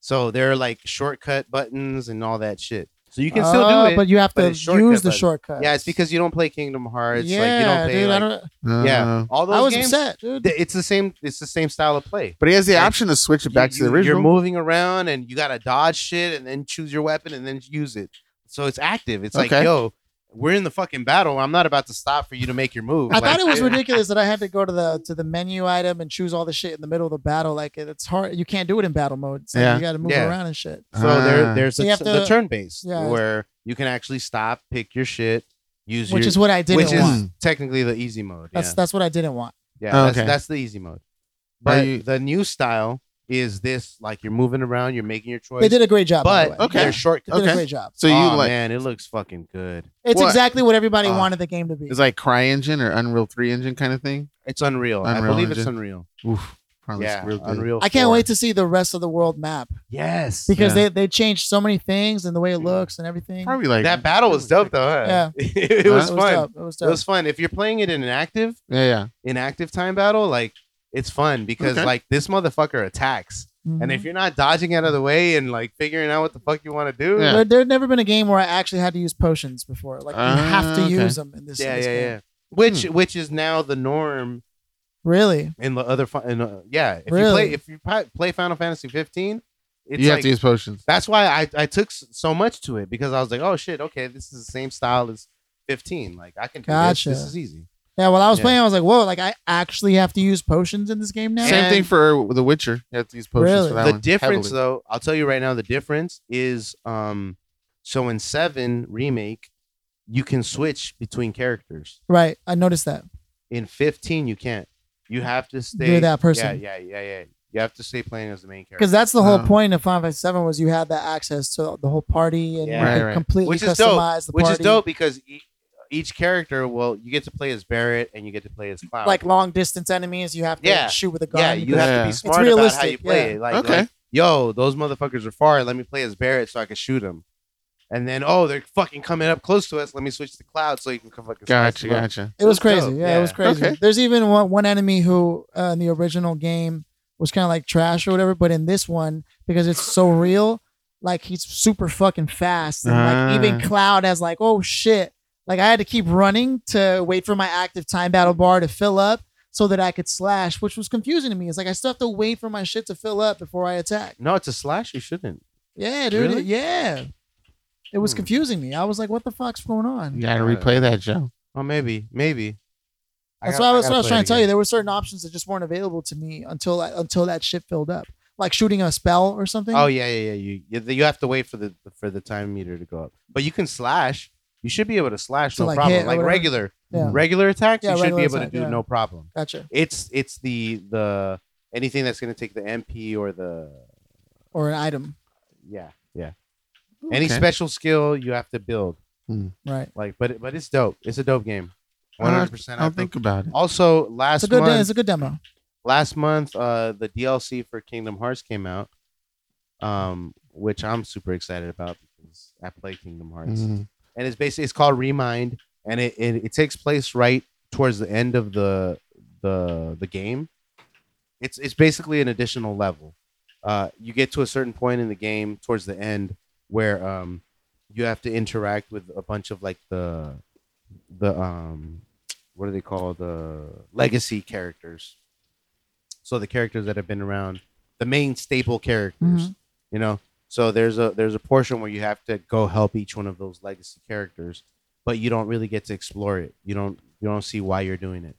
B: So there are like shortcut buttons and all that shit. So you can still
A: Oh,
B: do it.
A: but you have
B: but
A: to
B: it's shortcut
A: use the
B: button.
A: shortcut.
B: yeah, it's because you don't play Kingdom Hearts.
A: yeah,
B: like you don't play
A: dude, I,
B: like,
A: don't,
C: No,
B: Yeah.
C: no, no.
B: all those
A: I was
B: games.
A: upset, dude.
B: th- It's the same. It's the same style of play.
C: But he has the
B: Like,
C: option to switch it back
B: you,
C: to the
B: you- You're
C: original.
B: moving around and you gotta dodge shit and then choose your weapon and then use it. So it's active. It's like,
C: Okay.
B: yo, we're in the fucking battle. I'm not about to stop for you to make your move.
A: I
B: Like, eh.
A: thought it was ridiculous that I had to go to the to the menu item and choose all the shit in the middle of the battle. Like it- it's hard. You can't do it in battle mode. So
C: Yeah.
A: you got to move
B: Yeah.
A: around and shit.
B: So there,
C: Ah.
B: there's
A: So
B: a-
A: you have
B: the
A: to-
B: turn base
A: yeah.
B: where you can actually stop, pick your shit, use
A: Which
B: your,
A: is what I didn't
B: which is
A: want.
B: technically the easy mode.
A: That's
B: yeah,
A: that's what I didn't want.
B: yeah,
C: Oh,
B: that's,
C: okay.
B: that's the easy mode.
C: Are
B: But
C: you-
B: the new style is this: like you're moving around, you're making your choice.
A: They did a great job. by the
B: but
A: way.
C: Okay.
B: they're
A: They
B: shortcuts.
A: did
C: Okay.
A: a great job.
C: so you
B: Aw,
C: like
B: man, it looks fucking good.
A: It's
C: What?
A: exactly what everybody
B: Ah.
A: wanted the game to be.
C: it's like CryEngine or Unreal Three engine kind of thing.
B: It's unreal. I
C: Unreal
B: believe it's
C: Engine.
B: unreal.
C: Oof, probably
B: yeah,
C: real good.
B: unreal.
A: I can't
B: 4.
A: wait to see the rest of the world map
B: Yes,
A: because they
C: Yeah.
A: they changed so many things and the way it looks and everything.
C: Probably like
B: that battle was dope though. Huh?
A: Yeah.
B: it was
A: It was
B: fun.
A: dope. It was
B: It
A: dope.
B: was fun. If you're playing it in an active,
C: Yeah, yeah.
B: in active time battle, like it's fun because
C: Okay.
B: like this motherfucker attacks,
A: Mhm.
B: and if you're not dodging out of the way and like figuring out what the fuck you want to do,
C: Yeah.
A: There, there'd never been a game where I actually had to use potions before. Like you
C: Ah,
A: have to
C: okay.
A: use them in this. in
B: Uh, yeah,
A: this
B: yeah,
A: game.
B: yeah. Which
C: Hmm.
B: which is now the norm
A: Really?
B: in the other fun. In, uh, yeah, if you
A: Really?
B: play if you pi- play Final Fantasy 15, it's
C: you
B: like
C: have to use potions.
B: that's why I I took s- so much to it because I was like, oh shit, okay, this is the same style as 15. Like I can do
A: Gotcha.
B: this. This is easy.
A: Yeah. While I was
B: Yeah.
A: playing, I was like, "Whoa! Like I actually have to use potions in this game now."
C: Same
B: And-
C: thing for The Witcher. You have to use potions
A: Really?
C: for that
B: the
C: one.
B: difference
C: Heavily.
B: though i'll tell you right now the difference is um so in seven remake you can switch between characters
A: Right. I noticed that.
B: in 15 you can't you have to stay
A: You're that person.
B: yeah yeah yeah yeah you have to stay playing as the main character
A: Because that's the whole
C: Oh.
A: point of Final Fantasy Seven was you had that access to the whole party and
B: Yeah.
A: you
C: Right,
A: could
C: right.
A: completely
B: Which is dope.
A: customize the
B: which
A: party.
B: is dope because e- each character well you get to play as barrett and you get to play as cloud
A: Like long distance enemies, you have to
B: Uh, Yeah.
A: shoot with a gun.
B: yeah you
A: because-
B: have to
C: Yeah.
B: be
C: It's
B: smart about how
A: realistic,
B: you play
A: yeah.
B: it like,
C: Okay.
B: like, yo those motherfuckers are far let me play as barrett so i can shoot them and then oh they're fucking coming up close to us let me switch to cloud so you can come fucking slice
C: Gotcha,
B: them up.
C: gotcha.
A: It was
B: It was
A: crazy.
B: dope,
A: Yeah,
B: yeah.
A: it was crazy.
C: Okay.
A: There's even one, one enemy who uh, in the original game was kind of like trash or whatever, but in this one, because it's so real, like he's super fucking fast. And like even
C: Ah.
A: Cloud has like, oh shit. Like I had to keep running to wait for my active time battle bar to fill up so that I could slash, which was confusing to me. It's like I still have to wait for my shit to fill up before I attack.
B: No, it's a slash. You shouldn't.
A: Yeah, dude.
B: Really?
A: Yeah. It was
B: Hmm.
A: confusing me. I was like, what the fuck's going on?
C: You gotta replay that, Joe.
B: Oh, maybe, maybe.
A: That's what I was, what I was trying to tell you. There were certain options that just weren't available to me until I, until that shit filled up, like shooting a spell or something.
B: Oh yeah, yeah, yeah. You you you have to wait for the for the time meter to go up, but you can slash. You should be able to slash,
A: To,
B: no
A: like, hit
B: problem.
A: or
B: Like
A: whatever.
B: regular
A: Yeah.
B: regular attacks,
A: Yeah,
B: you should be
A: regular
B: able
A: attack,
B: to do
A: yeah.
B: no problem.
A: gotcha.
B: It's it's the the anything that's going to take the MP or the
A: Or an item,
B: yeah yeah any
C: Okay.
B: special skill you have to build
A: right?
B: like but it- but it's dope. It's a dope game.
C: I'll-
B: One hundred percent. I
C: I'll
B: think.
C: think about it.
B: Also, last
A: Uh, It's a good.
B: month,
A: It's a good demo.
B: last month uh the DLC for Kingdom Hearts came out um which I'm super excited about because I play Kingdom Hearts
A: Mm-hmm.
C: Mhm.
B: and it's basically it's called Remind and it, it it takes place right towards the end of the the the game it's it's basically an additional level uh you get to a certain point in the game towards the end where um you have to interact with a bunch of like the the um what do they call the legacy characters so the characters that have been around the main staple characters you know so there's a there's a portion where you have to go help each one of those legacy characters but you don't really get to explore it you don't you don't see why you're doing it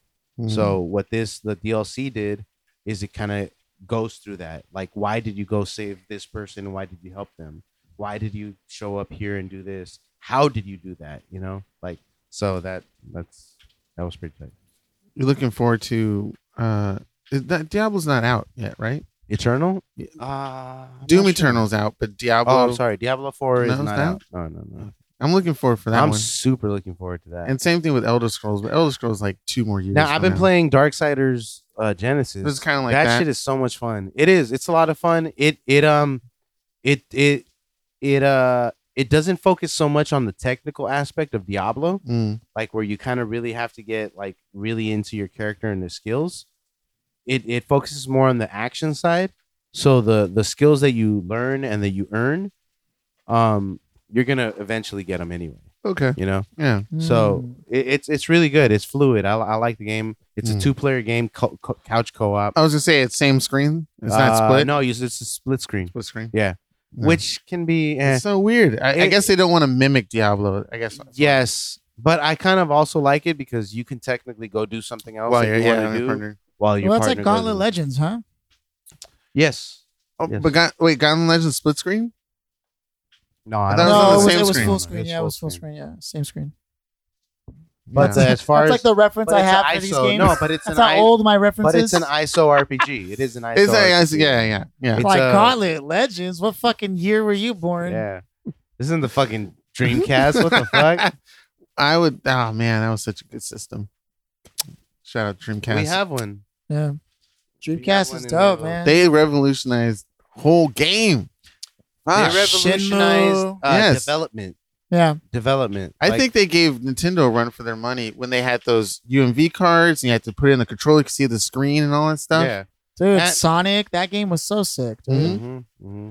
B: so what this the DLC did is it kind of goes through that. Like, why did you go save this person? Why did you help them? why did you show up here and do this? How did you do that? You know, like so that that's that was pretty tight. Mm-hmm.
C: You're looking forward to uh is that Diablo's not out yet, right?
B: Eternal,
C: Yeah.
B: uh, I'm
C: Doom
B: not sure.
C: Eternal's out, but Diablo
B: Oh, I'm sorry, Diablo Four is
C: No, it's
B: not
C: not
B: out. No, no, no.
C: I'm looking forward for that
B: I'm
C: one.
B: super looking forward to that.
C: And same thing with Elder Scrolls, but Elder Scrolls like two more years.
B: now I've
C: from
B: been playing Darksiders uh, Genesis.
C: It's kind of like
B: that,
C: that.
B: shit is so much fun. It is. It's a lot of fun. It it um it it it uh it doesn't focus so much on the technical aspect of Diablo,
C: Mm.
B: like where you kind of really have to get like really into your character and their skills. It it focuses more on the action side. So the the skills that you learn and that you earn, um, you're gonna eventually get them anyway.
C: Okay.
B: You know.
C: Yeah.
B: So
A: Mm.
B: it, it's it's really good. It's fluid. I, I like the game. It's a
C: Mm.
B: two player game, co- co- couch co op.
C: I was gonna say it's same screen. It's not split.
B: Uh, No, it's it's a split Oh. screen,
C: Split screen. Yeah.
B: which can be eh,
C: It's so weird. I, I
B: It-
C: guess they don't want to mimic Diablo. I guess.
B: yes. But I kind of also like it because you can technically go do something else
C: Well,
B: that
C: yeah,
B: you
C: yeah.
B: want to
C: I
B: do
C: partner.
B: while your
A: well, that's like
B: partner goes
A: Gauntlet
B: and-
A: Legends, huh?
B: Yes.
C: Oh,
B: Yes.
C: but God, wait, Gauntlet Legends split screen.
B: No, I
C: I
B: don't
C: thought
B: know.
A: no,
C: on
A: it
C: the
A: was,
C: same
A: it was
C: screen.
A: full screen.
B: It's
A: Yeah, it
B: full
A: was full
B: screen.
A: screen. Yeah, same screen.
B: But
C: Yeah.
B: uh, as far
A: That's
B: as
A: like the reference
B: but
A: I
B: it's
A: have
B: an
A: for these
B: ISO.
A: games.
B: No, but it's an
A: That's how
B: I-
A: old my
B: but
A: references.
B: it's an ISO RPG. It is an ISO.
C: It's like, I
B: RPG.
C: see- yeah, yeah, yeah.
B: It's,
A: like
B: uh,
A: Gauntlet Legends. What fucking year were you born?
B: Yeah. This isn't the fucking Dreamcast. what the fuck?
C: I would. Oh man, that was such a good system. Shout out Dreamcast.
B: We have one.
A: Yeah.
B: got
A: Dreamcast
B: one
A: is
B: in
A: dope,
B: there.
A: man.
C: they revolutionized whole game.
B: They Ah,
C: Fuck.
B: revolutionized uh,
A: Shenmue.
C: Yes.
B: development.
A: yeah.
B: Development.
C: I
B: Like,
C: think they gave Nintendo a run for their money when they had those UMV cards and you had to put it in the controller, you could see the screen and all that stuff.
B: Yeah.
A: Dude,
B: That-
A: Sonic, that game was so sick, dude.
C: Mhm.
B: Mm-hmm, hmm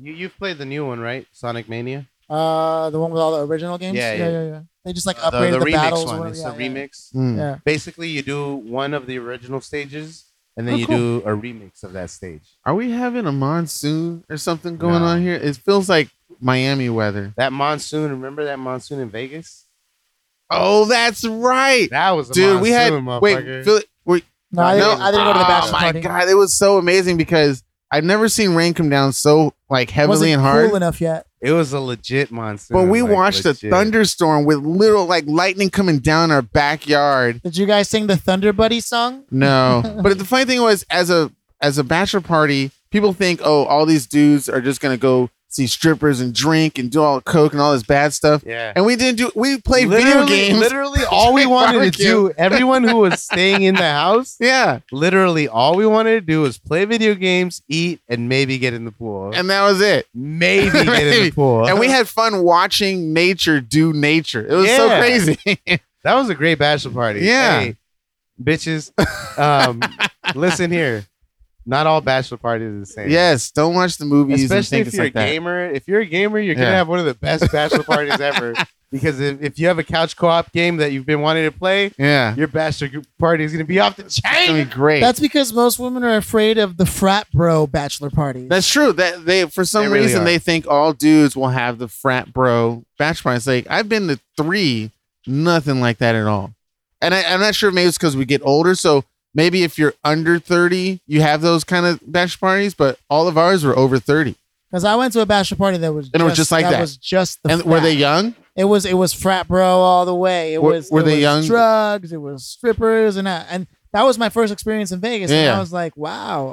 B: You you've played the new one, right? Sonic Mania.
A: Uh, the one with all the original games.
B: Yeah,
A: yeah,
B: yeah.
A: yeah. yeah. They just like upgraded the,
B: remix
A: battles.
B: one.
A: or
B: It's
A: whatever.
B: the
A: yeah, yeah,
B: remix.
C: Mm.
A: Yeah.
B: Basically, you do one of the original stages, and then
A: Oh,
B: you do a remix of that stage.
C: Are we having a monsoon or something going
B: No.
C: on here? It feels like Miami weather.
B: That monsoon. Remember that monsoon in Vegas?
C: Oh, that's right.
B: That was a
C: Dude, we had
B: monsoon, motherfucker.
C: wait, Phil, were,
A: No, I didn't,
C: No.
A: I didn't go to the
C: oh
A: bachelor
C: my
A: party.
C: god, it was so amazing because I've never seen rain come down so like heavily
A: Wasn't
C: and hard.
A: cool enough yet.
B: it was a legit monsoon.
C: but we
B: like,
C: watched a
B: legit.
C: thunderstorm with little like lightning coming down our backyard.
A: Did you guys sing the Thunder Buddy song?
C: No. but the funny thing was, as a as a bachelor party, people think, oh, all these dudes are just gonna go see strippers and drink and do all the coke and all this bad stuff.
B: Yeah.
C: And we didn't do. We played video
B: Literally-
C: games.
B: Literally, all we
C: Play
B: wanted to
C: barbecue.
B: do, everyone who was staying in the house,
C: Yeah.
B: literally all we wanted to do was play video games, eat, and maybe get in the pool.
C: And that was it.
B: maybe get in the
C: Maybe.
B: pool.
C: And we had fun watching nature do nature. It was so
B: Yeah.
C: crazy.
B: that was a great bachelor party.
C: Yeah.
B: Hey, bitches. Um, listen here. Not all bachelor parties are the same.
C: yes. Don't watch the movies
B: Especially
C: and think
B: if
C: it's
B: you're
C: like
B: a
C: that.
B: gamer. If you're a gamer, you're gonna
C: Yeah.
B: have one of the best bachelor parties ever. Because if, if you have a couch co-op game that you've been wanting to play,
C: Yeah.
B: your bachelor group party is gonna be off the
C: It's
B: chain.
C: gonna be great.
A: That's
C: That's,
A: because most women are afraid of the frat bro bachelor party.
C: true. That they for some
B: They really
C: reason
B: are.
C: they think all dudes will have the frat bro batch party. It's like I've been to three, nothing like that at all. And I, I'm not sure. Maybe it's because we get older. So maybe if you're under 30, you have those kind of batch parties. But all of ours were over 30.
A: Because I went to a bachelor party that was
C: And it was just like that.
A: was just the
C: and were
A: frat.
C: they young?
A: It was it was frat bro all the way. It
C: Were-
A: was
C: were
A: it
C: they
A: was
C: young?
A: Drugs. It was strippers and I, and that was my first experience in Vegas. And
C: Yeah.
A: I was like, wow.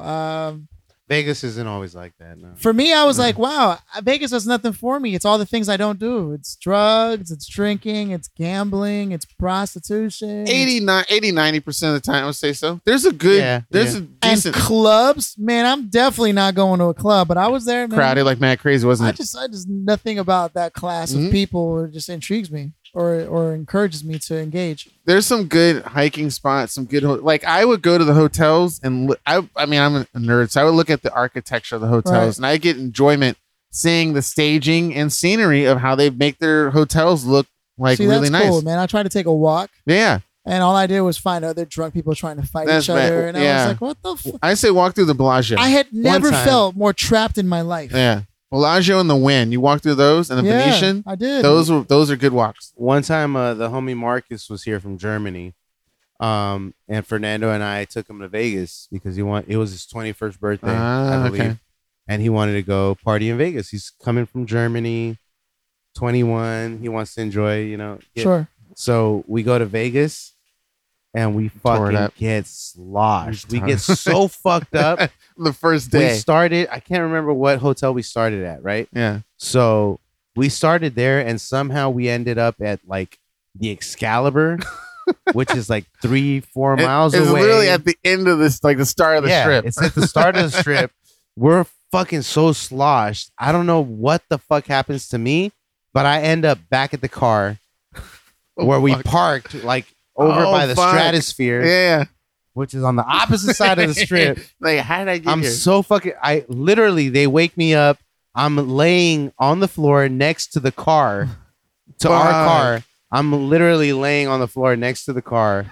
A: Um,
B: Vegas isn't always like that. No.
A: for me, I
C: Mm.
A: was like, wow, uh, Vegas does nothing for me. It's all the things I don't do. It's drugs. It's drinking. It's gambling. It's prostitution.
C: 89, 80, 90 percent of the time, I would say so. There's a good.
B: Yeah,
C: there's a
A: and
C: decent
A: clubs. Man, I'm definitely not going to a club. But I was there. Man.
C: crowded like mad crazy, wasn't
A: I
C: it?
A: just, I just nothing about that class
C: Mhm.
A: of people just intrigues me or or encourages me to engage.
C: there's some good hiking spots, some good ho- like I would go to the hotels and look, I I mean I'm a nerd, so I would look at the architecture of the hotels
A: Right.
C: and I get enjoyment seeing the staging and scenery of how they make their hotels look like
A: See,
C: really
A: that's
C: nice.
A: cool, man. I tried to take a walk,
C: Yeah,
A: and all I did was find other drunk people trying to fight
C: That's
A: each other,
C: bad.
A: and
C: Yeah.
A: I was like, what the. F-?
C: I say walk through the Bellagio.
A: I had never
B: time-
A: felt more trapped in my life.
C: yeah, Bellagio and the Wynn. You walk through those and the
A: Yeah,
C: Venetian.
A: I did.
C: Those were those are good walks.
B: one time uh, the homie Marcus was here from Germany. Um, and Fernando and I took him to Vegas because he want it was his 21st birthday,
C: Ah,
B: I believe.
C: okay.
B: and he wanted to go party in Vegas. He's coming from Germany, 21. He wants to enjoy, you know. get-
A: Sure.
B: So we go to Vegas and we
C: Tore it
B: fucking
C: up.
B: get sloshed. We
C: Tore-
B: get so fucked up.
C: the first
B: We
C: day.
B: started, I can't remember what hotel we started at, right?
C: yeah.
B: So we started there and somehow we ended up at like the Excalibur, which is like three, four
C: It-
B: miles
C: it's
B: away.
C: literally at the end of this, like the start of the
B: yeah,
C: strip.
B: It's at the start of the strip. We're fucking so sloshed. I don't know what the fuck happens to me, but I end up back at the car where we
C: Oh, fuck.
B: parked, like over
C: Oh,
B: by the
C: fuck.
B: stratosphere,
C: Yeah.
B: which is on the opposite side of the strip.
C: Like, how did I get
B: I'm
C: here?
B: so fucking. I literally, they wake me up. I'm laying on the floor next to the car, to our
C: Fuck.
B: car. I'm literally laying on the floor next to the car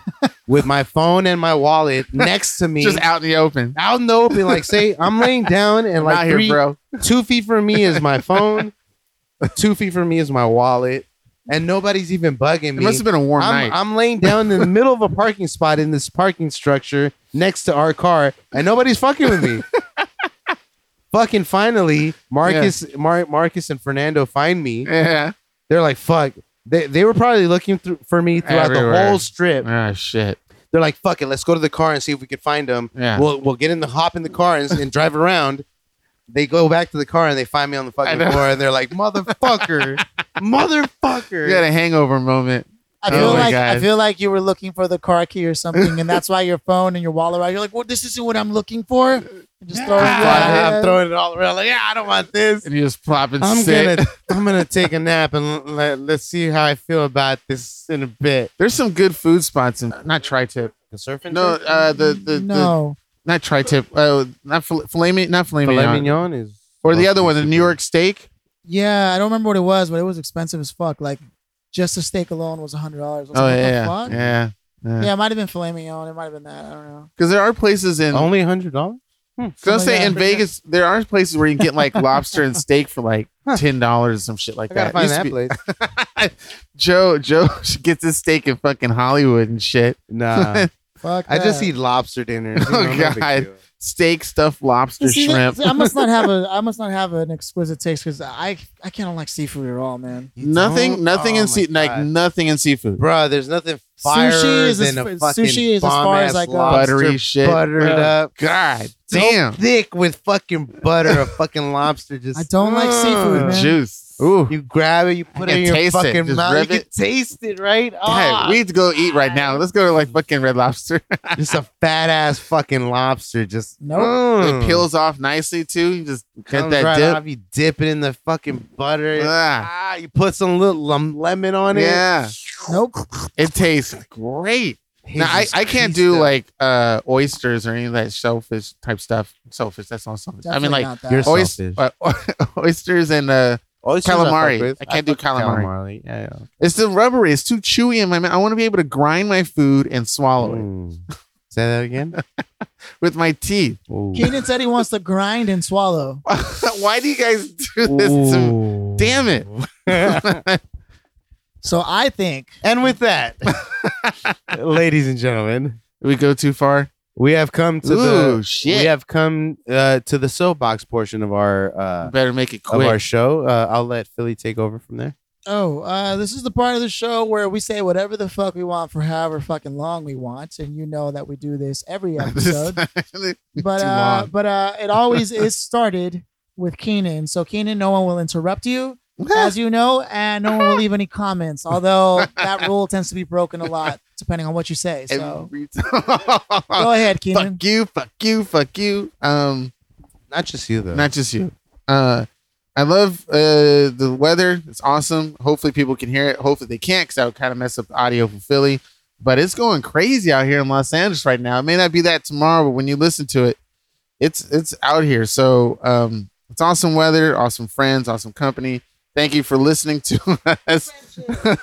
B: with my phone and my wallet next to me
C: Just out in the open.
B: out in the open. Like, say I'm laying down and
C: I'm
B: like
C: out
B: three,
C: here, bro.
B: two feet from me is my phone, two feet from me is my wallet, and nobody's even bugging
C: It
B: me.
C: must have been a warm
B: I'm,
C: night.
B: I'm laying down in the middle of a parking spot in this parking structure next to our car, and nobody's fucking with me. fucking finally, Marcus, Mar- Marcus, and Fernando find me.
C: yeah.
B: They're like, "Fuck." They, they were probably looking through for me throughout the
C: Everywhere.
B: whole strip.
C: Oh shit.
B: They're like, "Fuck it, let's go to the car and see if we can find him."
C: Yeah.
B: We'll we'll get in the hop in the car and, and drive around. They go back to the car and they find me on the
C: I
B: fucking
C: know.
B: floor and they're like, "Motherfucker, motherfucker!"
C: you had a hangover moment.
A: I
C: Oh
A: feel
C: my
A: like
C: God.
A: I feel like you were looking for the car key or something, and that's why your phone and your wallet. Are, you're like, well, this isn't what I'm looking for. And just throw it.
B: Ah,
A: Yeah.
B: I'm throwing it all around. Like, yeah, I don't want this.
C: And you just plop and
B: I'm
C: sit.
B: gonna I'm gonna take a nap and let, let's see how I feel about this in a bit.
C: There's some good food spots in not tri-tip.
B: The surfing?
C: No, uh, the the, the
A: no.
C: not tri-tip. Uh, not fil- filet mi- not filet,
B: filet
C: mignon.
B: mignon is
C: Or the other one, the New York steak.
A: Yeah, I don't remember what it was, but it was expensive as fuck. Like, just the steak alone was hundred dollars.
C: Oh
A: like,
C: yeah, yeah,
A: what the fuck?
C: yeah, yeah.
A: Yeah, it might have been filet mignon. It might have been that. I don't know.
C: Because there are places in.
B: Only hundred dollars.
C: Cause I'm
A: Oh my
C: saying
A: God.
C: in Vegas, there are places where you can get like lobster and steak for like ten dollars, some shit like
B: I gotta
C: that.
B: find
C: Used to
B: that
C: be-
B: place.
C: Joe, Joe gets his steak in fucking Hollywood and shit.
B: Nah,
A: Fuck.
B: I just
A: that.
B: eat lobster dinners. you
C: Oh,
B: know, no big
C: God.
B: deal.
C: Steak, stuffed lobster,
A: See,
C: shrimp.
A: that- I must not have a. I must not have an exquisite taste because I I can't like seafood at all, man.
B: You
C: Nothing,
B: don't?
C: nothing
B: Oh
C: in
B: my
C: sea, like
B: God.
C: nothing in seafood.
B: Bruh, there's nothing fire
A: Sushi is as
B: than a
A: fa-
B: fucking
A: sushi is as far
B: bomb-ass
A: as I go.
B: lobster
C: Buttery shit.
B: buttered
C: Ugh.
B: up,
C: God
B: so
C: damn.
B: thick with fucking butter, a fucking lobster just.
A: I don't like seafood,
B: Ugh.
A: man.
C: Juice. Ooh.
B: You grab it, you put it
C: can
B: in your
C: taste it.
B: fucking
C: Just
B: mouth.
C: rip
B: You
C: it.
B: can taste it, right?
C: God,
B: Ah,
C: we need to go eat right now. Let's go to like fucking Red Lobster.
B: just a fat ass fucking lobster. Just
A: Nope.
B: Mm.
C: It peels off nicely too. You just get
B: Comes
C: that
B: right
C: dip.
B: off, You dip it in the fucking butter.
C: Ah,
B: Ah, you put some little um, lemon on it.
C: yeah,
A: Nope.
C: it tastes great. Now I,
B: Jesus
C: I can't do
B: Christ.
C: like uh oysters or any of that shellfish type stuff. Shellfish, that's not something. I mean
A: Definitely
C: like
A: not that.
B: you're-
C: oysters,
B: Shellfish.
C: uh, oysters and uh,
B: Oysters I fuck
C: calamari.
B: with.
C: I can't do
B: fuck with
C: calamari.
B: Yeah, yeah.
C: it's the rubbery. It's too chewy in my mouth. I want to be able to grind my food and swallow it
B: Mm. Say that again.
C: with my teeth.
B: Ooh.
A: Keenan said he wants to grind and swallow.
C: Why do you guys do this to me? Damn it.
A: So I think
B: And with that, ladies and gentlemen,
C: Did we go too far?
B: we have come to
C: Ooh,
B: the
C: shit.
B: we have come uh, to the soapbox portion of our uh,
C: Better make it
B: of
C: quick.
B: our show. Uh, I'll let Philly take over from there.
A: Oh, uh, this is the part of the show where we say whatever the fuck we want for however fucking long we want, and you know that we do this every episode. but
C: too
A: uh,
C: long.
A: but uh, it always is started with Keenan. So Keenan, no one will interrupt you, as you know, and no one will leave any comments. Although that rule tends to be broken a lot, depending on what you say. So
C: Every time.
A: go ahead,
C: fuck
A: Keenan.
C: you, fuck you, fuck you. Um,
B: Not just you though.
C: not just you. Uh, I love uh the weather. It's awesome. Hopefully people can hear it. Hopefully they can't, because that would kind of mess up the audio for Philly. But it's going crazy out here in Los Angeles right now. It may not be that tomorrow, but when you listen to it, it's it's out here. So um, it's awesome weather, awesome friends, awesome company. Thank you for listening to us.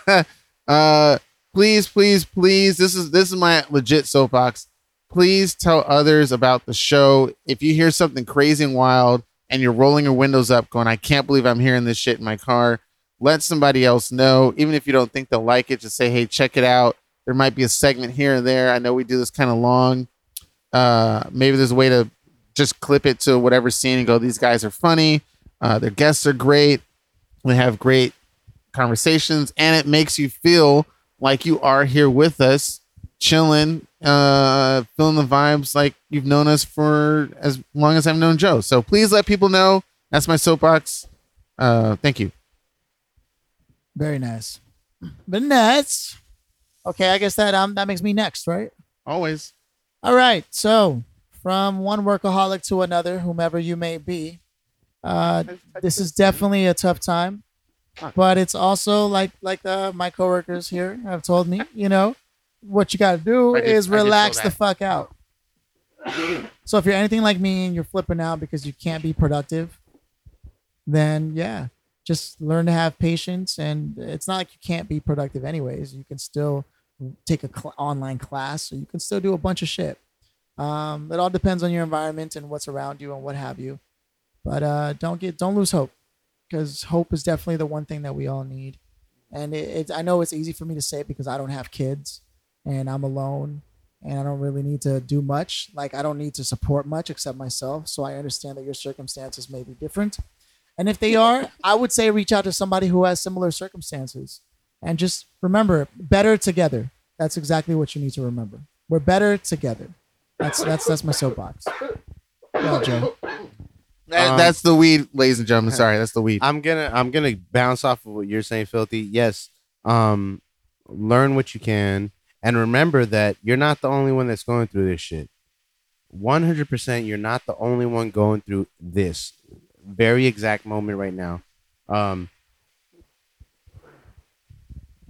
C: uh, please, please, please. This is this is my legit soapbox. Please tell others about the show. If you hear something crazy and wild and you're rolling your windows up, going, "I can't believe I'm hearing this shit in my car," let somebody else know. Even if you don't think they'll like it, just say, "Hey, check it out." There might be a segment here and there. I know we do this kind of long. Uh, maybe there's a way to just clip it to whatever scene and go, these guys are funny. Uh, their guests are great. They have great conversations. And it makes you feel like you are here with us, chilling, uh, feeling the vibes like you've known us for as long as I've known Joe. So please let people know. That's my soapbox. Uh, thank you.
A: Very nice. But next, okay, I guess that um that makes me next, right?
C: Always.
A: All right. So, from one workaholic to another, whomever you may be, uh, this is definitely a tough time. But it's also like like uh, my coworkers here have told me, you know, what you got to do
C: I did-
A: is
C: I did feel
A: relax the
C: that.
A: fuck out. so if you're anything like me and you're flipping out because you can't be productive, then yeah, just learn to have patience. And it's not like you can't be productive anyways. You can still take a cl- online class, so you can still do a bunch of shit. Um, it all depends on your environment and what's around you and what have you. But uh, don't get don't lose hope, because hope is definitely the one thing that we all need. And it, it's I know it's easy for me to say because I don't have kids and I'm alone and I don't really need to do much. Like I don't need to support much except myself. So I understand that your circumstances may be different. And if they are, I would say reach out to somebody who has similar circumstances. And just remember, better together. That's exactly what you need to remember. We're better together. That's that's that's my soapbox. Yeah, Joe.
C: That,
B: Um,
C: that's the weed, ladies and gentlemen. Sorry, that's the weed.
B: I'm gonna I'm gonna bounce off of what you're saying, Filthy. Yes, um, learn what you can, and remember that you're not the only one that's going through this shit. One hundred percent, you're not the only one going through this very exact moment right now. Um,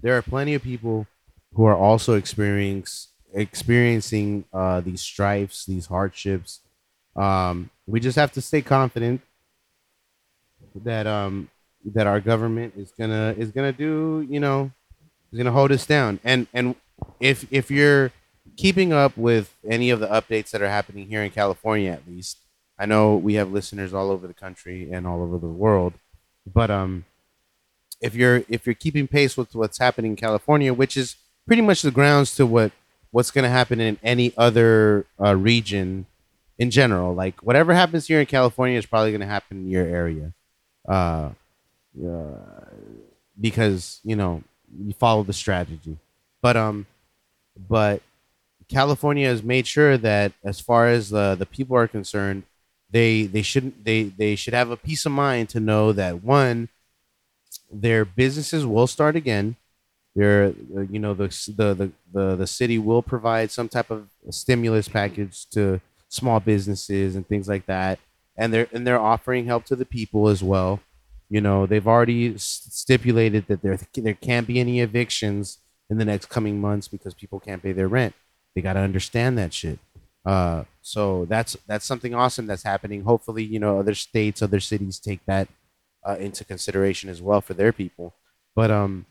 B: there are plenty of people who are also experience, experiencing uh, these strifes, these hardships. Um, we just have to stay confident that um that our government is gonna is gonna do you know is gonna hold us down and and if if you're keeping up with any of the updates that are happening here in California at least I know we have listeners all over the country and all over the world but um if you're if you're keeping pace with what's happening in California which is pretty much the grounds to what what's gonna happen in any other uh, region in general like whatever happens here in California is probably gonna happen in your area uh, uh, because you know you follow the strategy. But um, but California has made sure that as far as the the people are concerned, they they shouldn't they they should have a peace of mind to know that one, their businesses will start again. Their uh, you know the s- the the the, the city will provide some type of stimulus package to small businesses and things like that and they're and they're offering help to the people as well. You know, they've already s- stipulated that there there can't be any evictions in the next coming months because people can't pay their rent. They got to understand that shit. Uh, so that's that's something awesome that's happening. Hopefully, you know, other states, other cities take that uh, into consideration as well for their people. But um,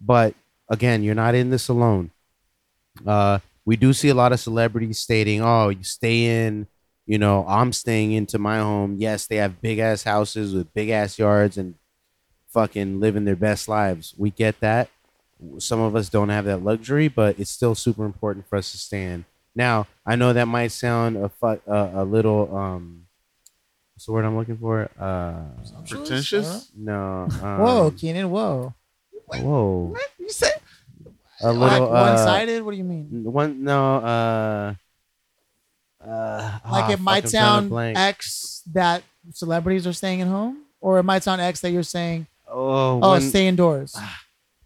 B: but again, you're not in this alone. Uh, we do see a lot of celebrities stating, "Oh, you stay in." you know, I'm staying into my home. Yes, they have big ass houses with big ass yards and fucking living their best lives. We get that. Some of us don't have that luxury, but it's still super important for us to stand. Now, I know that might sound a fu- uh, a little um, what's the word I'm looking for? Uh,
C: Pretentious?
B: no. Um,
A: Whoa, Keenan. Whoa.
B: whoa.
C: You said
B: A little
A: like one
B: uh,
A: sided. What do you mean?
B: One no. Uh, uh,
A: Like
B: ah,
A: it might
B: fuck, I'm trying to
A: sound
B: blank.
A: X that celebrities are staying at home, or it might sound X that you're saying,
B: oh,
A: oh,
B: when- Ah,
A: stay indoors.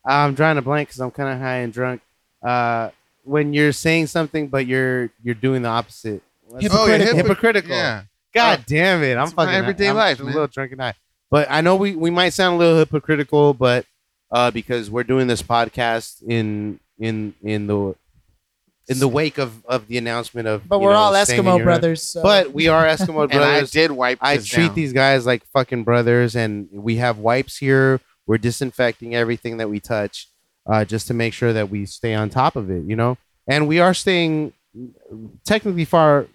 B: I'm drawing a blank because I'm kind of high and drunk. Uh, when you're saying something, but you're you're doing the opposite. Let's-
A: Hypocritical.
B: hypocritical.
C: Oh, Yeah.
B: God damn it! I'm
C: Oh, it's my
B: fucking
C: everyday
B: I'm
C: life,
B: A
C: man.
B: little drunk and high. But I know we, we might sound a little hypocritical, but uh, because we're doing this podcast in in in the in the wake of of the announcement of.
A: But
B: you
A: we're
B: know,
A: all
B: staying in
A: Eskimo
B: your-
A: brothers. So.
B: But we are Eskimo brothers.
C: And I did wipe
B: I
C: this
B: treat
C: down.
B: these guys like fucking brothers, and we have wipes here. We're disinfecting everything that we touch, uh, just to make sure that we stay on top of it, you know. And we are staying technically far,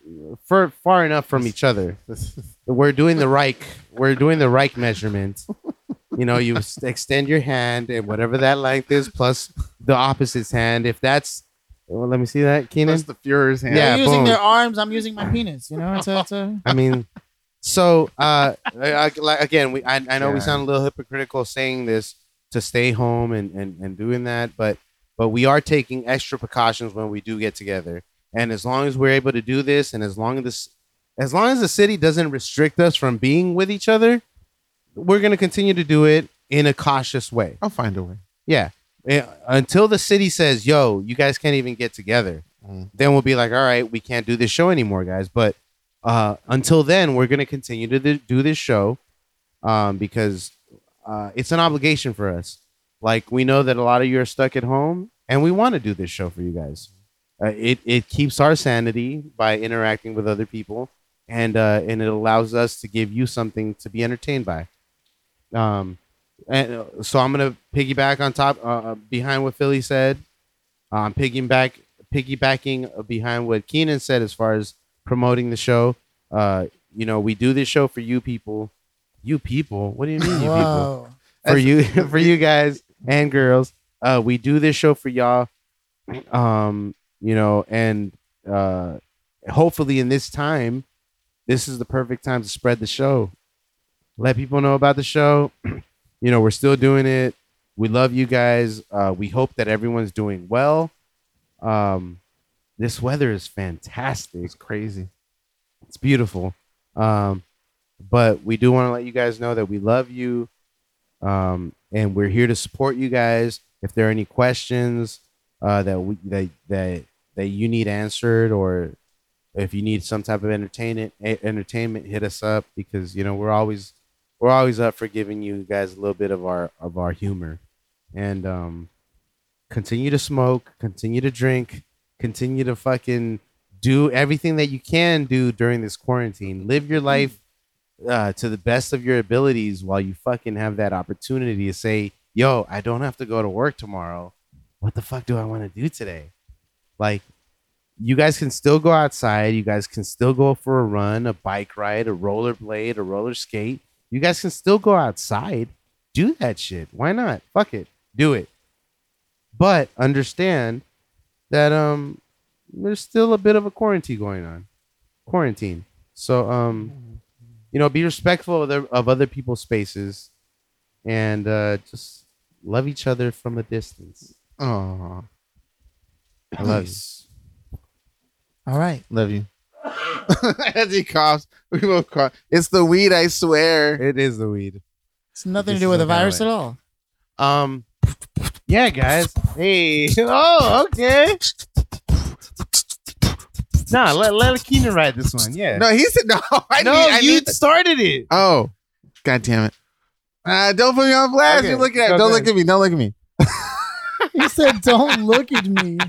B: far, far enough from each other. We're doing the Reich. We're doing the Reich measurement. You know, you s- extend your hand and whatever that length is, plus the opposite's hand. If that's Well, let me see that, Keenan.
C: That's the Fuhrer's hand.
B: Yeah,
A: They're using
B: boom.
A: their arms. I'm using my penis. You know, it's a, it's a
B: I mean, so uh, I, I- like, again, we I, I know we
C: Yeah.
B: sound a little hypocritical saying this to stay home and, and and doing that, but but we are taking extra precautions when we do get together, and as long as we're able to do this, and as long as this, as long as the city doesn't restrict us from being with each other, we're gonna continue to do it in a cautious way.
C: I'll find a way.
B: Yeah. Yeah, Until the city says, yo, you guys can't even get together.
C: Mm.
B: Then we'll be like, all right, we can't do this show anymore, guys. But uh, until then, we're going to continue to th- do this show um, because uh, it's an obligation for us. Like, we know that a lot of you are stuck at home and we want to do this show for you guys. Uh, it, it keeps our sanity by interacting with other people and, uh, and it allows us to give you something to be entertained by. Um, and uh, so I'm gonna piggyback on top uh, uh, behind what Philly said. Uh, I'm piggyback piggybacking uh, behind what Keenan said as far as promoting the show. Uh, you know, we do this show for you people. You people? What do you mean, you people?
A: whoa.
B: For you, for you guys and girls. Uh, we do this show for y'all. Um, you know, and uh, hopefully in this time, this is the perfect time to spread the show. Let people know about the show. you know, we're still doing it. We love you guys. Uh, we hope that everyone's doing well. Um, this weather is fantastic. It's crazy. It's beautiful. Um, but we do want to let you guys know that we love you. Um, and we're here to support you guys. If there are any questions uh, that we that that that you need answered, or if you need some type of entertainment eh, entertainment, hit us up because you know we're always we're always up for giving you guys a little bit of our of our humor, and um, continue to smoke, continue to drink, continue to fucking do everything that you can do during this quarantine. Live your life uh, to the best of your abilities while you fucking have that opportunity to say, yo, I don't have to go to work tomorrow. What the fuck do I want to do today? Like, you guys can still go outside. You guys can still go for a run, a bike ride, a rollerblade, a roller skate. You guys can still go outside. Do that shit. Why not? Fuck it. Do it. But understand that um there's still a bit of a quarantine going on. Quarantine. So um you know, be respectful of, their, of other people's spaces and uh, just love each other from a distance.
C: Oh,
B: I love
A: All right.
C: love you. As he coughs, we both cough. It's the weed, I swear.
B: you. It is the weed.
A: It's nothing
B: This
A: to do with
B: is
A: the
B: not that
A: virus
B: way.
A: at all.
B: Um, yeah, guys. Hey. Oh, okay. Nah, let, let Keenan ride this one. Yeah.
C: No, he said no. I
B: No,
C: need, I
B: you
C: need-
B: started it.
C: Oh, god damn it! Uh, don't put me on blast.
B: Okay,
C: You're looking at.
B: go
C: Don't
B: ahead.
C: look at me. Don't look at me.
A: He said, "Don't look at me."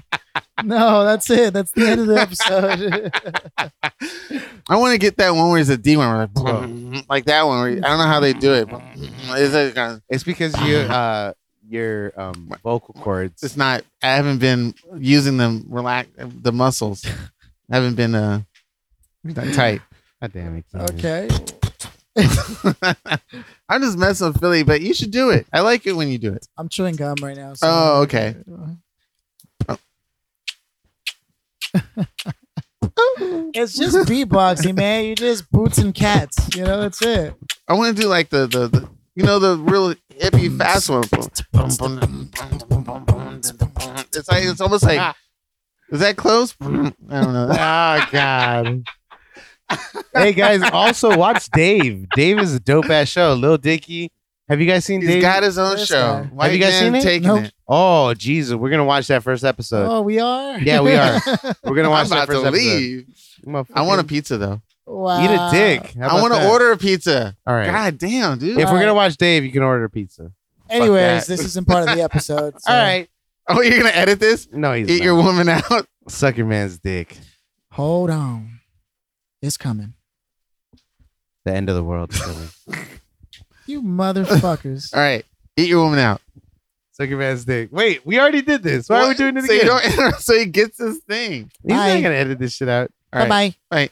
A: No, that's it. That's the end of the episode.
C: I want to get that one where it's a D one, where
B: Uh-huh.
C: like, like that one. Where I don't know how they do it. But it's, like, uh,
B: It's because you, uh, your um, vocal cords.
C: it's not. I haven't been using them. Relax the muscles. I haven't been uh that tight.
B: God damn it. Keenan.
A: okay.
C: I'm just messing with Philly, but you should do it. I like it when you do it.
A: I'm chewing gum right now. So
C: Oh, okay.
A: It's just beatboxing, man. You just boots and cats. You know, that's it.
C: I want to do like the the, the you know the real hippie fast one. It's like it's almost like is that close? I don't know.
B: Oh God. hey guys, also watch Dave. Dave is a dope ass show. Lil Dicky. Have you guys seen
C: He's
B: Dave?
C: got his own
A: This
C: show.
A: guy.
C: Why
B: Have you guys seen it?
C: taking
A: Nope.
C: it?
B: oh Jesus, we're gonna watch that first episode.
A: oh, we are.
B: Yeah, we are. We're gonna
C: I'm
B: watch that
C: about
B: first
C: to
B: episode.
C: leave. I want a pizza though.
A: wow.
B: eat a dick. How
C: I
B: about
C: want to
B: that?
C: order a pizza.
B: All right.
C: God damn, dude.
B: If we're gonna watch Dave, you can order a pizza.
A: Anyways,
C: that.
A: this isn't part of the episode. so-
B: All right.
C: oh, you're gonna edit this?
B: No, he's
C: Eat
B: not.
C: your woman out.
B: suck your man's dick.
A: Hold on. It's coming.
B: The end of the world. Billy.
A: You motherfuckers.
C: All right, eat your woman out.
B: suck your man's dick. Wait, we already did this. Why are we
C: What?
B: doing it
C: So you
B: again?
C: don't. so he gets this thing.
B: He's not
A: Bye.
B: gonna edit this shit out.
C: All right.
A: Bye bye.
C: Right.